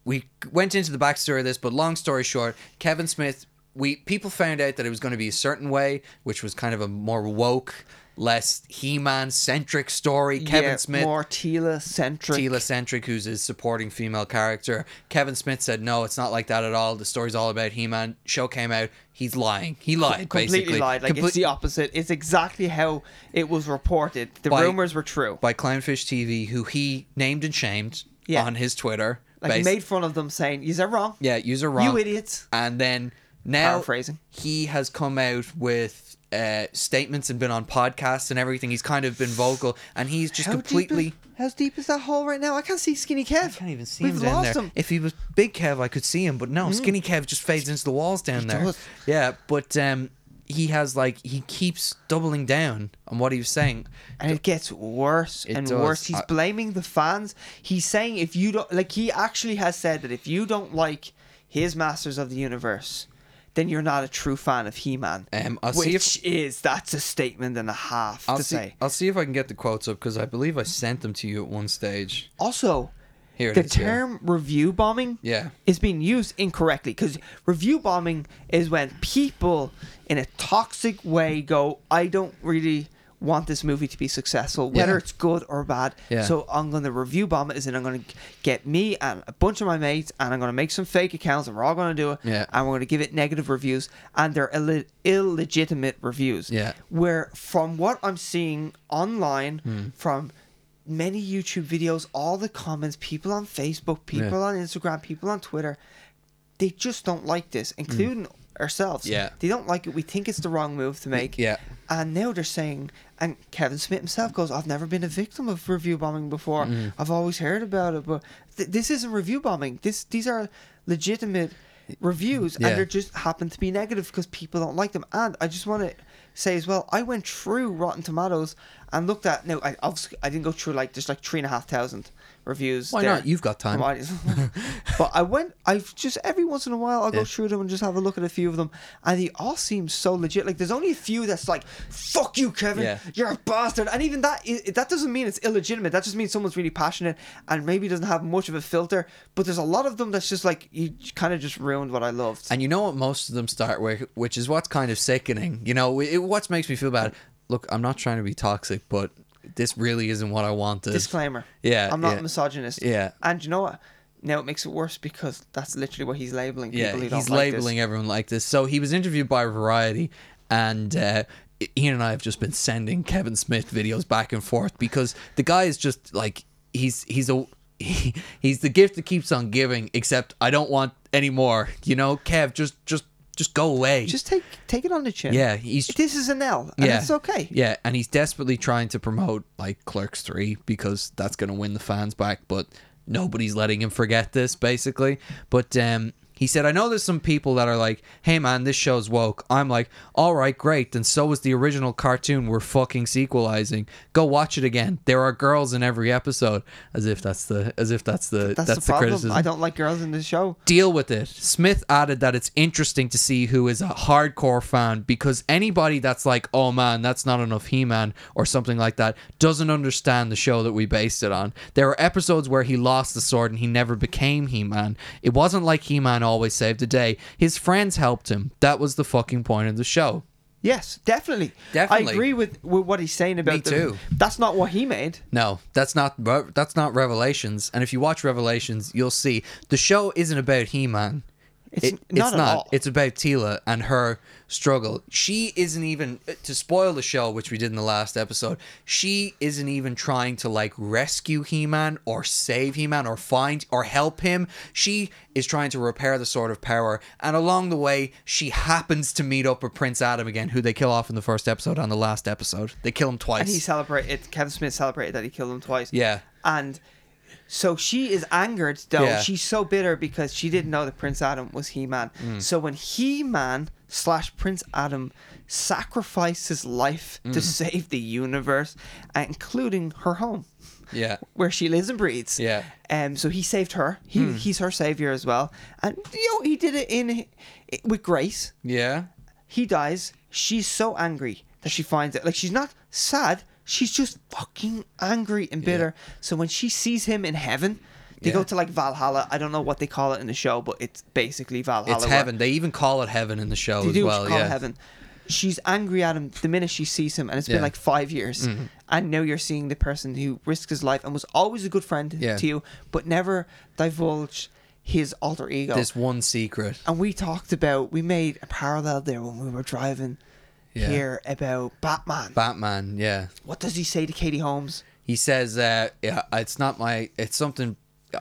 Speaker 1: we went into the backstory of this. But long story short, Kevin Smith, we people found out that it was going to be a certain way, which was kind of a more woke, less He-Man centric story. Kevin
Speaker 2: Yeah,
Speaker 1: Smith,
Speaker 2: More Tila centric.
Speaker 1: Tila centric, who's his supporting female character. Kevin Smith said, "No, it's not like that at all. The story's all about He-Man." Show came out. He's lying. He lied.
Speaker 2: Completely
Speaker 1: basically.
Speaker 2: lied. Like
Speaker 1: Comple-
Speaker 2: it's the opposite. It's exactly how it was reported. The
Speaker 1: By-
Speaker 2: rumors were true.
Speaker 1: by Clownfish TV, who he named and shamed
Speaker 2: Yeah.
Speaker 1: on his Twitter.
Speaker 2: Like
Speaker 1: basi-
Speaker 2: made fun of them, saying, "Is that wrong?
Speaker 1: yeah, user wrong.
Speaker 2: You idiots."
Speaker 1: And then now
Speaker 2: Paraphrasing.
Speaker 1: he has come out with uh, statements and been on podcasts and everything. He's kind of been vocal, and he's just completely.
Speaker 2: Deep is, how deep is that hole right now? I can't see Skinny Kev. I
Speaker 1: can't even see
Speaker 2: We've
Speaker 1: him down
Speaker 2: lost
Speaker 1: there.
Speaker 2: him. Mm.
Speaker 1: If he was big Kev, I could see him, but no, skinny Kev just fades into the walls down there.
Speaker 2: does.
Speaker 1: Yeah, but um, he has like he keeps doubling down on what he was saying.
Speaker 2: and it gets worse and
Speaker 1: does.
Speaker 2: worse. He's
Speaker 1: I-
Speaker 2: blaming the fans. He's saying if you don't like, he actually has said that if you don't like his Masters of the Universe, then you're not a true fan of He-Man.
Speaker 1: Um, I'll see if-
Speaker 2: which is that's a statement and a half
Speaker 1: I'll
Speaker 2: to
Speaker 1: see.
Speaker 2: say.
Speaker 1: I'll see if I can get the quotes up because I believe I sent them to you at one stage.
Speaker 2: Also,
Speaker 1: Here it
Speaker 2: the
Speaker 1: is, yeah.
Speaker 2: term review bombing
Speaker 1: Yeah.
Speaker 2: is being used incorrectly because review bombing is when people, in a toxic way, go, I don't really want this movie to be successful, whether
Speaker 1: Yeah.
Speaker 2: it's good or bad.
Speaker 1: Yeah.
Speaker 2: So I'm going to review bomb it, is and I'm going to get me and a bunch of my mates, and I'm going to make some fake accounts, and we're all going to do it,
Speaker 1: Yeah.
Speaker 2: and we're going to give it negative reviews, and they're Ill- illegitimate reviews
Speaker 1: Yeah.
Speaker 2: where from what I'm seeing online,
Speaker 1: Hmm.
Speaker 2: from many YouTube videos, all the comments, people on Facebook, people on Instagram, people on Twitter, they just don't like this, including ourselves.
Speaker 1: Hmm. Yeah.
Speaker 2: They don't like it. We think it's the wrong move to make.
Speaker 1: yeah.
Speaker 2: And now they're saying, and Kevin Smith himself goes, I've never been a victim of review bombing before.
Speaker 1: Mm-hmm.
Speaker 2: I've always heard about it, but th- this isn't review bombing. This These are legitimate reviews,
Speaker 1: Yeah.
Speaker 2: and they just happen to be negative because people don't like them. And I just want to say as well, I went through Rotten Tomatoes and looked at, no, I obviously, I didn't go through like, there's like three and a half thousand reviews.
Speaker 1: Why
Speaker 2: there
Speaker 1: not? You've got time.
Speaker 2: from audience. but I went. I've just every once in a while I'll
Speaker 1: Yeah.
Speaker 2: go through them and just have a look at a few of them, and they all seem so legit. Like there's only a few that's like, "Fuck you, Kevin,
Speaker 1: Yeah.
Speaker 2: you're a bastard," and even that is, that doesn't mean it's illegitimate. That just means someone's really passionate and maybe doesn't have much of a filter. But there's a lot of them that's just like you kind of just ruined what I loved.
Speaker 1: And you know what most of them start with, which is what's kind of sickening. You know, it, what makes me feel bad. Look, I'm not trying to be toxic, but this really isn't what I wanted.
Speaker 2: Disclaimer.
Speaker 1: Yeah,
Speaker 2: I'm not
Speaker 1: yeah.
Speaker 2: a misogynist.
Speaker 1: Yeah.
Speaker 2: and you know what? Now it makes it worse because that's literally what he's labeling people
Speaker 1: yeah,
Speaker 2: who
Speaker 1: he's
Speaker 2: don't like this.
Speaker 1: labeling everyone like this. So he was interviewed by Variety, and uh, Ian and I have just been sending Kevin Smith videos back and forth because the guy is just like he's he's a he, he's the gift that keeps on giving. Except I don't want any more. You know, Kev, just just just go away.
Speaker 2: Just take take it on the chin.
Speaker 1: yeah, he's
Speaker 2: This is an L, and it's okay.
Speaker 1: Yeah, and he's desperately trying to promote like Clerks Three because that's going to win the fans back, but nobody's letting him forget this basically. But um, he said, "I know there's some people that are like, hey man, this show's woke." I'm like, "All right, great. Then so is the original cartoon we're fucking sequelizing. Go watch it again. There are girls in every episode." As if that's the as if that's the that's,
Speaker 2: That's, the, problem.
Speaker 1: criticism
Speaker 2: I don't like girls in the show.
Speaker 1: deal with it. Smith added that it's interesting to see who is a hardcore fan because anybody that's like, oh man, that's not enough He Man or something like that doesn't understand the show that we based it on. There are episodes where he lost the sword and he never became He Man. It wasn't like He Man always saved the day, his friends helped him. That was the fucking point of the show.
Speaker 2: Yes, definitely.
Speaker 1: Definitely.
Speaker 2: I agree with, with what he's saying about
Speaker 1: Me
Speaker 2: the-
Speaker 1: too.
Speaker 2: That's not what he made.
Speaker 1: No, that's not Re- that's not Revelations. And if you watch Revelations, you'll see the show isn't about He-Man.
Speaker 2: It's n- not at all.
Speaker 1: It's about Tila and her struggle. She isn't even uh, to spoil the show, which we did in the last episode. She isn't even trying to like rescue He-Man or save He-Man or find or help him. She is trying to repair the sword of power, and along the way, she happens to meet up with Prince Adam again, who they kill off in the first episode. On the last episode, they kill him twice.
Speaker 2: And he celebrated. Kevin Smith celebrated that he killed him twice.
Speaker 1: Yeah.
Speaker 2: And so she is angered though.
Speaker 1: Yeah.
Speaker 2: She's so bitter because she didn't know that Prince Adam was He Man.
Speaker 1: Mm.
Speaker 2: So when He Man slash Prince Adam sacrificed his life
Speaker 1: Mm.
Speaker 2: to save the universe, including her home.
Speaker 1: yeah.
Speaker 2: where she lives and breathes.
Speaker 1: Yeah. Hmm.
Speaker 2: Um. So he saved her. He he's her savior as well. And you know he did it in with grace.
Speaker 1: Yeah.
Speaker 2: He dies. She's so angry that she finds it. Like she's not sad. She's just fucking angry and bitter. So when she sees him in heaven. They
Speaker 1: Yeah.
Speaker 2: go to like Valhalla. I don't know what they call it in the show, but it's basically Valhalla.
Speaker 1: It's
Speaker 2: where-
Speaker 1: heaven. They even call it heaven in the show
Speaker 2: they
Speaker 1: as
Speaker 2: do what
Speaker 1: well.
Speaker 2: you call
Speaker 1: yeah.
Speaker 2: heaven. She's angry at him the minute she sees him, and it's
Speaker 1: Yeah. Mm-hmm.
Speaker 2: been like five years. And now you're seeing the person who risked his life and was always a good friend
Speaker 1: Yeah.
Speaker 2: to you, but never divulged his alter ego.
Speaker 1: This one secret.
Speaker 2: and we talked about, we made a parallel there when we were driving
Speaker 1: Yeah.
Speaker 2: here about Batman.
Speaker 1: Batman. Yeah.
Speaker 2: what does he say to Katie Holmes?
Speaker 1: He says, uh, yeah, "It's not my. It's something.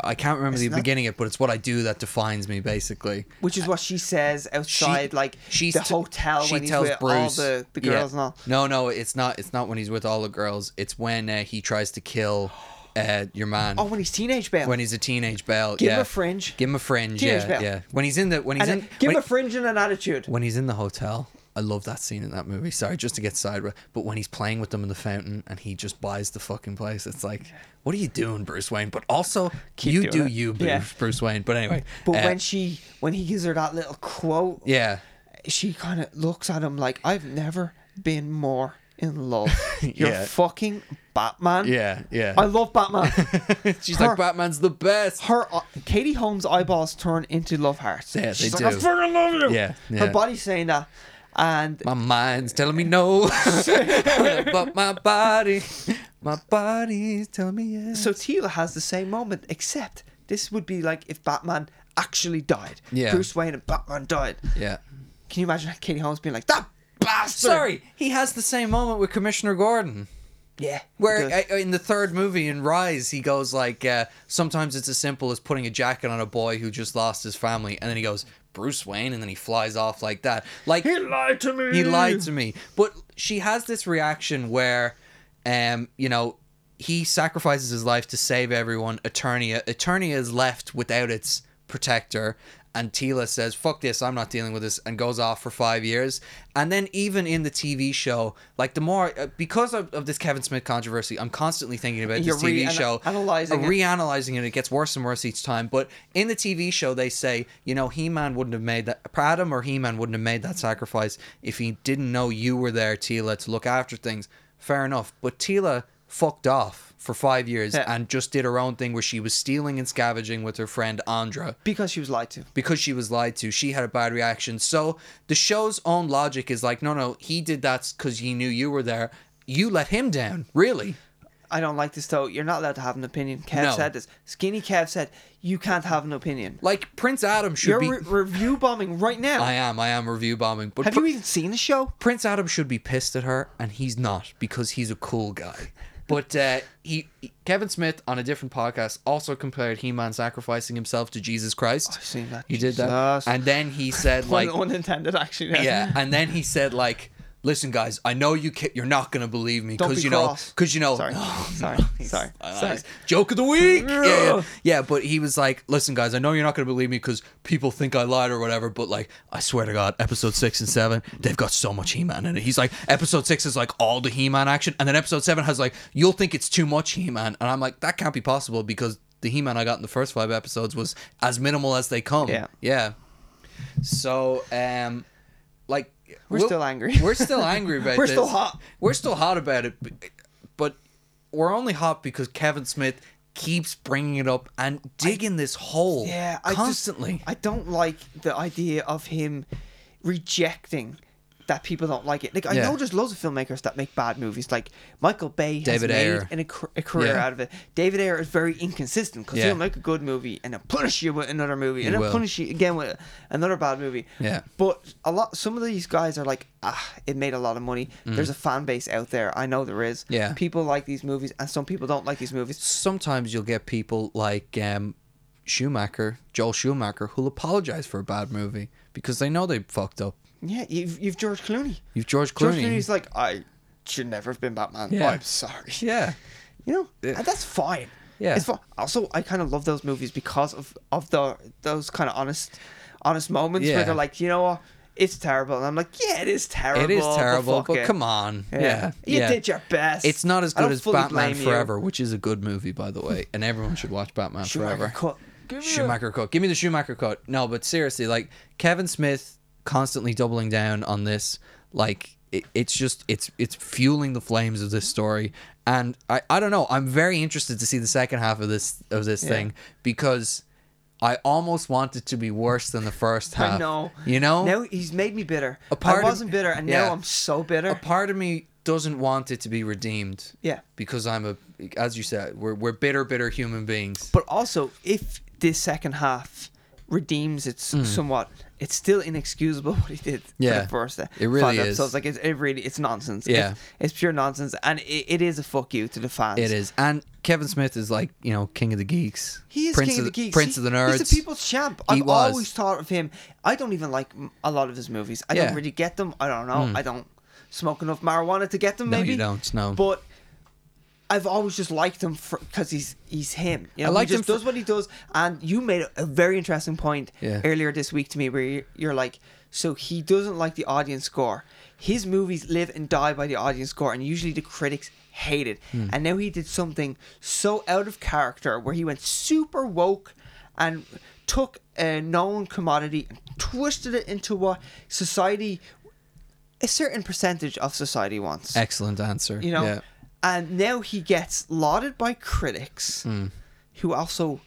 Speaker 1: I can't remember the
Speaker 2: not-
Speaker 1: beginning of it, but it's what I do that defines me, basically."
Speaker 2: Which is what she says outside, like
Speaker 1: she's
Speaker 2: the
Speaker 1: t-
Speaker 2: hotel when he's with all the, the
Speaker 1: yeah.
Speaker 2: girls and all.
Speaker 1: No, no, it's not. It's not when he's with all the girls. It's when uh, he tries to kill uh, your man.
Speaker 2: Oh, when he's teenage Bale.
Speaker 1: When he's a teenage Belle.
Speaker 2: Give
Speaker 1: yeah.
Speaker 2: him a fringe.
Speaker 1: Give him a fringe.
Speaker 2: Teenage
Speaker 1: yeah,
Speaker 2: Belle.
Speaker 1: yeah. When he's in the when he's
Speaker 2: and
Speaker 1: in
Speaker 2: it- give
Speaker 1: when,
Speaker 2: him a fringe and an attitude.
Speaker 1: when he's in the hotel i love that scene in that movie sorry just to get side but when he's playing with them in the fountain and he just buys the fucking place it's like what are you doing bruce wayne but also you
Speaker 2: doing
Speaker 1: do
Speaker 2: it.
Speaker 1: you bruce,
Speaker 2: Yeah.
Speaker 1: bruce wayne but anyway
Speaker 2: But
Speaker 1: uh,
Speaker 2: when she when he gives her that little quote,
Speaker 1: yeah
Speaker 2: she kind of looks at him like, "I've never been more in love. You're
Speaker 1: Yeah.
Speaker 2: fucking Batman.
Speaker 1: yeah yeah
Speaker 2: I love Batman.
Speaker 1: she's
Speaker 2: her-
Speaker 1: like batman's the best
Speaker 2: her eye- Katie Holmes' eyeballs turn into love hearts.
Speaker 1: Yeah, they
Speaker 2: She's
Speaker 1: do.
Speaker 2: like, I fucking love you.
Speaker 1: yeah,
Speaker 2: Her
Speaker 1: yeah.
Speaker 2: body's saying that, and
Speaker 1: my mind's telling me no but my body my body's telling me yes
Speaker 2: so Tila has the same moment, except this would be like if Batman actually died.
Speaker 1: Yeah.
Speaker 2: Bruce Wayne and Batman died.
Speaker 1: yeah
Speaker 2: Can you imagine Katie Holmes being like that bastard?
Speaker 1: sorry he has the same moment with commissioner gordon
Speaker 2: Yeah.
Speaker 1: Where
Speaker 2: because-
Speaker 1: uh, in the third movie in Rise, he goes like, uh, sometimes it's as simple as putting a jacket on a boy who just lost his family, and then he goes Bruce Wayne, and then he flies off like that. Like
Speaker 3: He lied to me.
Speaker 1: he lied to me. But she has this reaction where, um, you know, he sacrifices his life to save everyone. Eternia, Eternia is left without its protector, and Tila says, "Fuck this, I'm not dealing with this," and goes off for five years. And then even in the TV show, like the more uh, because of, of this Kevin Smith controversy, I'm constantly thinking about
Speaker 2: You're
Speaker 1: this TV
Speaker 2: reana-
Speaker 1: show,
Speaker 2: analyzing
Speaker 1: uh,
Speaker 2: it.
Speaker 1: reanalyzing it. It gets worse and worse each time. But in the TV show, they say, you know, He Man wouldn't have made that. Adam or He Man wouldn't have made that sacrifice if he didn't know you were there, Tila, to look after things. Fair enough. But Tila fucked off for five years
Speaker 2: Yeah.
Speaker 1: and just did her own thing where she was stealing and scavenging with her friend Andra
Speaker 2: because she was lied to.
Speaker 1: because she was lied to. She had a bad reaction. So the show's own logic is like, no, no, he did that because he knew you were there. You let him down, really.
Speaker 2: I don't like this though. You're not allowed to have an opinion. Kev
Speaker 1: No.
Speaker 2: said this. Skinny Kev said you can't have an opinion.
Speaker 1: Like Prince Adam should
Speaker 2: You're
Speaker 1: be.
Speaker 2: re- review bombing right now.
Speaker 1: I am. I am review bombing. But
Speaker 2: have
Speaker 1: Pr-
Speaker 2: you e- even seen the show?
Speaker 1: Prince Adam should be pissed at her, and he's not because he's a cool guy. But uh, he, Kevin Smith, on a different podcast, also compared He-Man sacrificing himself to Jesus Christ. I've
Speaker 2: seen that.
Speaker 1: He did that,
Speaker 2: Oh, Jesus.
Speaker 1: and then he said,
Speaker 2: Like,
Speaker 1: like,
Speaker 2: unintended actually. there.
Speaker 1: yeah, and then he said, like, listen, guys, I know you ca- you're not gonna believe me
Speaker 2: Don't be
Speaker 1: because you know
Speaker 2: cross.
Speaker 1: because you know
Speaker 2: Sorry. sorry. Sorry.
Speaker 1: uh,
Speaker 2: Sorry.
Speaker 1: Joke of the week. Yeah, yeah, yeah. But he was like, "Listen, guys, I know you're not going to believe me because people think I lied or whatever. But like, I swear to God, episode six and seven, they've got so much He-Man in it. He's like, episode six is like all the He-Man action, and then episode seven has like, you'll think it's too much He-Man, and I'm like, that can't be possible because the He-Man I got in the first five episodes was as minimal as they come.
Speaker 2: Yeah.
Speaker 1: Yeah. So, um, like,
Speaker 2: We're
Speaker 1: we'll-
Speaker 2: still angry.
Speaker 1: We're still angry about
Speaker 2: We're
Speaker 1: this.
Speaker 2: still hot.
Speaker 1: We're still hot about it, b- but we're only hot because Kevin Smith keeps bringing it up and digging this hole
Speaker 2: Yeah, I just-
Speaker 1: constantly.
Speaker 2: I don't like the idea of him rejecting that people don't like it. Like I
Speaker 1: Yeah.
Speaker 2: know there's loads of filmmakers that make bad movies. Like Michael Bay has
Speaker 1: David
Speaker 2: made
Speaker 1: Ayer.
Speaker 2: an- a, cr- a career
Speaker 1: Yeah.
Speaker 2: out of it. David Ayer is very inconsistent because
Speaker 1: Yeah.
Speaker 2: he'll make a good movie and then punish you with another movie and
Speaker 1: He
Speaker 2: then
Speaker 1: will.
Speaker 2: punish you again with another bad movie.
Speaker 1: Yeah.
Speaker 2: But a lot, some of these guys are like, ah, it made a lot of money. There's a fan base out there. I know there is.
Speaker 1: Mm-hmm. Yeah.
Speaker 2: People like these movies and some people don't like these movies.
Speaker 1: sometimes you'll get people like um, Schumacher, Joel Schumacher, who'll apologize for a bad movie because they know they fucked up.
Speaker 2: Yeah, you've, you've George Clooney.
Speaker 1: You've George Clooney.
Speaker 2: George Clooney's like, I should never have been Batman.
Speaker 1: Yeah.
Speaker 2: I'm sorry.
Speaker 1: yeah,
Speaker 2: You know, and that's fine.
Speaker 1: Yeah.
Speaker 2: It's fine. Also, I kind of love those movies because of of the those kind of honest, honest moments
Speaker 1: Yeah.
Speaker 2: where they're like, you know what, it's terrible, and I'm like, yeah, it is terrible.
Speaker 1: it is terrible,
Speaker 2: fuck
Speaker 1: but,
Speaker 2: it.
Speaker 1: come on, yeah,
Speaker 2: you
Speaker 1: yeah.
Speaker 2: did your best.
Speaker 1: It's not as
Speaker 2: I
Speaker 1: good
Speaker 2: don't
Speaker 1: as
Speaker 2: fully
Speaker 1: Batman
Speaker 2: blame you.
Speaker 1: Forever, which is a good movie, by the way, and everyone should watch Batman
Speaker 2: Schumacher
Speaker 1: Forever.
Speaker 2: cut. Give me a-
Speaker 1: Schumacher cut. Give me the Schumacher cut. No, but seriously, like Kevin Smith constantly doubling down on this. Like it, it's just it's it's fueling the flames of this story, and I I don't know. I'm very interested to see the second half of this of this thing because. I almost want it to be worse than the first half.
Speaker 2: I know.
Speaker 1: You know?
Speaker 2: Now he's made me bitter.
Speaker 1: part
Speaker 2: I
Speaker 1: of-
Speaker 2: wasn't bitter, and
Speaker 1: yeah.
Speaker 2: now I'm so bitter.
Speaker 1: a part of me doesn't want it to be redeemed.
Speaker 2: Yeah.
Speaker 1: Because I'm a, as you said, we're, we're bitter, bitter human beings.
Speaker 2: But also, if this second half redeems it's somewhat, it's still inexcusable what he did for
Speaker 1: Mm. Yeah.
Speaker 2: the first. uh,
Speaker 1: It really
Speaker 2: five
Speaker 1: is.
Speaker 2: episodes. Like it's it really, it's nonsense.
Speaker 1: Yeah.
Speaker 2: it's, it's pure nonsense, and it, it is a fuck you to the fans.
Speaker 1: it is. And Kevin Smith is like, you know, king of the geeks.
Speaker 2: He is
Speaker 1: prince
Speaker 2: king of the geeks.
Speaker 1: Prince
Speaker 2: He-
Speaker 1: of the nerds.
Speaker 2: He's the people's champ.
Speaker 1: He
Speaker 2: I've
Speaker 1: was.
Speaker 2: always thought of him. I don't even like m- a lot of his movies. I
Speaker 1: Yeah. Mm.
Speaker 2: don't really get them. I don't know. I don't smoke enough marijuana to get them.
Speaker 1: No, you
Speaker 2: Maybe
Speaker 1: don't, no.
Speaker 2: But I've always just liked him because he's he's him. You know,
Speaker 1: I liked
Speaker 2: he
Speaker 1: him
Speaker 2: just
Speaker 1: for-
Speaker 2: does what he does. And you made a very interesting point
Speaker 1: Yeah.
Speaker 2: earlier this week to me, where you- you're like, so he doesn't like the audience score. His movies live and die by the audience score, and usually the critics hate it. And now he did something so out of character where he went super woke and took a known commodity and twisted it into what society, a certain percentage of society wants.
Speaker 1: Excellent answer.
Speaker 2: You know?
Speaker 1: Yeah.
Speaker 2: And now he gets lauded by critics
Speaker 1: Hmm.
Speaker 2: who also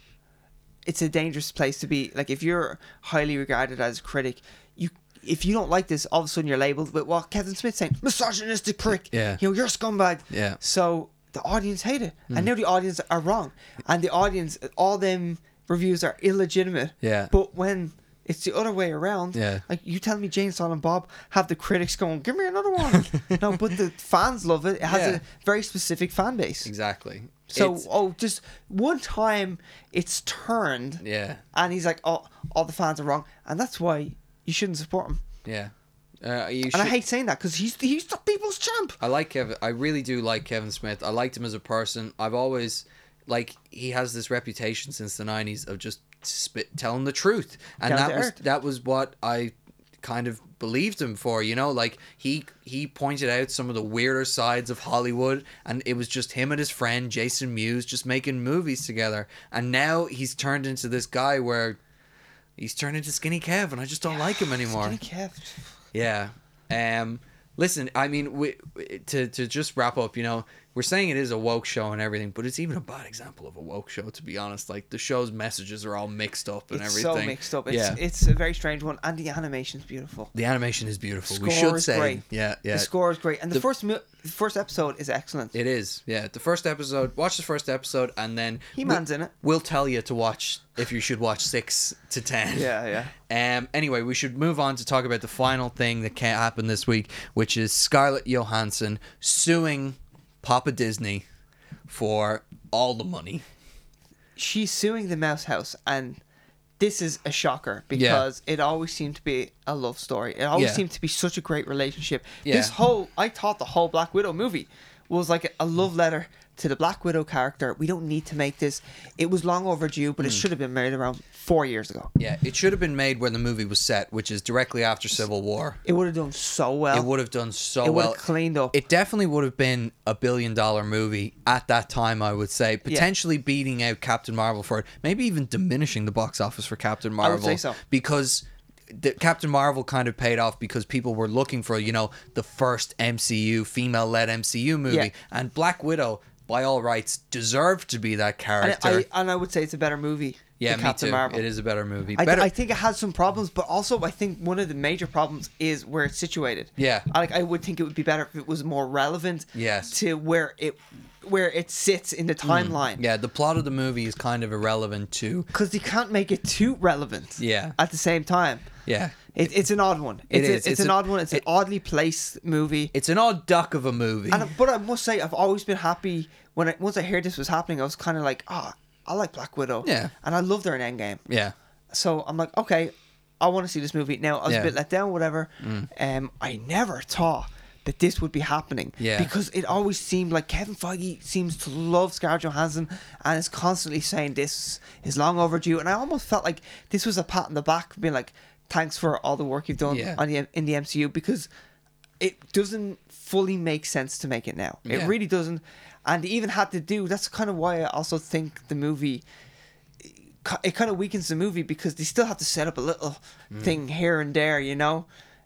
Speaker 2: it's a dangerous place to be. Like if you're highly regarded as a critic, you if you don't like this, all of a sudden you're labeled with what Kevin Smith saying, misogynistic prick.
Speaker 1: Yeah.
Speaker 2: You know, you're a scumbag.
Speaker 1: Yeah. Hmm.
Speaker 2: So the audience hate it. And now the audience are wrong. And the audience all them reviews are illegitimate.
Speaker 1: Yeah.
Speaker 2: But when it's the other way around.
Speaker 1: Yeah.
Speaker 2: Like you telling me Jane Silent Bob have the critics going, Give me another one. no, but the fans love it. It has
Speaker 1: Yeah.
Speaker 2: a very specific fan base.
Speaker 1: Exactly.
Speaker 2: So
Speaker 1: It's-
Speaker 2: oh, just one time it's turned,
Speaker 1: yeah.
Speaker 2: and he's like, "Oh, all the fans are wrong," and that's why you shouldn't support him.
Speaker 1: Yeah. Uh, you
Speaker 2: And I
Speaker 1: should-
Speaker 2: hate saying that because he's he's the people's champ.
Speaker 1: I like Kevin. I really do like Kevin Smith. I liked him as a person. I've always like he has this reputation since the '90s of just spit telling the truth, and
Speaker 2: Down to
Speaker 1: that was
Speaker 2: earth.
Speaker 1: that was what I kind of believed him for. You know, like he he pointed out some of the weirder sides of Hollywood, and it was just him and his friend Jason Mewes just making movies together. And now he's turned into this guy where he's turned into Skinny Kev, and I just don't like him anymore.
Speaker 2: Skinny Kev.
Speaker 1: Yeah. Um. Listen, I mean, we, to to just wrap up, you know, we're saying it is a woke show and everything, but it's even a bad example of a woke show, to be honest. Like the show's messages are all mixed up and
Speaker 2: It's
Speaker 1: everything.
Speaker 2: so mixed up. It's,
Speaker 1: Yeah.
Speaker 2: it's a very strange one, and the animation's beautiful.
Speaker 1: the animation is beautiful.
Speaker 2: Score
Speaker 1: we should
Speaker 2: is
Speaker 1: say,
Speaker 2: great.
Speaker 1: yeah, yeah,
Speaker 2: The score is great, and the,
Speaker 1: The-
Speaker 2: first mi- the first episode is excellent.
Speaker 1: it is. Yeah, the first episode. Watch the first episode, and then
Speaker 2: He-Man's
Speaker 1: we-
Speaker 2: in it.
Speaker 1: We'll tell you to watch if you should watch six to ten.
Speaker 2: Yeah, yeah.
Speaker 1: Um, anyway, we should move on to talk about the final thing that can't happen this week, which is Scarlett Johansson suing Papa Disney for all the money.
Speaker 2: she's suing the Mouse House, and this is a shocker because it always seemed to be a love story. It always
Speaker 1: Yeah.
Speaker 2: seemed to be such a great relationship.
Speaker 1: Yeah.
Speaker 2: This whole I thought the whole Black Widow movie was like a love letter to the Black Widow character. We don't need to make this. It was long overdue, but it
Speaker 1: Mm.
Speaker 2: should have been made around four years ago.
Speaker 1: Yeah, it should have been made when the movie was set, which is directly after Civil War.
Speaker 2: It would have done so well.
Speaker 1: It would have done so
Speaker 2: Oh. It would
Speaker 1: well.
Speaker 2: have cleaned up.
Speaker 1: It definitely would have been a billion dollar movie at that time, I would say, potentially beating out Captain Marvel for it, maybe even diminishing the box office for Captain Marvel.
Speaker 2: would say so.
Speaker 1: Because the Captain Marvel kind of paid off because people were looking for, you know, the first MCU, female led MCU movie.
Speaker 2: Yeah.
Speaker 1: And Black Widow, by all rights, deserved to be that
Speaker 2: and
Speaker 1: character.
Speaker 2: I, and I would say it's a better movie.
Speaker 1: Yeah,
Speaker 2: the
Speaker 1: me
Speaker 2: Captain
Speaker 1: too.
Speaker 2: Marvel.
Speaker 1: It is a better movie.
Speaker 2: I, th-
Speaker 1: better.
Speaker 2: I think it has some problems, but also I think one of the major problems is where it's situated.
Speaker 1: Yeah.
Speaker 2: I- like I would think it would be better if it was more relevant.
Speaker 1: Yes. Mm.
Speaker 2: to where it where it sits in the timeline.
Speaker 1: yeah, the plot of the movie is kind of irrelevant to.
Speaker 2: because you can't make it too relevant.
Speaker 1: Yeah.
Speaker 2: at the same time.
Speaker 1: Yeah,
Speaker 2: It, it's an odd one.
Speaker 1: It
Speaker 2: It's, a-
Speaker 1: is.
Speaker 2: it's,
Speaker 1: It's
Speaker 2: an
Speaker 1: a-
Speaker 2: odd one. It's an
Speaker 1: it-
Speaker 2: oddly placed movie.
Speaker 1: it's an odd duck of a movie.
Speaker 2: And but I must say, I've always been happy when I, once I heard this was happening. I was kind of like, ah, I like Black Widow.
Speaker 1: Yeah.
Speaker 2: and I loved her in Endgame.
Speaker 1: yeah,
Speaker 2: So I'm like, okay, I want to see this movie. Now I was
Speaker 1: Yeah. Mm.
Speaker 2: a bit let down, whatever. Um, I never thought that this would be happening.
Speaker 1: Yeah.
Speaker 2: Because it always seemed like Kevin Feige seems to love Scarlett Johansson and is constantly saying this is long overdue. And I almost felt like this was a pat on the back, being like, thanks for all the work you've done
Speaker 1: Yeah.
Speaker 2: on the, in the MCU because it doesn't fully make sense to make it now. It
Speaker 1: Yeah.
Speaker 2: really doesn't. And they even had to do. That's kind of why I also think the movie ki- it kind of weakens the movie because they still have to set up a little
Speaker 1: Mm.
Speaker 2: thing here and there, you know.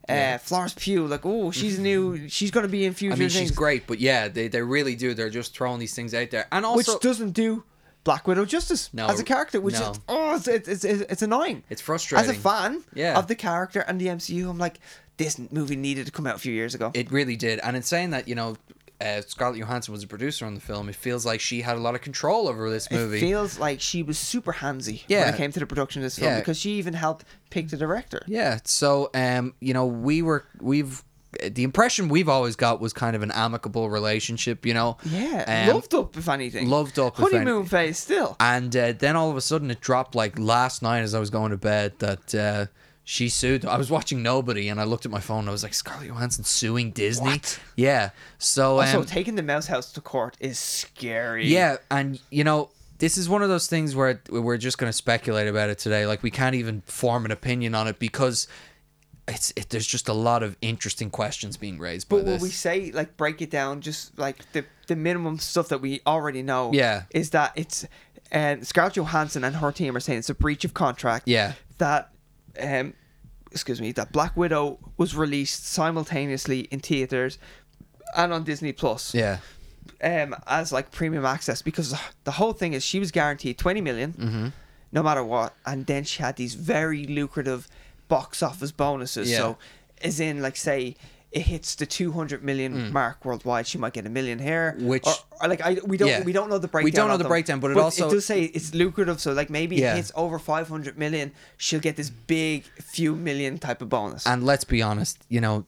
Speaker 2: Uh, Florence Pugh, like, oh, she's new. She's gonna be in future
Speaker 1: I mean
Speaker 2: things,
Speaker 1: she's great, but yeah, they, they really do. They're just throwing these things out there, and
Speaker 2: which
Speaker 1: also
Speaker 2: doesn't do Black Widow justice
Speaker 1: No,
Speaker 2: as a character. Which
Speaker 1: no.
Speaker 2: is oh, it's it's, it's it's annoying.
Speaker 1: It's
Speaker 2: As
Speaker 1: frustrating.
Speaker 2: a fan
Speaker 1: Yeah.
Speaker 2: of the character and the MCU, I'm like, this movie needed to come out a few years ago.
Speaker 1: It really did. And in saying that, you know, uh, Scarlett Johansson was a producer on the film. It feels like she had a lot of control over this movie.
Speaker 2: It feels like she was super handsy when
Speaker 1: Yeah.
Speaker 2: it came to the production of this film
Speaker 1: Yeah.
Speaker 2: because she even helped pick the director.
Speaker 1: yeah. So, um, you know, we were we've the impression we've always got was kind of an amicable relationship. You know.
Speaker 2: Yeah,
Speaker 1: Um,
Speaker 2: loved up if anything.
Speaker 1: loved up, if any-
Speaker 2: honeymoon phase still.
Speaker 1: And uh, then all of a sudden it dropped like last night as I was going to bed that uh, she sued. I was watching Nobody and I looked at my phone and I was like, Scarlett Johansson suing Disney?
Speaker 2: What?
Speaker 1: Yeah. So
Speaker 2: Also,
Speaker 1: um,
Speaker 2: taking the mouse house to court is scary.
Speaker 1: Yeah, and you know, this is one of those things where we're just going to speculate about it today. Like we can't even form an opinion on it because it's it, there's just a lot of interesting questions being raised by
Speaker 2: But what
Speaker 1: this.
Speaker 2: we say, like, break it down, just like the, the minimum stuff that we already know.
Speaker 1: Yeah.
Speaker 2: Is that it's um, Scarlett Johansson and her team are saying it's a breach of contract.
Speaker 1: Yeah.
Speaker 2: That, um, excuse me, that Black Widow was released simultaneously in theaters and on Disney Plus.
Speaker 1: yeah.
Speaker 2: um, as like premium access because the whole thing is she was guaranteed 20 million,
Speaker 1: Mm-hmm.
Speaker 2: no matter what and then she had these very lucrative box office bonuses
Speaker 1: Yeah. Mm.
Speaker 2: so as in like say it hits the 200 million mark worldwide she might get a million here
Speaker 1: Which-
Speaker 2: or, or, like I we don't
Speaker 1: yeah.
Speaker 2: we don't know the breakdown
Speaker 1: We don't know
Speaker 2: of
Speaker 1: the
Speaker 2: them.
Speaker 1: breakdown, but it also-
Speaker 2: it does say it's lucrative so like maybe
Speaker 1: Yeah.
Speaker 2: it hits over 500 million she'll get this big few million type of bonus
Speaker 1: And let's be honest, you know,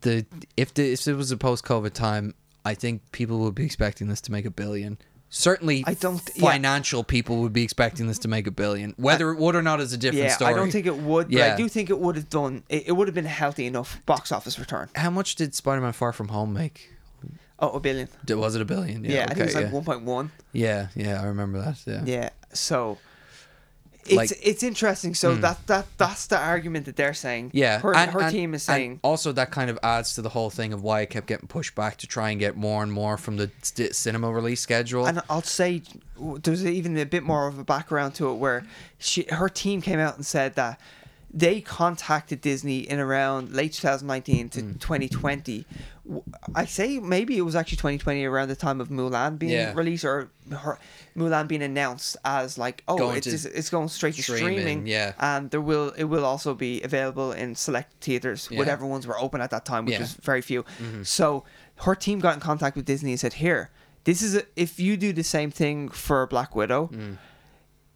Speaker 1: the if the if it was a post-COVID time, I think people would be expecting this to make a billion. Certainly,
Speaker 2: I don't- yeah.
Speaker 1: Financial people would be expecting this to make a billion. Whether it would or not is a different
Speaker 2: yeah,
Speaker 1: story.
Speaker 2: I don't think it would, but
Speaker 1: Yeah.
Speaker 2: I do think it would have done. It, it would have been a healthy enough box office return.
Speaker 1: How much did Spider-Man: Far From Home make?
Speaker 2: Oh, a billion.
Speaker 1: Did- Was it a billion? Yeah,
Speaker 2: Yeah,
Speaker 1: okay,
Speaker 2: I think it's
Speaker 1: yeah.
Speaker 2: like one point one.
Speaker 1: Yeah, yeah, I remember that. Yeah.
Speaker 2: Yeah, so it's
Speaker 1: Like- hmm.
Speaker 2: it's interesting. So that that that's the argument that they're saying.
Speaker 1: Yeah,
Speaker 2: her,
Speaker 1: and-
Speaker 2: her
Speaker 1: and-
Speaker 2: team is
Speaker 1: and
Speaker 2: saying.
Speaker 1: also that kind of adds to the whole thing of why it kept getting pushed back to try and get more and more from the st- cinema release schedule.
Speaker 2: And I'll say w- there's even a bit more of a background to it where she her team came out and said that they contacted Disney in around late 2019 to
Speaker 1: Hmm.
Speaker 2: 2020. W- I say maybe it was actually 2020 around the time of Mulan being
Speaker 1: Yeah.
Speaker 2: released or her, Mulan being announced as like oh
Speaker 1: Going
Speaker 2: it's
Speaker 1: to
Speaker 2: just- it's going straight to
Speaker 1: streaming,
Speaker 2: streaming,
Speaker 1: yeah.
Speaker 2: and there will it will also be available in select theaters
Speaker 1: Yeah.
Speaker 2: whatever ones were open at that time which
Speaker 1: Yeah. Mm-hmm.
Speaker 2: was very few so her team got in contact with disney and said here this is a, if you do the same thing for black widow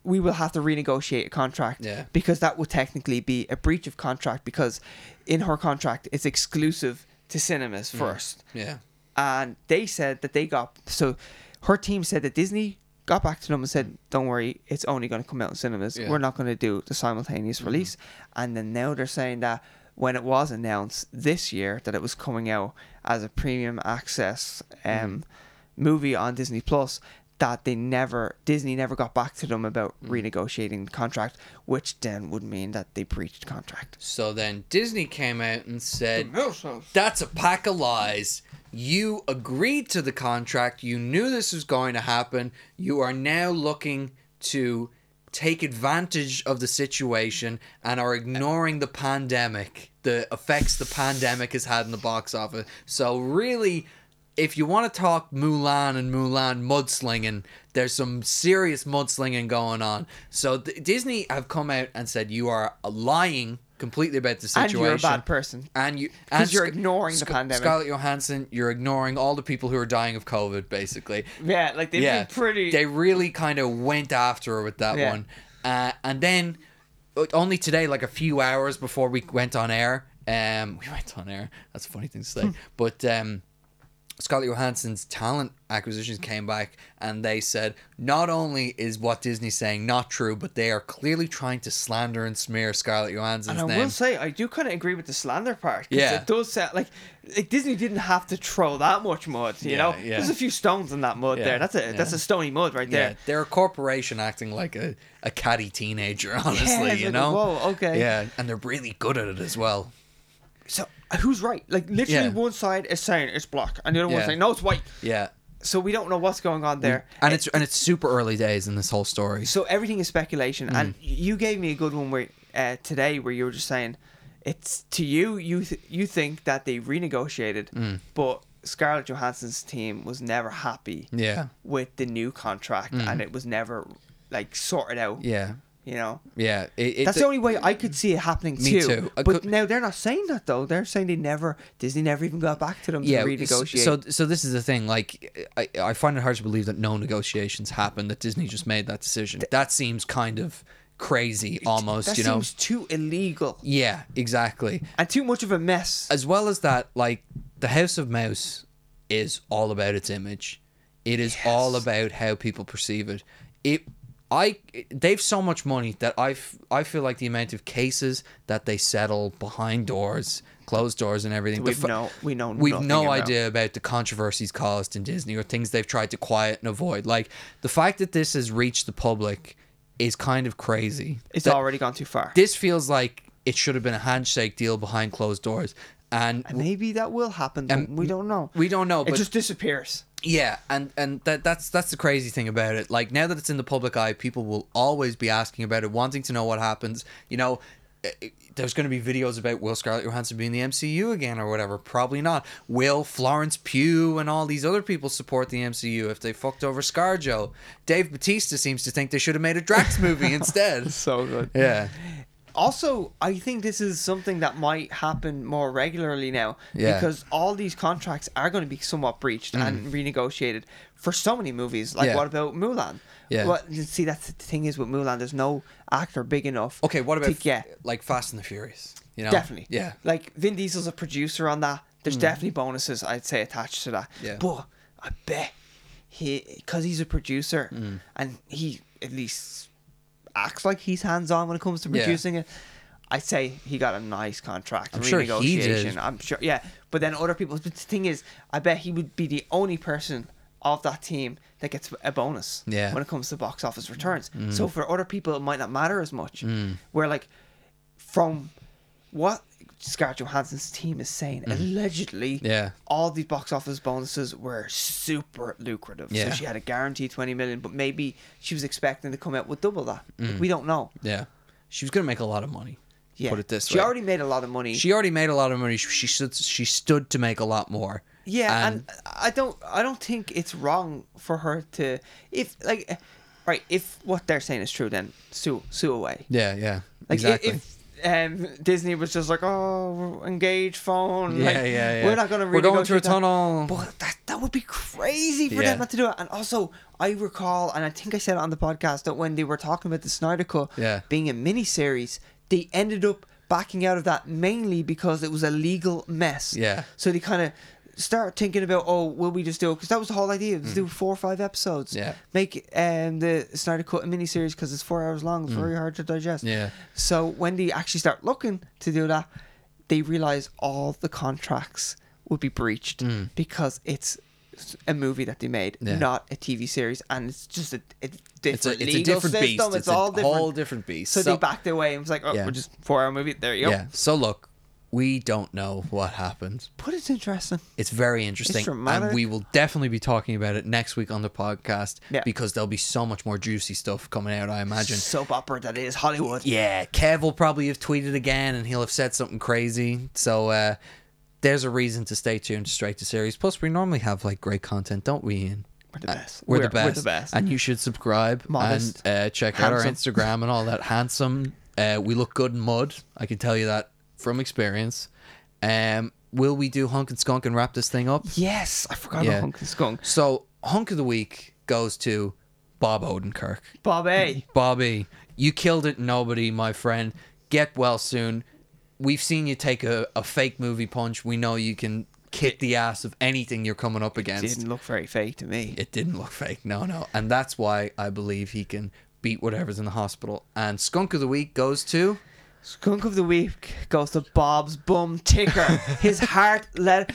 Speaker 2: we will have to renegotiate a contract
Speaker 1: Mm. Yeah.
Speaker 2: because that would technically be a breach of contract because in her contract it's exclusive to cinemas
Speaker 1: Mm.
Speaker 2: first
Speaker 1: yeah.
Speaker 2: and they said that they got so her team said that Disney got back to them and said, "Don't worry, it's only going to come out in cinemas.
Speaker 1: Yeah. Mm-hmm.
Speaker 2: We're not going to do the simultaneous release." And then now they're saying that when it was announced this year that it was coming out as a premium access
Speaker 1: Mm-hmm.
Speaker 2: um, movie on Disney Plus. That they never Disney never got back to them about
Speaker 1: Mm.
Speaker 2: renegotiating the contract, which then would mean that they breached contract.
Speaker 1: So then Disney came out and said, "That's a pack of lies. You agreed to the contract. You knew this was going to happen. You are now looking to take advantage of the situation and are ignoring the pandemic, the effects the pandemic has had in the box office. So really, if you want to talk Mulan and Mulan mudslinging, there's some serious mudslinging going on. So th- Disney have come out and said you are lying completely about the
Speaker 2: And
Speaker 1: situation.
Speaker 2: you're a bad person.
Speaker 1: And you
Speaker 2: 'Cause
Speaker 1: and
Speaker 2: you're
Speaker 1: Sc-
Speaker 2: ignoring the
Speaker 1: Sc-
Speaker 2: pandemic.
Speaker 1: Scarlett Johansson, you're ignoring all the people who are dying of COVID, basically.
Speaker 2: Yeah, like they've
Speaker 1: yeah,
Speaker 2: been pretty.
Speaker 1: They really kind of went after her with that
Speaker 2: Yeah.
Speaker 1: one. Uh, and then uh, only today, like a few hours before we went on air, um, we went on air. That's a funny thing to
Speaker 2: Hmm.
Speaker 1: say, but um, Scarlett Johansson's talent acquisitions came back, and they said not only is what Disney's saying not true, but they are clearly trying to slander and smear Scarlett Johansson's
Speaker 2: and I
Speaker 1: name.
Speaker 2: will say, I do kind of agree with the slander part. 'cause
Speaker 1: Yeah.
Speaker 2: it does sound like, like Disney didn't have to throw that much mud. You
Speaker 1: Yeah,
Speaker 2: know,
Speaker 1: yeah.
Speaker 2: there's a few stones in that mud
Speaker 1: Yeah,
Speaker 2: there. That's a that's
Speaker 1: yeah.
Speaker 2: a stony mud right
Speaker 1: yeah,
Speaker 2: there.
Speaker 1: they're a corporation acting like a, a catty teenager, honestly,
Speaker 2: it's
Speaker 1: you
Speaker 2: like,
Speaker 1: know?
Speaker 2: whoa, okay.
Speaker 1: Yeah, and they're really good at it as well.
Speaker 2: So uh, who's right? Like literally,
Speaker 1: Yeah.
Speaker 2: one side is saying it's black, and the other one's
Speaker 1: Yeah.
Speaker 2: saying no, it's white.
Speaker 1: Yeah.
Speaker 2: So we don't know what's going on there.
Speaker 1: and it's and it's super early days in this whole story.
Speaker 2: so everything is
Speaker 1: Mm.
Speaker 2: speculation. And you gave me a good one where uh, today, where you were just saying, it's to you. You th- you think that they renegotiated,
Speaker 1: Mm.
Speaker 2: but Scarlett Johansson's team was never happy
Speaker 1: Yeah,
Speaker 2: with the new contract, and it was never like sorted out.
Speaker 1: Mm. yeah,
Speaker 2: You know,
Speaker 1: yeah. It, it,
Speaker 2: that's the only way I could see it happening
Speaker 1: Me
Speaker 2: too.
Speaker 1: too. I
Speaker 2: But
Speaker 1: could-
Speaker 2: now they're not saying that though. They're saying they never Disney never even got back to them
Speaker 1: yeah. s-
Speaker 2: to renegotiate.
Speaker 1: So so this is the thing. Like I I find it hard to believe that no negotiations happened. That Disney just made that decision. that seems kind of crazy, almost.
Speaker 2: that
Speaker 1: you know.
Speaker 2: seems too illegal
Speaker 1: Yeah, Uh, exactly.
Speaker 2: and too much of a mess.
Speaker 1: as well as that, like the House of Mouse is all about its image. It is all about how people perceive it. It, I, they've so much money that I, f- I feel like the amount of cases that they settle behind doors, closed doors, and everything. the
Speaker 2: We've no- we know
Speaker 1: We've
Speaker 2: nothing
Speaker 1: no
Speaker 2: about.
Speaker 1: idea about the controversies caused in Disney or things they've tried to quiet and avoid. Like the fact that this has reached the public is kind of crazy.
Speaker 2: It's
Speaker 1: That-
Speaker 2: already gone too far.
Speaker 1: this feels like it should have been a handshake deal behind closed doors. And
Speaker 2: Maybe that will happen. though. we don't know.
Speaker 1: Um, we don't know,
Speaker 2: It
Speaker 1: but
Speaker 2: just disappears.
Speaker 1: yeah, and and that that's that's the crazy thing about it. Like now that it's in the public eye, people will always be asking about it, wanting to know what happens. You know, eh, eh, there's going to be videos about will Scarlett Johansson be in the MCU again or whatever. Probably not. Will Florence Pugh and all these other people support the MCU if they fucked over ScarJo? Dave Batista seems to think they should have made a Drax movie instead.
Speaker 2: So good.
Speaker 1: Yeah,
Speaker 2: Also, I think this is something that might happen more regularly now
Speaker 1: Yeah. Mm.
Speaker 2: because all these contracts are going to be somewhat breached and renegotiated for so many movies. Like,
Speaker 1: Yeah.
Speaker 2: what about Mulan?
Speaker 1: Yeah.
Speaker 2: Well, you see, that's the thing is with Mulan, there's no actor big enough.
Speaker 1: Okay, what
Speaker 2: to
Speaker 1: about
Speaker 2: get
Speaker 1: like Fast and the Furious? You know,
Speaker 2: Definitely.
Speaker 1: Yeah, Hmm.
Speaker 2: Like Vin Diesel's a producer on that. There's definitely bonuses I'd say attached to that.
Speaker 1: Yeah.
Speaker 2: But I bet he because he's a producer
Speaker 1: Hmm.
Speaker 2: and he at least acts like he's hands on when it comes to
Speaker 1: Yeah.
Speaker 2: producing it. I'd say he got a nice contract
Speaker 1: I'm
Speaker 2: renegotiation.
Speaker 1: sure he did.
Speaker 2: I'm sure, yeah. But then other people. But the thing is, I bet he would be the only person of that team that gets a bonus
Speaker 1: Yeah. Hmm.
Speaker 2: when it comes to box office returns. So for other people, it might not matter as much. Where like from what Scarlett Johansson's team is saying, allegedly,
Speaker 1: Mm-hmm. Yeah.
Speaker 2: all these box office bonuses were super lucrative.
Speaker 1: Yeah.
Speaker 2: So she had a guaranteed twenty million, but maybe she was expecting to come out with double that. Like, we don't know.
Speaker 1: yeah. She was gonna make a lot of money.
Speaker 2: Yeah,
Speaker 1: Mm. Put it this
Speaker 2: she
Speaker 1: way.
Speaker 2: already made a lot of money.
Speaker 1: she already made a lot of money. She, she stood. She stood to make a lot more.
Speaker 2: Yeah, and, I don't I don't think it's wrong for her to if like right, if what they're saying is true then sue sue away.
Speaker 1: yeah, yeah,
Speaker 2: Like
Speaker 1: exactly.
Speaker 2: if, if um, Disney was just like, oh, engage phone.
Speaker 1: Yeah,
Speaker 2: like,
Speaker 1: yeah, yeah.
Speaker 2: We're not gonna.
Speaker 1: We're going
Speaker 2: renegotiate
Speaker 1: through a
Speaker 2: that."
Speaker 1: tunnel.
Speaker 2: But that, that would be crazy for
Speaker 1: Yeah.
Speaker 2: them not to do it. And also, I recall, and I think I said it on the podcast that when they were talking about the Snyder Cut
Speaker 1: Yeah.
Speaker 2: being a mini series, they ended up backing out of that mainly because it was a legal mess.
Speaker 1: Yeah.
Speaker 2: So they kind of start thinking about, oh, will we just do it? Because that was the whole idea. Let's do four or five episodes.
Speaker 1: Mm-hmm. Yeah.
Speaker 2: Make um, the Snyder Cut a mini series because it's four hours
Speaker 1: Mm.
Speaker 2: long. It's very hard to digest.
Speaker 1: Yeah.
Speaker 2: So when they actually start looking to do that, they realize all the contracts would be breached because it's a movie that they made,
Speaker 1: Hmm. Yeah.
Speaker 2: not a TV series, and it's just a, a
Speaker 1: it's a,
Speaker 2: different
Speaker 1: it's a
Speaker 2: legal
Speaker 1: different
Speaker 2: system.
Speaker 1: beast.
Speaker 2: It's, all different.
Speaker 1: whole different beast.
Speaker 2: so, they backed away and was like, "Oh,
Speaker 1: Yeah.
Speaker 2: we're just four-hour movie. There you go."
Speaker 1: yeah. So look, we don't know what happens.
Speaker 2: But it's interesting.
Speaker 1: It's very interesting,
Speaker 2: dramatic.
Speaker 1: and we will definitely be talking about it next week on the podcast
Speaker 2: Yeah.
Speaker 1: because there'll be so much more juicy stuff coming out. I imagine.
Speaker 2: Soap opera that is Hollywood.
Speaker 1: Yeah, Kev will probably have tweeted again and he'll have said something crazy. So uh there's a reason to stay tuned to Straight to Series. Plus, we normally have like great content, don't we? Ian?
Speaker 2: We're the best.
Speaker 1: Uh, We're, the best.
Speaker 2: We're the best.
Speaker 1: And you should subscribe
Speaker 2: Modest.
Speaker 1: and uh, check out our
Speaker 2: Handsome.
Speaker 1: Instagram and all that. Handsome. Uh, we look good in mud. I can tell you that from experience. Um, will we do Hunk and Skunk and wrap this thing up?
Speaker 2: yes, I forgot
Speaker 1: Yeah.
Speaker 2: about Hunk and Skunk.
Speaker 1: So, Hunk of the Week goes to Bob Odenkirk.
Speaker 2: Bobby.
Speaker 1: Bobby, you killed it, nobody, my friend. Get well soon. We've seen you take a, a fake movie punch. We know you can kick the ass of anything you're coming up against.
Speaker 2: Didn't look very fake to me.
Speaker 1: It didn't look fake. No, no. And that's why I believe he can beat whatever's in the hospital. And Skunk of the Week goes to.
Speaker 2: Skunk of the week goes to Bob's bum ticker. His heart let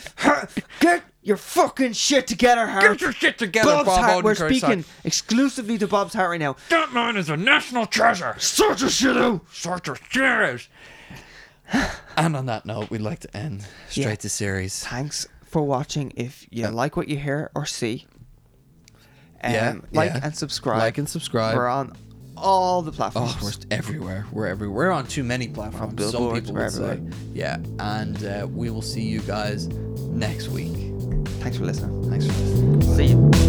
Speaker 2: get your fucking shit together, Hart.
Speaker 1: shit together,
Speaker 2: Bob's heart. We're
Speaker 1: Odenkirk's
Speaker 2: speaking
Speaker 1: heart.
Speaker 2: exclusively to Bob's heart right now.
Speaker 3: That man is a national treasure.
Speaker 2: Sort your shit out.
Speaker 3: Such a serious.
Speaker 1: And on that note, we'd like to end straight
Speaker 2: Yeah.
Speaker 1: to series.
Speaker 2: Thanks for watching. If you like what you hear or see, um,
Speaker 1: Yeah,
Speaker 2: like
Speaker 1: yeah.
Speaker 2: and subscribe.
Speaker 1: Like and subscribe.
Speaker 2: We're on all the platforms.
Speaker 1: Oh, we're everywhere. We're everywhere. We're on too many platforms. Some
Speaker 2: billboards,
Speaker 1: people
Speaker 2: we're
Speaker 1: would say.
Speaker 2: everywhere.
Speaker 1: Yeah. And uh, we will see you guys next week.
Speaker 2: Thanks for listening.
Speaker 1: Thanks for listening.
Speaker 2: See you.